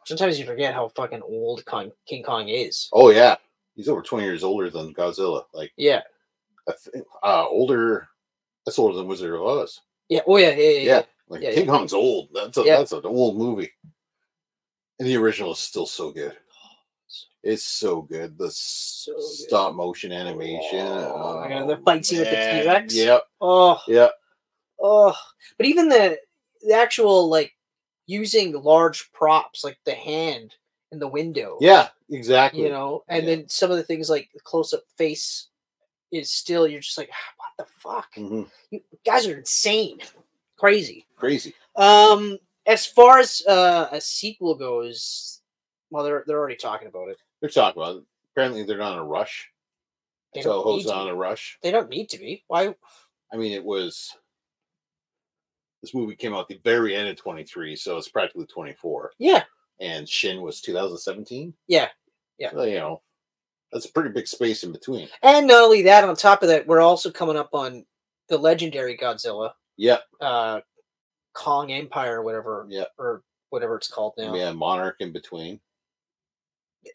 Speaker 3: sometimes you forget how fucking old Kong, King Kong is.
Speaker 2: Oh yeah, he's over twenty years older than Godzilla. Like
Speaker 3: Yeah,
Speaker 2: I think, uh, older. That's older than Wizard of Oz.
Speaker 3: yeah, oh yeah, yeah, yeah. yeah.
Speaker 2: Yeah, like
Speaker 3: Yeah,
Speaker 2: King Kong's old. That's a,
Speaker 3: Yeah.
Speaker 2: that's an old movie. And the original is still so good. It's so good. The s-
Speaker 3: Oh, So good.
Speaker 2: stop motion animation.
Speaker 3: Oh, my God, the fight scene with the
Speaker 2: man.
Speaker 3: T-Rex?
Speaker 2: Yep.
Speaker 3: Oh,
Speaker 2: Yep.
Speaker 3: oh. But even the the actual like using large props like the hand in the window.
Speaker 2: Yeah. Exactly.
Speaker 3: you know and
Speaker 2: Yeah.
Speaker 3: then some of the things like the close-up face is still you're just like "Ah, what the fuck
Speaker 2: Mhm.
Speaker 3: you guys are insane crazy
Speaker 2: Crazy.
Speaker 3: um as far as uh, a sequel goes well they're, they're already talking about it
Speaker 2: They're talking about. It. Apparently, they're not in a rush.
Speaker 3: They don't
Speaker 2: Toho's
Speaker 3: need to
Speaker 2: not in a rush.
Speaker 3: they don't need to be why
Speaker 2: I mean, it was this movie came out at the very end of 23, so it's practically 24.
Speaker 3: yeah
Speaker 2: And Shin was 2017.
Speaker 3: Yeah, yeah.
Speaker 2: So, you know, that's a pretty big space in between.
Speaker 3: and not only that on top of that we're also coming up on the legendary godzilla
Speaker 2: Yeah,
Speaker 3: uh kong empire or whatever
Speaker 2: Yeah.
Speaker 3: or whatever it's called now
Speaker 2: yeah. Monarch in between.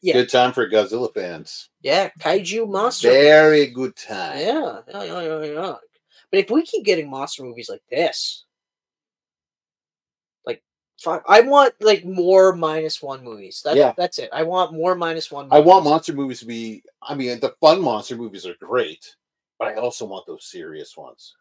Speaker 3: Yeah.
Speaker 2: Good time for Godzilla fans.
Speaker 3: yeah kaiju monster
Speaker 2: Very good time.
Speaker 3: Yeah, yeah, yeah, yeah, yeah. But if we keep getting monster movies like this, like fuck, I want like more minus one movies. That's,
Speaker 2: Yeah.
Speaker 3: that's it. I want more minus one.
Speaker 2: I want
Speaker 3: movies.
Speaker 2: monster movies to be. I mean, the fun monster movies are great, but I also want those serious ones,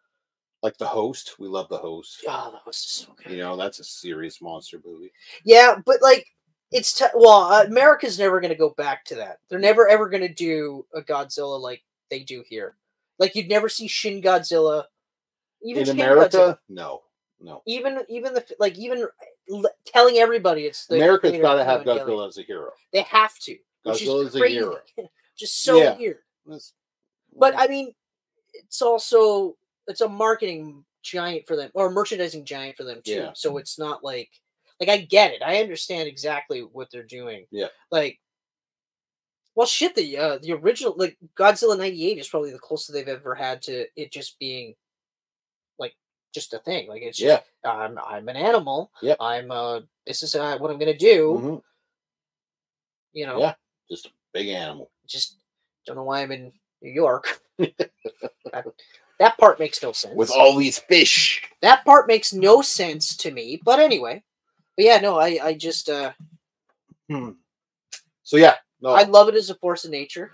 Speaker 2: like The Host. We love The Host.
Speaker 3: Oh, that was so good.
Speaker 2: You know, that's a serious monster movie.
Speaker 3: Yeah, but like it's t- well, uh, America's never going to go back to that. They're never ever going to do a Godzilla like they do here. Like you'd never see Shin Godzilla. Even
Speaker 2: in
Speaker 3: Shin Godzilla-
Speaker 2: America, no, no.
Speaker 3: even even the like even l- telling everybody it's the
Speaker 2: America's
Speaker 3: creator
Speaker 2: got to
Speaker 3: of
Speaker 2: have
Speaker 3: Evangelion.
Speaker 2: Godzilla as a hero.
Speaker 3: They have to. Which
Speaker 2: Godzilla's
Speaker 3: is
Speaker 2: a
Speaker 3: crazy.
Speaker 2: hero.
Speaker 3: Just so
Speaker 2: Yeah.
Speaker 3: weird.
Speaker 2: That's-
Speaker 3: But I mean, it's also it's a marketing giant for them or a merchandising giant for them too.
Speaker 2: Yeah.
Speaker 3: So it's not like like I get it. I understand exactly what they're doing.
Speaker 2: Yeah.
Speaker 3: Like well shit the uh, the original like Godzilla 98 is probably the closest they've ever had to it just being like just a thing. Like it's just,
Speaker 2: yeah,
Speaker 3: I'm I'm an animal.
Speaker 2: Yep.
Speaker 3: I'm uh this is uh, what I'm going to do,
Speaker 2: mhm,
Speaker 3: you know.
Speaker 2: Yeah. just a big animal.
Speaker 3: just don't know why I'm in New York. that, that part makes no sense.
Speaker 2: With all these fish.
Speaker 3: that part makes no sense to me. But anyway, but yeah, no, I I just uh
Speaker 2: So yeah, no,
Speaker 3: I love it as a force of nature,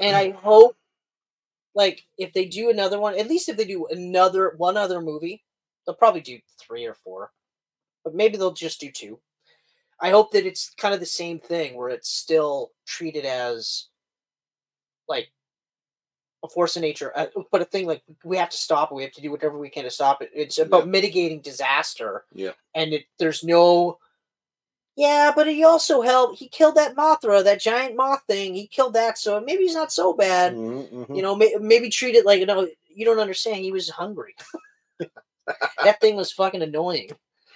Speaker 3: and I hope, like, if they do another one, at least if they do another one other movie, they'll probably do three or four, but maybe they'll just do two. I hope that it's kind of the same thing where it's still treated as like a force of nature, uh, but a thing like we have to stop it. We have to do whatever we can to stop it. It's about mitigating disaster.
Speaker 2: Yeah.
Speaker 3: and it, there's no. Yeah, but he also helped. He killed that Mothra, that giant moth thing. He killed that, so maybe he's not so bad.
Speaker 2: Mhm, mhm.
Speaker 3: You know, may, maybe treat it like no, you don't understand. He was hungry. that thing was fucking annoying.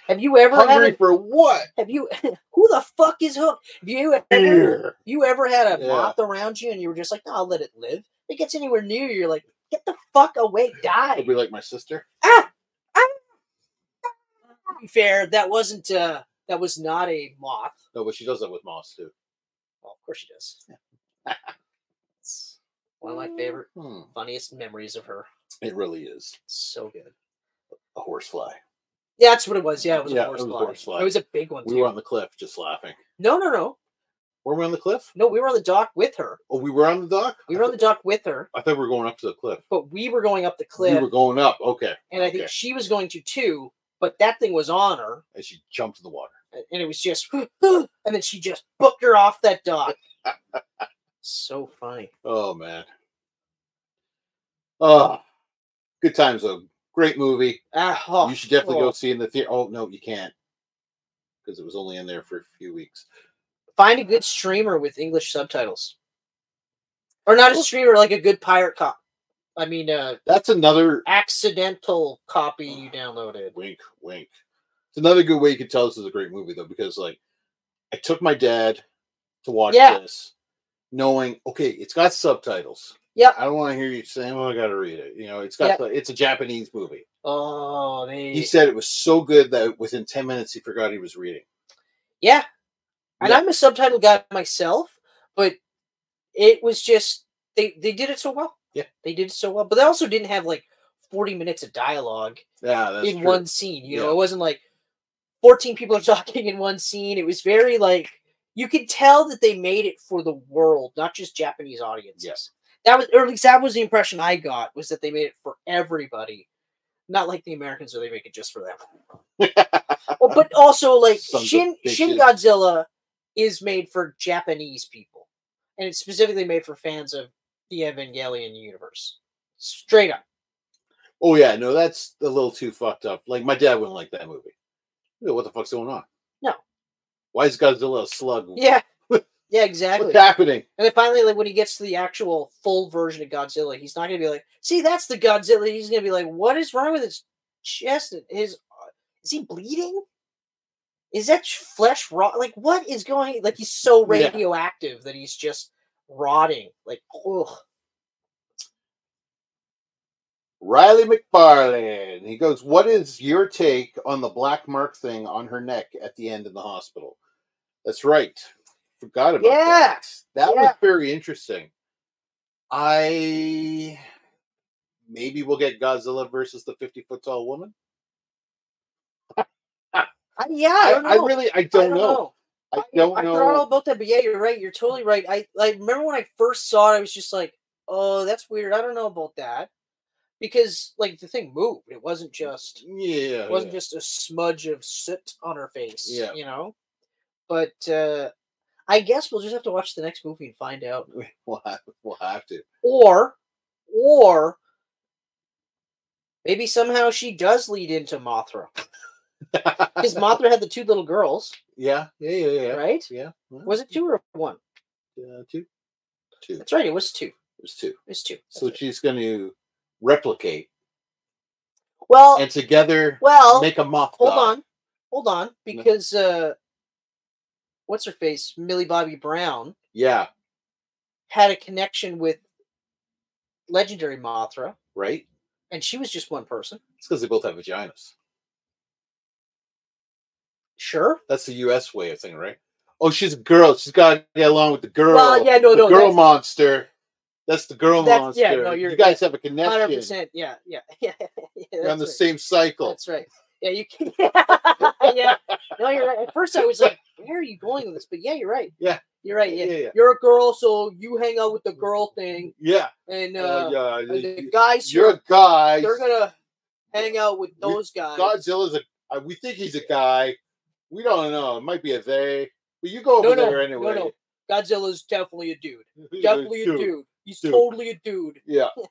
Speaker 3: Have you ever had
Speaker 2: hungry
Speaker 3: a-
Speaker 2: for what?
Speaker 3: have you? Who the fuck is Hook? Have you ever,
Speaker 2: Beer.
Speaker 3: you ever had a
Speaker 2: Yeah.
Speaker 3: moth around you and you were just like, no, I'll let it live? If it gets anywhere near you, you're like, get the fuck away, die.
Speaker 2: It'd be like my sister.
Speaker 3: To be fair, that wasn't uh that was not a moth.
Speaker 2: No, but she does that with moss too.
Speaker 3: Well, of course she does. It's one of my favorite,
Speaker 2: Hmm.
Speaker 3: funniest memories of her.
Speaker 2: It really is
Speaker 3: It's so good.
Speaker 2: a horsefly.
Speaker 3: Yeah, that's what it was. Yeah, it was
Speaker 2: Yeah,
Speaker 3: a
Speaker 2: it was a
Speaker 3: horsefly. It was,
Speaker 2: horsefly.
Speaker 3: a big one
Speaker 2: We
Speaker 3: too.
Speaker 2: were on the cliff, just laughing.
Speaker 3: no, no, no,
Speaker 2: Were we on the cliff?
Speaker 3: no. We were on the dock with her.
Speaker 2: Oh, we were on the dock.
Speaker 3: We were on the dock with her,
Speaker 2: I thought we were going up to the cliff.
Speaker 3: but we were going up the cliff.
Speaker 2: We were going up. Okay,
Speaker 3: and I think
Speaker 2: Okay.
Speaker 3: she was going to too, but that thing was on her,
Speaker 2: and she jumped in the water.
Speaker 3: a- and it was just, and then she just booked her off that dock. so funny.
Speaker 2: Oh man. Oh, good times though. Great movie.
Speaker 3: Ah, oh,
Speaker 2: you should definitely go
Speaker 3: oh.
Speaker 2: see it in the theater. Oh no, you can't because it was only in there for a few weeks.
Speaker 3: Find a good streamer with English subtitles, or not a streamer like a good pirate cop. I mean, uh,
Speaker 2: That's another
Speaker 3: accidental copy you downloaded.
Speaker 2: wink, wink. It's another good way you can tell this is a great movie though, because like I took my dad to watch
Speaker 3: Yeah.
Speaker 2: this, knowing okay, it's got subtitles.
Speaker 3: Yep.
Speaker 2: I don't want to hear you saying, "Oh, I got to read it." You know, it's got
Speaker 3: Yep.
Speaker 2: the- it's a Japanese movie.
Speaker 3: Oh, they,
Speaker 2: He said it was so good that within 10 minutes he forgot he was reading.
Speaker 3: yeah. And
Speaker 2: Yeah.
Speaker 3: I'm a subtitle guy myself, but it was just they they did it so well.
Speaker 2: Yeah.
Speaker 3: they did it so well, but they also didn't have like 40 minutes of dialogue
Speaker 2: Yeah, that's
Speaker 3: in
Speaker 2: true.
Speaker 3: one scene. You
Speaker 2: Yeah.
Speaker 3: know, it wasn't like 14 people are talking in one scene. It was very like you could tell that they made it for the world, not just Japanese audiences.
Speaker 2: Yes.
Speaker 3: That was, or at least that was the impression I got, was that they made it for everybody, not like the Americans where they make it just for them. Well, but also like
Speaker 2: Sons of
Speaker 3: Shin Shin
Speaker 2: bitches.
Speaker 3: Godzilla is made for Japanese people, and it's specifically made for fans of the Evangelion universe. Straight up,
Speaker 2: Oh yeah, no, that's a little too fucked up. Like my dad wouldn't like that movie. You know, what the fuck's going on?
Speaker 3: No.
Speaker 2: Why is Godzilla a slug?
Speaker 3: yeah, yeah, exactly.
Speaker 2: What's happening?
Speaker 3: And then finally, like when he gets to the actual full version of Godzilla, he's not gonna be like, "See, that's the Godzilla." He's gonna be like, "What is wrong with his chest? and His is he bleeding? Is that flesh rot? Like, what is going? Like, he's so
Speaker 2: Yeah.
Speaker 3: radioactive that he's just rotting. Like, ugh.
Speaker 2: Riley McFarlane. He goes, What is your take on the black mark thing on her neck at the end in the hospital? That's right. Forgot about that. That was
Speaker 3: Yeah.
Speaker 2: very interesting. I maybe we'll get Godzilla versus the 50 foot tall woman.
Speaker 3: I, yeah, I,
Speaker 2: I,
Speaker 3: don't know.
Speaker 2: I really I don't, know. I don't
Speaker 3: I
Speaker 2: know.
Speaker 3: forgot all about that, but yeah, you're right. You're totally right. I like remember when I first saw it, I was just like, "Oh, that's weird. I don't know about that," because like the thing moved. It wasn't
Speaker 2: Mm.
Speaker 3: just
Speaker 2: yeah.
Speaker 3: it wasn't
Speaker 2: yeah.
Speaker 3: just a smudge of soot on her face.
Speaker 2: Yeah.
Speaker 3: you know. But uh I guess we'll just have to watch the next movie and find out,
Speaker 2: We'll have, we'll have to.
Speaker 3: or or maybe somehow she does lead into Mothra because Mothra had the two little girls,
Speaker 2: yeah, yeah, yeah, yeah.
Speaker 3: right?
Speaker 2: Yeah. Well,
Speaker 3: Was it two or one?
Speaker 2: uh, two? Two.
Speaker 3: That's right. It was two. It
Speaker 2: There's two.
Speaker 3: was two. That's
Speaker 2: So
Speaker 3: right.
Speaker 2: she's going to replicate
Speaker 3: well,
Speaker 2: and together
Speaker 3: well,
Speaker 2: make a moth.
Speaker 3: hold
Speaker 2: god.
Speaker 3: on, hold on, because uh, what's her face, Millie Bobby Brown,
Speaker 2: Yeah,
Speaker 3: had a connection with legendary Mothra,
Speaker 2: right?
Speaker 3: and she was just one person.
Speaker 2: It's because they both have vaginas.
Speaker 3: Sure.
Speaker 2: That's the U.S. way of thing, right? Oh, she's a girl. She's got to get along with the girl.
Speaker 3: Well, yeah, no,
Speaker 2: the
Speaker 3: no,
Speaker 2: girl
Speaker 3: that's-
Speaker 2: monster. That's the girl
Speaker 3: That's-
Speaker 2: monster.
Speaker 3: yeah, no, you're-
Speaker 2: you guys have a
Speaker 3: Hundred
Speaker 2: connection.
Speaker 3: percent. Yeah, yeah, yeah. yeah
Speaker 2: You're on
Speaker 3: that's
Speaker 2: the same
Speaker 3: right.
Speaker 2: cycle.
Speaker 3: That's right. Yeah, you can. yeah. No, you're right. At first, I was like, "Where are you going with this?" But yeah, you're right.
Speaker 2: Yeah.
Speaker 3: You're right. Yeah.
Speaker 2: Yeah, yeah.
Speaker 3: You're a girl, so you hang out with the girl thing,
Speaker 2: Yeah.
Speaker 3: and
Speaker 2: uh,
Speaker 3: uh,
Speaker 2: yeah,
Speaker 3: and
Speaker 2: y-
Speaker 3: the guys
Speaker 2: You're
Speaker 3: here,
Speaker 2: a guy.
Speaker 3: they're gonna hang out with
Speaker 2: We-
Speaker 3: those guys.
Speaker 2: Godzilla's a. uh, We think he's a guy. We don't know. It might be a they. But you go
Speaker 3: No,
Speaker 2: over
Speaker 3: no,
Speaker 2: there anyway.
Speaker 3: no, no. Godzilla's definitely a dude.
Speaker 2: He's a
Speaker 3: Definitely a dude. He's
Speaker 2: Dude.
Speaker 3: totally a dude.
Speaker 2: Yeah. Oh,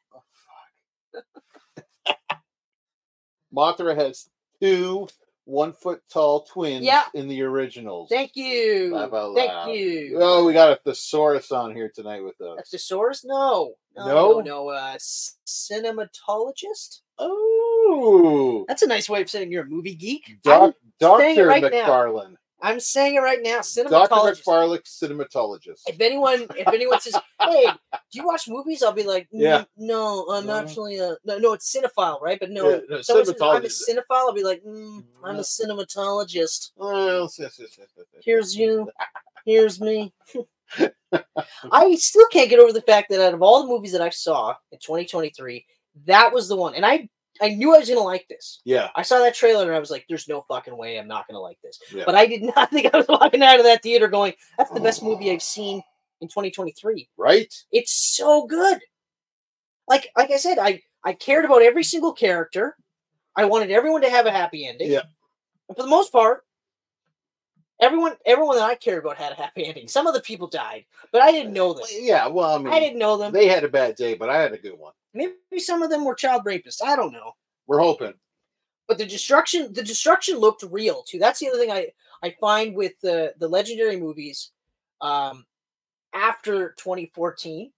Speaker 2: Mothra has two one foot tall twins
Speaker 3: Yeah.
Speaker 2: in the originals.
Speaker 3: Thank you.
Speaker 2: Laugh out loud.
Speaker 3: Thank you.
Speaker 2: Oh, we got a thesaurus on here tonight with us.
Speaker 3: That's the source? No.
Speaker 2: No?
Speaker 3: No. No. no. Uh, s- cinematologist?
Speaker 2: Oh,
Speaker 3: That's a nice way of saying you're a movie geek. I'm,
Speaker 2: Doc,
Speaker 3: saying it
Speaker 2: Doctor
Speaker 3: right now.
Speaker 2: McFarlane,
Speaker 3: I'm saying it right now.
Speaker 2: Doctor
Speaker 3: Cinematologist.
Speaker 2: McFarlane, cinematologist.
Speaker 3: if anyone, if anyone says, "Hey, do you watch movies?" I'll be like, "N-
Speaker 2: Yeah.
Speaker 3: No, I'm
Speaker 2: No.
Speaker 3: actually a no. No, it's cinephile, right? But no,
Speaker 2: Yeah, no,
Speaker 3: someone says, I'm a
Speaker 2: cinematologist.
Speaker 3: cinephile. I'll be like, mm, "I'm
Speaker 2: No.
Speaker 3: a cinematologist."
Speaker 2: Well, yes, yes, yes, yes, yes.
Speaker 3: Here's you. Here's me. I still can't get over the fact that out of all the movies that I saw in 2023, that was the one. And I I knew I was going to like this.
Speaker 2: Yeah,
Speaker 3: I saw that trailer and I was like, there's no fucking way I'm not going to like this.
Speaker 2: yeah.
Speaker 3: But I did not think I was walking out of that theater going, that's the best movie I've seen in 2023.
Speaker 2: right?
Speaker 3: It's so good. Like like I said, I I cared about every single character. I wanted everyone to have a happy ending.
Speaker 2: Yeah.
Speaker 3: And for the most part, everyone everyone that I cared about had a happy ending. Some of the people died, but I didn't know
Speaker 2: Well,
Speaker 3: this.
Speaker 2: Yeah, well, I mean,
Speaker 3: I didn't know them.
Speaker 2: they had a bad day, but I had a good one.
Speaker 3: Maybe some of them were child rapists. I don't know.
Speaker 2: We're hoping.
Speaker 3: But the destruction the destruction looked real too. That's the other thing I I find with the the legendary movies um after 2014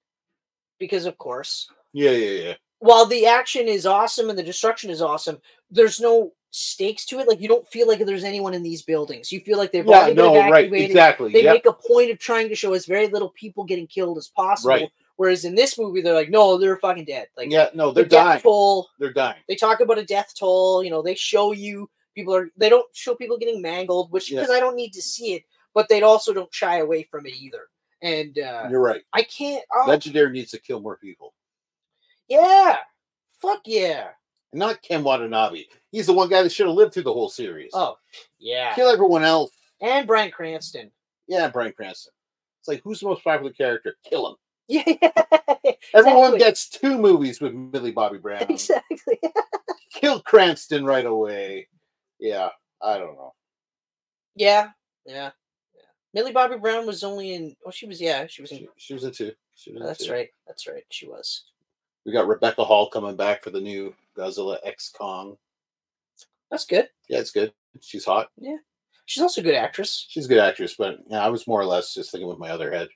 Speaker 3: because of course
Speaker 2: Yeah, yeah, yeah.
Speaker 3: while the action is awesome and the destruction is awesome, there's no stakes to it. Like you don't feel like there's anyone in these buildings. You feel like they've
Speaker 2: yeah,
Speaker 3: already been
Speaker 2: no, right,
Speaker 3: evacuated.
Speaker 2: exactly.
Speaker 3: They
Speaker 2: Yeah,
Speaker 3: make a point of trying to show as very little people getting killed as possible.
Speaker 2: Right.
Speaker 3: Whereas in this movie, they're like, no, they're fucking dead. Like
Speaker 2: yeah. No,
Speaker 3: the
Speaker 2: they're dying.
Speaker 3: death toll.
Speaker 2: They're dying.
Speaker 3: They talk about a death toll. You know, they show you people are. They don't show people getting mangled, which
Speaker 2: Yeah.
Speaker 3: because I don't need to see it. But they also don't shy away from it either. And uh,
Speaker 2: You're right.
Speaker 3: I can't. Oh,
Speaker 2: Legendary needs to kill more people.
Speaker 3: yeah, fuck yeah.
Speaker 2: Not Ken Watanabe. He's the one guy that should have lived through the whole series.
Speaker 3: Oh, yeah.
Speaker 2: Kill everyone else.
Speaker 3: and Brian Cranston.
Speaker 2: Yeah, Brian Cranston. It's like who's the most popular character? Kill him.
Speaker 3: Yeah,
Speaker 2: Everyone
Speaker 3: Exactly.
Speaker 2: gets two movies with Millie Bobby Brown.
Speaker 3: exactly.
Speaker 2: Kill Cranston right away. Yeah, I don't know.
Speaker 3: Yeah, yeah, yeah. Millie Bobby Brown was only in. Oh, she was. Yeah, she was in. oh,
Speaker 2: She, she was in two. She was in
Speaker 3: That's
Speaker 2: two.
Speaker 3: right. That's right. She was.
Speaker 2: We got Rebecca Hall coming back for the new Godzilla X Kong.
Speaker 3: That's good.
Speaker 2: Yeah, it's good. She's hot.
Speaker 3: She's also a good actress.
Speaker 2: She's a good actress, but yeah, I was more or less just thinking with my other head.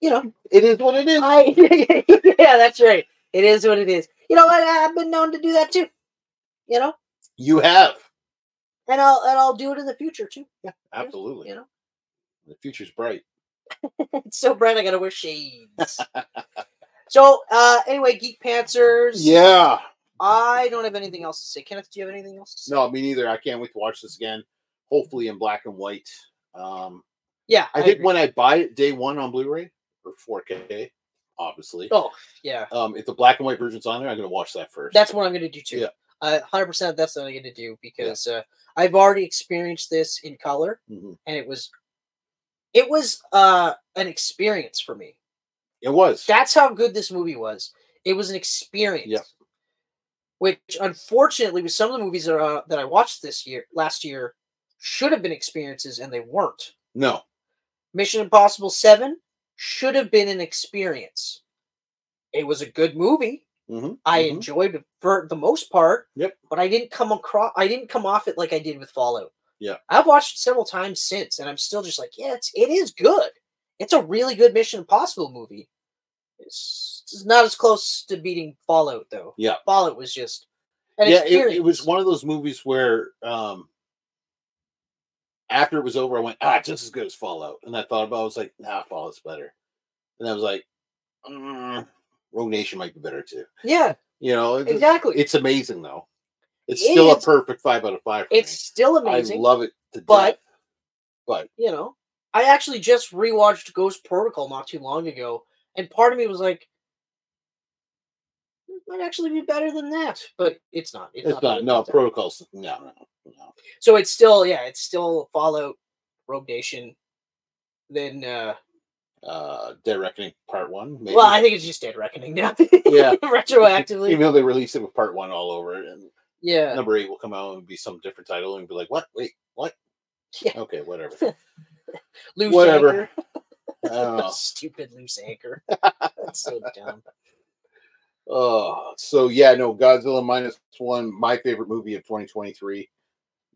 Speaker 3: You know.
Speaker 2: It is what it is.
Speaker 3: I. yeah, that's right. It is what it is. You know what? I've been known to do that too. You know,
Speaker 2: You have.
Speaker 3: and I'll and I'll do it in the future too.
Speaker 2: Absolutely.
Speaker 3: You know,
Speaker 2: The future's bright.
Speaker 3: it's so bright I gotta wear shades. so uh anyway, Geek Pantsers.
Speaker 2: Yeah.
Speaker 3: I don't have anything else to say. Kenneth, do you have anything else to say?
Speaker 2: No, me neither. I can't wait to watch this again. Hopefully in black and white. Um,
Speaker 3: Yeah,
Speaker 2: I, think
Speaker 3: agree.
Speaker 2: when I buy it day one on Blu-ray or 4K, obviously.
Speaker 3: Oh yeah,
Speaker 2: Um, if the black and white version's on there, I'm gonna watch that first.
Speaker 3: that's what I'm going to do too.
Speaker 2: Yeah.
Speaker 3: Uh, 100% that's what I'm going to do because uh, I've already experienced this in color
Speaker 2: Mhm.
Speaker 3: and it was it was uh an experience for me.
Speaker 2: It was.
Speaker 3: That's how good this movie was. It was an experience.
Speaker 2: Yeah.
Speaker 3: Which unfortunately with some of the movies that, uh, that I watched this year last year should have been experiences and they weren't.
Speaker 2: no.
Speaker 3: Mission Impossible 7 should have been an experience. It was a good movie.
Speaker 2: Mhm.
Speaker 3: I
Speaker 2: Mhm.
Speaker 3: enjoyed it for the most part.
Speaker 2: Yep.
Speaker 3: But I didn't come across. I didn't come off it like I did with Fallout.
Speaker 2: Yeah.
Speaker 3: I've watched it several times since, and I'm still just like, yeah, it's it is good. It's a really good Mission Impossible movie. It's, it's not as close to beating Fallout though.
Speaker 2: Yeah.
Speaker 3: Fallout was just an
Speaker 2: yeah, it,
Speaker 3: experience.
Speaker 2: it was one of those movies where um after it was over, I went, ah, it's just as good as Fallout. And I thought about it, I was like, nah, Fallout's better. And I was like, mm, Rogue Nation might be better too.
Speaker 3: Yeah,
Speaker 2: You know, it's,
Speaker 3: exactly.
Speaker 2: it's
Speaker 3: It's,
Speaker 2: amazing though. It's
Speaker 3: It
Speaker 2: still a
Speaker 3: is.
Speaker 2: perfect five out of five. For me.
Speaker 3: still amazing.
Speaker 2: I love it to
Speaker 3: but-
Speaker 2: death.
Speaker 3: you know, I actually just rewatched Ghost Protocol not too long ago, and part of me was like, might actually be better than that, but it's not.
Speaker 2: It's, not. No,
Speaker 3: Protocol.
Speaker 2: protocols. No, no, no.
Speaker 3: so it's still yeah, it's still Fallout, Rogue Nation. Then uh
Speaker 2: Uh, Dead Reckoning Part One. Maybe.
Speaker 3: well, I think it's just Dead Reckoning now.
Speaker 2: Yeah.
Speaker 3: retroactively.
Speaker 2: Even though they release it with Part One all over it, and
Speaker 3: yeah,
Speaker 2: number eight will come out and be some different title and be like, "What? Wait, what?
Speaker 3: Yeah.
Speaker 2: Okay, whatever.
Speaker 3: loose
Speaker 2: whatever. Uh, Oh.
Speaker 3: anchor.
Speaker 2: I don't know.
Speaker 3: Stupid loose anchor. That's so dumb.
Speaker 2: Oh, so yeah, no, Godzilla minus one, my favorite movie of 2023.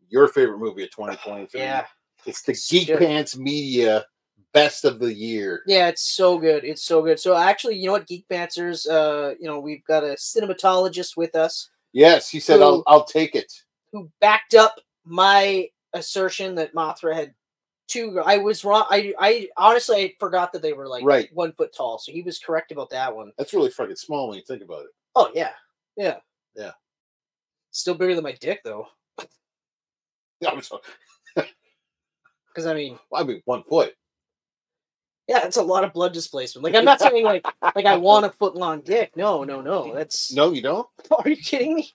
Speaker 2: Your favorite movie of 2023.
Speaker 3: Uh, Yeah,
Speaker 2: It's the Geek
Speaker 3: Shit.
Speaker 2: Pants Media Best of the Year.
Speaker 3: yeah, it's so good. It's so good. So actually, you know what, Geek Pantsers, uh, you know, we've got a cinematologist with us
Speaker 2: Yes, he said,
Speaker 3: Ooh.
Speaker 2: I'll, I'll take it.
Speaker 3: who backed up my assertion that Mothra had two. I was wrong. I I honestly I forgot that they were like
Speaker 2: Right.
Speaker 3: one foot tall. So he was correct about that one.
Speaker 2: That's really fucking small when you think about it.
Speaker 3: Oh yeah, yeah,
Speaker 2: Yeah.
Speaker 3: Still bigger than my dick though,
Speaker 2: Yeah, I'm sorry.
Speaker 3: because I mean,
Speaker 2: I mean, one foot.
Speaker 3: yeah, that's a lot of blood displacement. Like I'm not saying like like I want a foot long dick. No, no, no. That's
Speaker 2: No, you don't?
Speaker 3: Are you kidding me?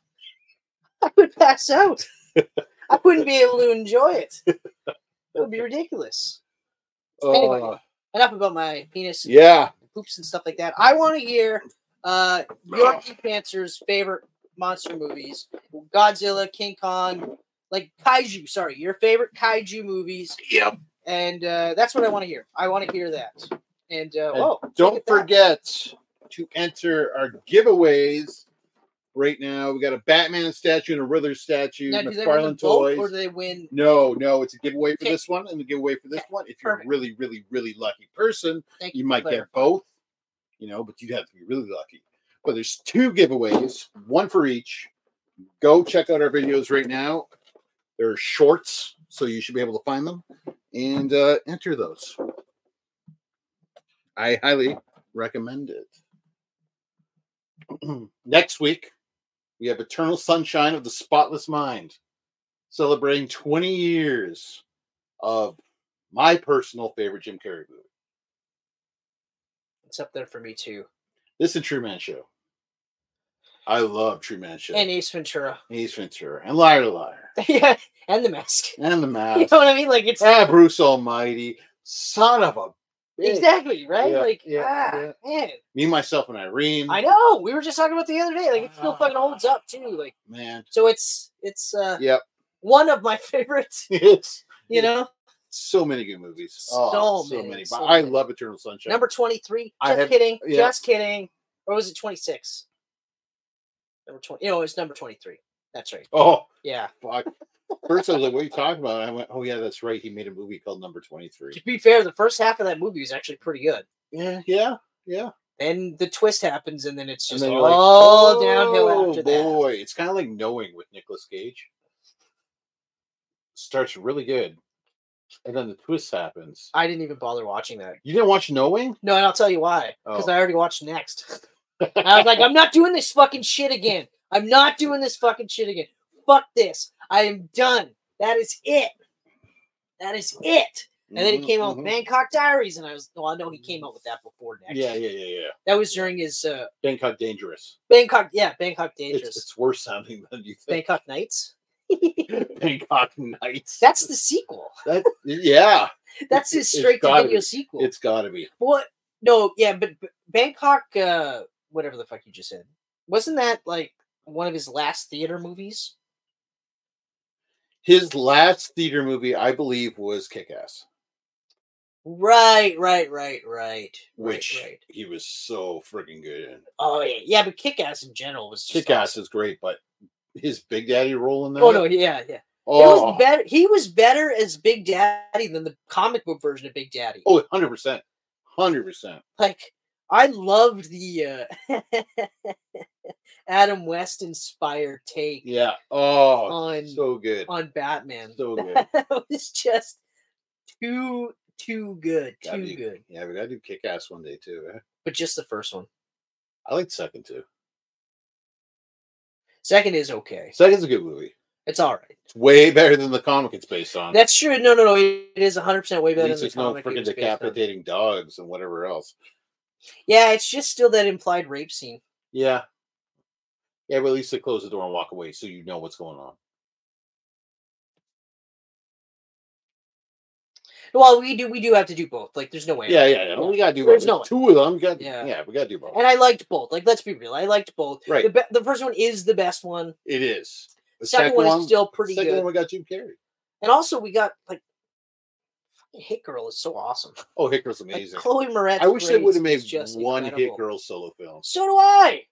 Speaker 3: I would pass out. I wouldn't be able to enjoy it. It would be ridiculous. Anyway.
Speaker 2: Oh,
Speaker 3: Enough about my penis and
Speaker 2: yeah.
Speaker 3: poops and stuff like that. I want to hear uh, your
Speaker 2: Oh.
Speaker 3: Geek Panzer's favorite monster movies Godzilla, King Kong, like kaiju. Sorry, your favorite kaiju movies.
Speaker 2: Yep.
Speaker 3: And uh, that's what I want to hear. I want to hear that. And uh,
Speaker 2: And
Speaker 3: whoa,
Speaker 2: Don't
Speaker 3: at that.
Speaker 2: forget to enter our giveaways right now. We got a Batman statue and a Riddler statue,
Speaker 3: now do they win the
Speaker 2: McFarlane
Speaker 3: vote
Speaker 2: toys.
Speaker 3: or do they win?
Speaker 2: No, no, it's a giveaway for
Speaker 3: Okay.
Speaker 2: this one and a giveaway for this
Speaker 3: Okay,
Speaker 2: one. If you're
Speaker 3: perfect.
Speaker 2: a really, really, really lucky person,
Speaker 3: Thank
Speaker 2: you
Speaker 3: for
Speaker 2: might get
Speaker 3: clarifying.
Speaker 2: both, you know, but you have to be really lucky. But there's two giveaways, one for each. Go check out our videos right now. They're shorts, so you should be able to find them and uh, enter those. I highly recommend it. Next week, we have Eternal Sunshine of the Spotless Mind, celebrating 20 years of my personal favorite Jim Carrey movie.
Speaker 3: It's up there for me too.
Speaker 2: This is True Man Show. I love True Man Show.
Speaker 3: And Ace Ventura.
Speaker 2: Ace Ventura and Liar Liar
Speaker 3: yeah, and the mask.
Speaker 2: and the
Speaker 3: You
Speaker 2: Mask.
Speaker 3: know what I mean? Like it's
Speaker 2: Ah, Bruce Almighty, son of a bitch.
Speaker 3: exactly right.
Speaker 2: Yeah,
Speaker 3: like
Speaker 2: yeah,
Speaker 3: ah, man,
Speaker 2: Me, myself, and Irene.
Speaker 3: I know. We were just talking about the other day. Like it still fucking
Speaker 2: Ah.
Speaker 3: holds up too. Like
Speaker 2: Man,
Speaker 3: so, it's it's uh
Speaker 2: Yep.
Speaker 3: one of my favorites.
Speaker 2: it's
Speaker 3: You know,
Speaker 2: so many good movies.
Speaker 3: So
Speaker 2: Oh, so
Speaker 3: many,
Speaker 2: many.
Speaker 3: so
Speaker 2: but I
Speaker 3: many.
Speaker 2: love Eternal Sunshine.
Speaker 3: number twenty three.
Speaker 2: I
Speaker 3: Just
Speaker 2: have-
Speaker 3: kidding.
Speaker 2: yeah.
Speaker 3: Just kidding. Or was it twenty six? Number twenty. You know, it's number twenty three. That's right.
Speaker 2: oh,
Speaker 3: Yeah.
Speaker 2: fuck. First, I was like, what are you talking about? I went, oh, yeah, that's right. He made a movie called Number 23.
Speaker 3: To be fair, the first half of that movie is actually pretty good.
Speaker 2: Yeah, yeah, yeah.
Speaker 3: Then the twist happens, and then it's just
Speaker 2: then you're
Speaker 3: all
Speaker 2: like,
Speaker 3: downhill
Speaker 2: "Oh,
Speaker 3: after that.
Speaker 2: boy. It's kind of like knowing with Nicolas Cage. Starts really good, and then the twist happens.
Speaker 3: I didn't even bother watching that.
Speaker 2: You didn't watch Knowing?
Speaker 3: No, and I'll tell you why. Because
Speaker 2: Oh.
Speaker 3: I already watched next. I was like, I'm not doing this fucking shit again. I'm not doing this fucking shit again. Fuck this. I am done. That is it. That is it. And then he
Speaker 2: Mhm,
Speaker 3: came out with
Speaker 2: mhm.
Speaker 3: Bangkok Diaries, and I was, well, I know he came out with that before next.
Speaker 2: Yeah, yeah, yeah, yeah.
Speaker 3: That was during his uh,
Speaker 2: Bangkok Dangerous.
Speaker 3: Bangkok, yeah, Bangkok Dangerous.
Speaker 2: It's, it's worse sounding than you think.
Speaker 3: Bangkok Nights.
Speaker 2: Bangkok Nights.
Speaker 3: That's the sequel.
Speaker 2: that. Yeah,
Speaker 3: That's his
Speaker 2: It's- it's
Speaker 3: straight to
Speaker 2: gotta
Speaker 3: video
Speaker 2: be.
Speaker 3: sequel.
Speaker 2: it's got to be.
Speaker 3: What? No, yeah, but B- Bangkok, uh, whatever the fuck you just said, wasn't that like one of his last theater movies?
Speaker 2: His last theater movie, I believe, was Kick Ass,
Speaker 3: Right, right, right, right.
Speaker 2: which
Speaker 3: right, right.
Speaker 2: he was so friggin' good in.
Speaker 3: oh yeah, yeah, but Kick Ass in general was just
Speaker 2: Kick Ass is great, but his Big Daddy role in that.
Speaker 3: awesome. Oh no, yeah, yeah. It
Speaker 2: oh,
Speaker 3: was better. He was better as Big Daddy than the comic book version of Big Daddy.
Speaker 2: Oh, 100%. 100%.
Speaker 3: Like I loved the uh, Adam West inspired take
Speaker 2: Yeah. Oh,
Speaker 3: on
Speaker 2: so good.
Speaker 3: on Batman.
Speaker 2: So good.
Speaker 3: that was just too too good,
Speaker 2: Gotta
Speaker 3: too
Speaker 2: be-
Speaker 3: good.
Speaker 2: Yeah, we got to do Kick Ass one day, too. Eh?
Speaker 3: But just the first one.
Speaker 2: I like Second, too.
Speaker 3: Second is okay.
Speaker 2: Second's a good movie.
Speaker 3: It's all right.
Speaker 2: It's way better than the comic it's based on.
Speaker 3: That's true. No, no, no. It is 100 percent way
Speaker 2: At
Speaker 3: better
Speaker 2: least
Speaker 3: than the
Speaker 2: there's Um, no
Speaker 3: comic. it
Speaker 2: freaking
Speaker 3: was based on.
Speaker 2: decapitating dogs and whatever else.
Speaker 3: Yeah, it's just still that implied rape scene.
Speaker 2: Yeah. Yeah, but at least they close the door and walk away so you know what's going on.
Speaker 3: Well, we do we do have to do both. Like there's no way.
Speaker 2: Yeah, yeah, yeah. We gotta do
Speaker 3: There's
Speaker 2: both.
Speaker 3: no
Speaker 2: There's two of them. We gotta,
Speaker 3: Yeah.
Speaker 2: yeah. we gotta do both.
Speaker 3: And I liked both. Like let's be real, I liked both.
Speaker 2: Right.
Speaker 3: The be- the first one is the best one.
Speaker 2: It is. The
Speaker 3: second, one, is still pretty
Speaker 2: second
Speaker 3: good.
Speaker 2: one we got Jim Carrey.
Speaker 3: And also we got like fucking Hit Girl is so awesome.
Speaker 2: Oh, Hit Girl's
Speaker 3: Like,
Speaker 2: amazing.
Speaker 3: Chloe Moretz.
Speaker 2: I wish they
Speaker 3: Grace
Speaker 2: would have made
Speaker 3: is just
Speaker 2: one Hit
Speaker 3: incredible.
Speaker 2: Girl solo film.
Speaker 3: So do I.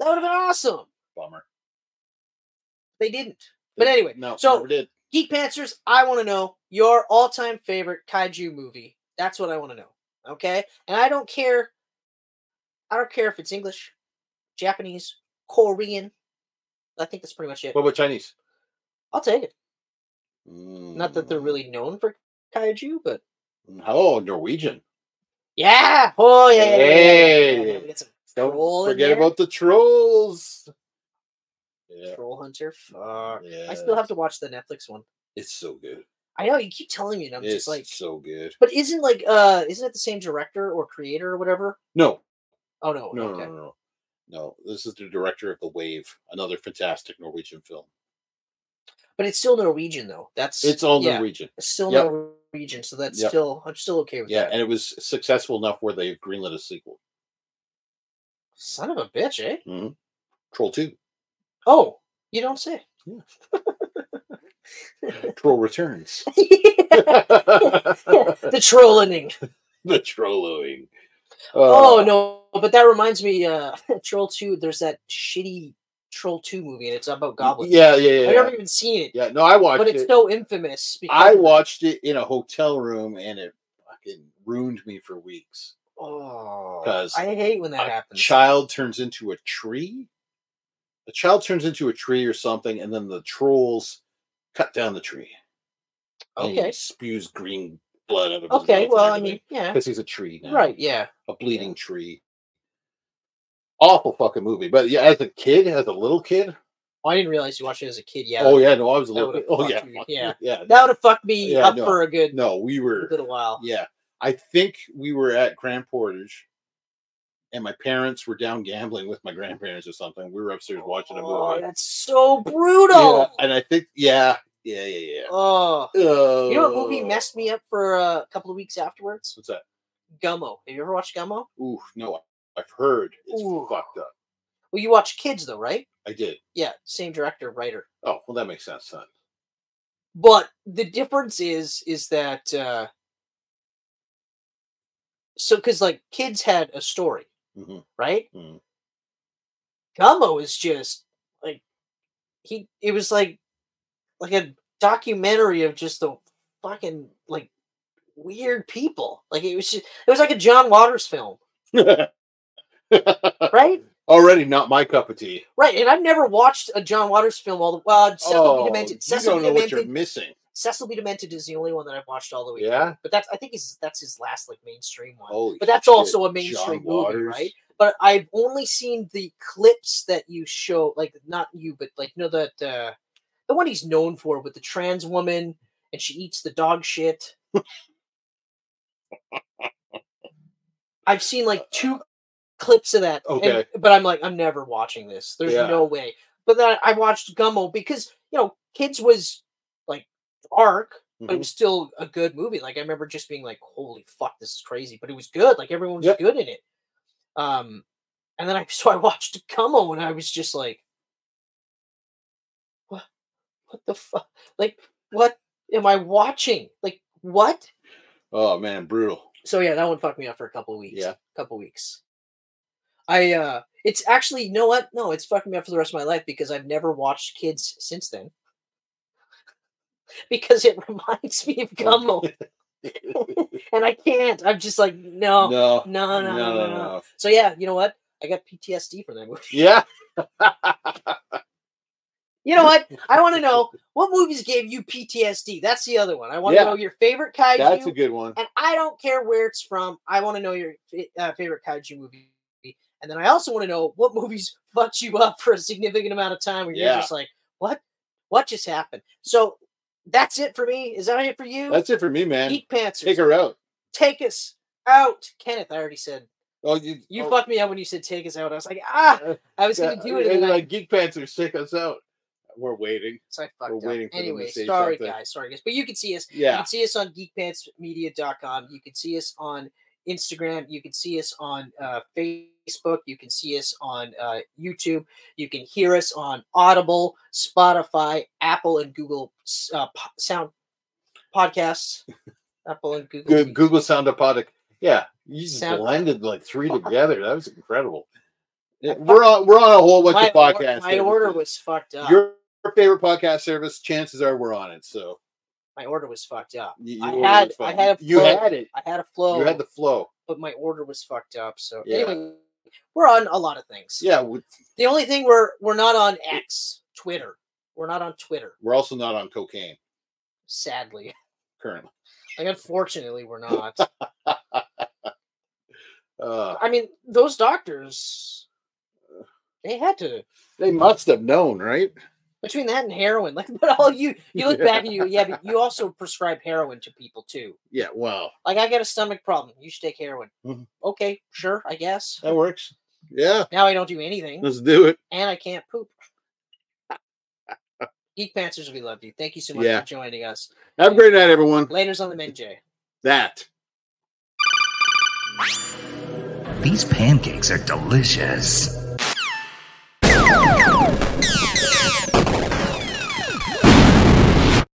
Speaker 3: That would have been awesome.
Speaker 2: Bummer.
Speaker 3: They didn't. But anyway,
Speaker 2: no,
Speaker 3: so-
Speaker 2: never did.
Speaker 3: Geek Pantsers, I want to know your all-time favorite kaiju movie. That's what I want to know. Okay? And I don't care I don't care if it's English, Japanese, Korean. I think that's pretty much it.
Speaker 2: What about Chinese?
Speaker 3: I'll take it. Not that they're really known for kaiju, but
Speaker 2: Oh, Norwegian.
Speaker 3: yeah. Oh yeah. yeah, yeah, yeah, yeah, yeah.
Speaker 2: Hey.
Speaker 3: We got some
Speaker 2: Don't
Speaker 3: troll in
Speaker 2: forget
Speaker 3: there.
Speaker 2: about the trolls. Yeah.
Speaker 3: Troll Hunter. Fuck.
Speaker 2: yeah.
Speaker 3: I still have to watch the Netflix one.
Speaker 2: It's so good.
Speaker 3: I know you keep telling me, and I'm
Speaker 2: it's
Speaker 3: just like,
Speaker 2: so good.
Speaker 3: but isn't like uh isn't it the same director or creator or whatever?
Speaker 2: No,
Speaker 3: Oh no,
Speaker 2: no,
Speaker 3: okay.
Speaker 2: no, no, no. No, this is the director of The Wave, another fantastic Norwegian film.
Speaker 3: But it's still Norwegian though. That's
Speaker 2: It's all
Speaker 3: yeah,
Speaker 2: Norwegian.
Speaker 3: It's still
Speaker 2: Yep.
Speaker 3: Norwegian, so that's
Speaker 2: Yep.
Speaker 3: still I'm still okay with
Speaker 2: Yeah,
Speaker 3: that.
Speaker 2: and it was successful enough where they've greenlit a sequel.
Speaker 3: Son of a bitch, eh?
Speaker 2: Troll 2.
Speaker 3: Oh, you don't say.
Speaker 2: Troll Returns.
Speaker 3: the trolling.
Speaker 2: the trolling. Uh,
Speaker 3: oh no, but that reminds me, uh Troll Two. There's that shitty Troll Two movie, and it's about goblins.
Speaker 2: Yeah, yeah, yeah.
Speaker 3: I've
Speaker 2: Yeah,
Speaker 3: never even seen it,
Speaker 2: Yeah, no, I watched
Speaker 3: but it's
Speaker 2: it.
Speaker 3: so infamous.
Speaker 2: I
Speaker 3: of that.
Speaker 2: watched it in a hotel room and it fucking ruined me for weeks.
Speaker 3: Oh,
Speaker 2: 'Cause
Speaker 3: I hate when that
Speaker 2: a
Speaker 3: happens.
Speaker 2: Child turns into a tree. A child turns into a tree or something, and then the trolls cut down the tree. And he
Speaker 3: Okay.
Speaker 2: spews green blood out of his
Speaker 3: Okay, well, I mean, yeah,
Speaker 2: because he's a tree now.
Speaker 3: right, yeah.
Speaker 2: a bleeding tree. Awful fucking movie. But yeah, as a kid, as a little kid,
Speaker 3: Oh, I didn't realize you watched it as a kid. Yeah,
Speaker 2: oh yeah, no, I was a
Speaker 3: That
Speaker 2: little kid.
Speaker 3: would've
Speaker 2: Oh
Speaker 3: fucked
Speaker 2: yeah,
Speaker 3: you,
Speaker 2: fuck
Speaker 3: yeah.
Speaker 2: yeah.
Speaker 3: that would have fucked me
Speaker 2: Yeah,
Speaker 3: up
Speaker 2: no.
Speaker 3: for a good,
Speaker 2: No, we
Speaker 3: a
Speaker 2: were.
Speaker 3: good while.
Speaker 2: Yeah, I think we were at Grand Portage, and my parents were down gambling with my grandparents or something. We were upstairs watching a
Speaker 3: Oh,
Speaker 2: movie.
Speaker 3: that's so
Speaker 2: Yeah,
Speaker 3: brutal.
Speaker 2: and I think yeah, yeah, yeah,
Speaker 3: Oh,
Speaker 2: yeah. Uh,
Speaker 3: you know what movie messed me up for uh, a couple of weeks afterwards?
Speaker 2: What's that?
Speaker 3: Gummo. Have you ever watched Gummo?
Speaker 2: Ooh, no, I've heard it's
Speaker 3: Ooh.
Speaker 2: fucked up.
Speaker 3: Well, you watch kids though, right?
Speaker 2: I did.
Speaker 3: Yeah, same director, writer.
Speaker 2: Oh well, that makes sense then.
Speaker 3: But the difference is, is that uh, so because like kids had a story,
Speaker 2: hmm
Speaker 3: right?
Speaker 2: Mhm.
Speaker 3: Gummo is just like he. It was like like a documentary of just the fucking like weird people. Like it was just, it was like a John Waters film, right?
Speaker 2: mm-hmm. Already not my cup of tea.
Speaker 3: right. And I've never watched a John Waters film all the well. Cecil B.
Speaker 2: Oh, you
Speaker 3: Demented. Cecil
Speaker 2: don't
Speaker 3: B.
Speaker 2: know what you're
Speaker 3: Demented.
Speaker 2: missing.
Speaker 3: Cecil B. Demented is the only one that I've watched all the way. through.
Speaker 2: Yeah.
Speaker 3: But that's I think his that's his last like mainstream one.
Speaker 2: Holy
Speaker 3: but that's
Speaker 2: shit,
Speaker 3: also a mainstream
Speaker 2: John
Speaker 3: movie,
Speaker 2: Waters.
Speaker 3: right? But I've only seen the clips that you show, like not you, but like you know that uh, the one he's known for with the trans woman and she eats the dog shit. I've seen like two clips of that. and-
Speaker 2: Okay.
Speaker 3: but I'm like, I'm never watching this. There's
Speaker 2: Yeah.
Speaker 3: no way. But then I watched Gummo because you know, kids was like dark,
Speaker 2: Mm-hmm.
Speaker 3: but it was still a good movie. Like I remember just being like, "Holy fuck, this is crazy!" But it was good. Like everyone was
Speaker 2: Yep.
Speaker 3: good in it. Um, and then I so I watched Gummo, and I was just like, "What? What the fuck? Like what am I watching? Like what?"
Speaker 2: Oh man, brutal.
Speaker 3: So yeah, that one fucked me up for a couple of weeks.
Speaker 2: Yeah.
Speaker 3: couple weeks. I uh, it's actually you know what? No, it's fucking me up for the rest of my life because I've never watched kids since then. because it reminds me of
Speaker 2: Oh,
Speaker 3: Gummo. and I can't. I'm just like, no, Oh, no,
Speaker 2: no,
Speaker 3: no, no, no, no, So yeah, you know what? I got PTSD from that movie.
Speaker 2: Yeah.
Speaker 3: You know what? I want to know what movies gave you PTSD. That's the other one. I want to
Speaker 2: Yeah.
Speaker 3: know your favorite kaiju.
Speaker 2: That's a good one.
Speaker 3: and I don't care where it's from. I want to know your fa- uh, favorite kaiju movie, and then I also want to know what movies fucked you up for a significant amount of time where you're
Speaker 2: Yeah.
Speaker 3: just like, what, what just happened? So that's it for me. Is that it for you?
Speaker 2: That's it for me, man.
Speaker 3: Geek Pantsers,
Speaker 2: Take her out.
Speaker 3: take us out, Kenneth. I already said
Speaker 2: Oh, you,
Speaker 3: You
Speaker 2: oh, Uh,
Speaker 3: fucked me up when you said take us out. I was like, ah, I was
Speaker 2: yeah,
Speaker 3: gonna do it,
Speaker 2: and
Speaker 3: and then I,
Speaker 2: like geek pants are sick us out. We're waiting.
Speaker 3: so I fucked
Speaker 2: we're
Speaker 3: up.
Speaker 2: waiting for them to
Speaker 3: anyway,
Speaker 2: say
Speaker 3: sorry
Speaker 2: something.
Speaker 3: guys, sorry guys, but you can see us. You
Speaker 2: Yeah,
Speaker 3: can see us on geekpantsmedia.com. You can see us on Instagram. You can see us on uh, Facebook. You can see us on uh, YouTube. You can hear us on Audible, Spotify, Apple, and Google s- uh, po- Sound podcasts. Apple and Google.
Speaker 2: Good Google Sound Apodic. Yeah, you just
Speaker 3: Sound-
Speaker 2: blended like three together. That was incredible. Yeah, We're on we're on a whole bunch
Speaker 3: my,
Speaker 2: of podcasts.
Speaker 3: or- my
Speaker 2: there.
Speaker 3: order was fucked up.
Speaker 2: your favorite podcast service. Chances are we're on it. So
Speaker 3: my order was fucked up.
Speaker 2: you,
Speaker 3: I
Speaker 2: ordered
Speaker 3: had-
Speaker 2: it fine.
Speaker 3: I had a
Speaker 2: you
Speaker 3: flow.
Speaker 2: had it.
Speaker 3: I had a flow.
Speaker 2: You had the flow.
Speaker 3: but my order was fucked up. So
Speaker 2: Yeah.
Speaker 3: anyway, we're on a lot of things.
Speaker 2: Yeah, we-
Speaker 3: The only thing we're we're not on X, Twitter. We're not on Twitter,
Speaker 2: we're also not on cocaine
Speaker 3: sadly.
Speaker 2: currently.
Speaker 3: Like unfortunately, we're not.
Speaker 2: Uh,
Speaker 3: I mean, those doctors they had to
Speaker 2: they must have known, right?
Speaker 3: between that and heroin. Like, but all you you look back and you go, yeah, but you also prescribe heroin to people too.
Speaker 2: Yeah. Wow,
Speaker 3: Like, I got a stomach problem. You should take heroin.
Speaker 2: Mhm.
Speaker 3: Okay, sure, I guess.
Speaker 2: that works. Yeah,
Speaker 3: Now I don't do anything.
Speaker 2: let's do it.
Speaker 3: and I can't poop. Geek Panthers, we love you. Thank you so much
Speaker 2: Yeah.
Speaker 3: for joining us.
Speaker 2: Have a great night, everyone.
Speaker 3: Later's on the men, Jay.
Speaker 2: That.
Speaker 1: These pancakes are delicious.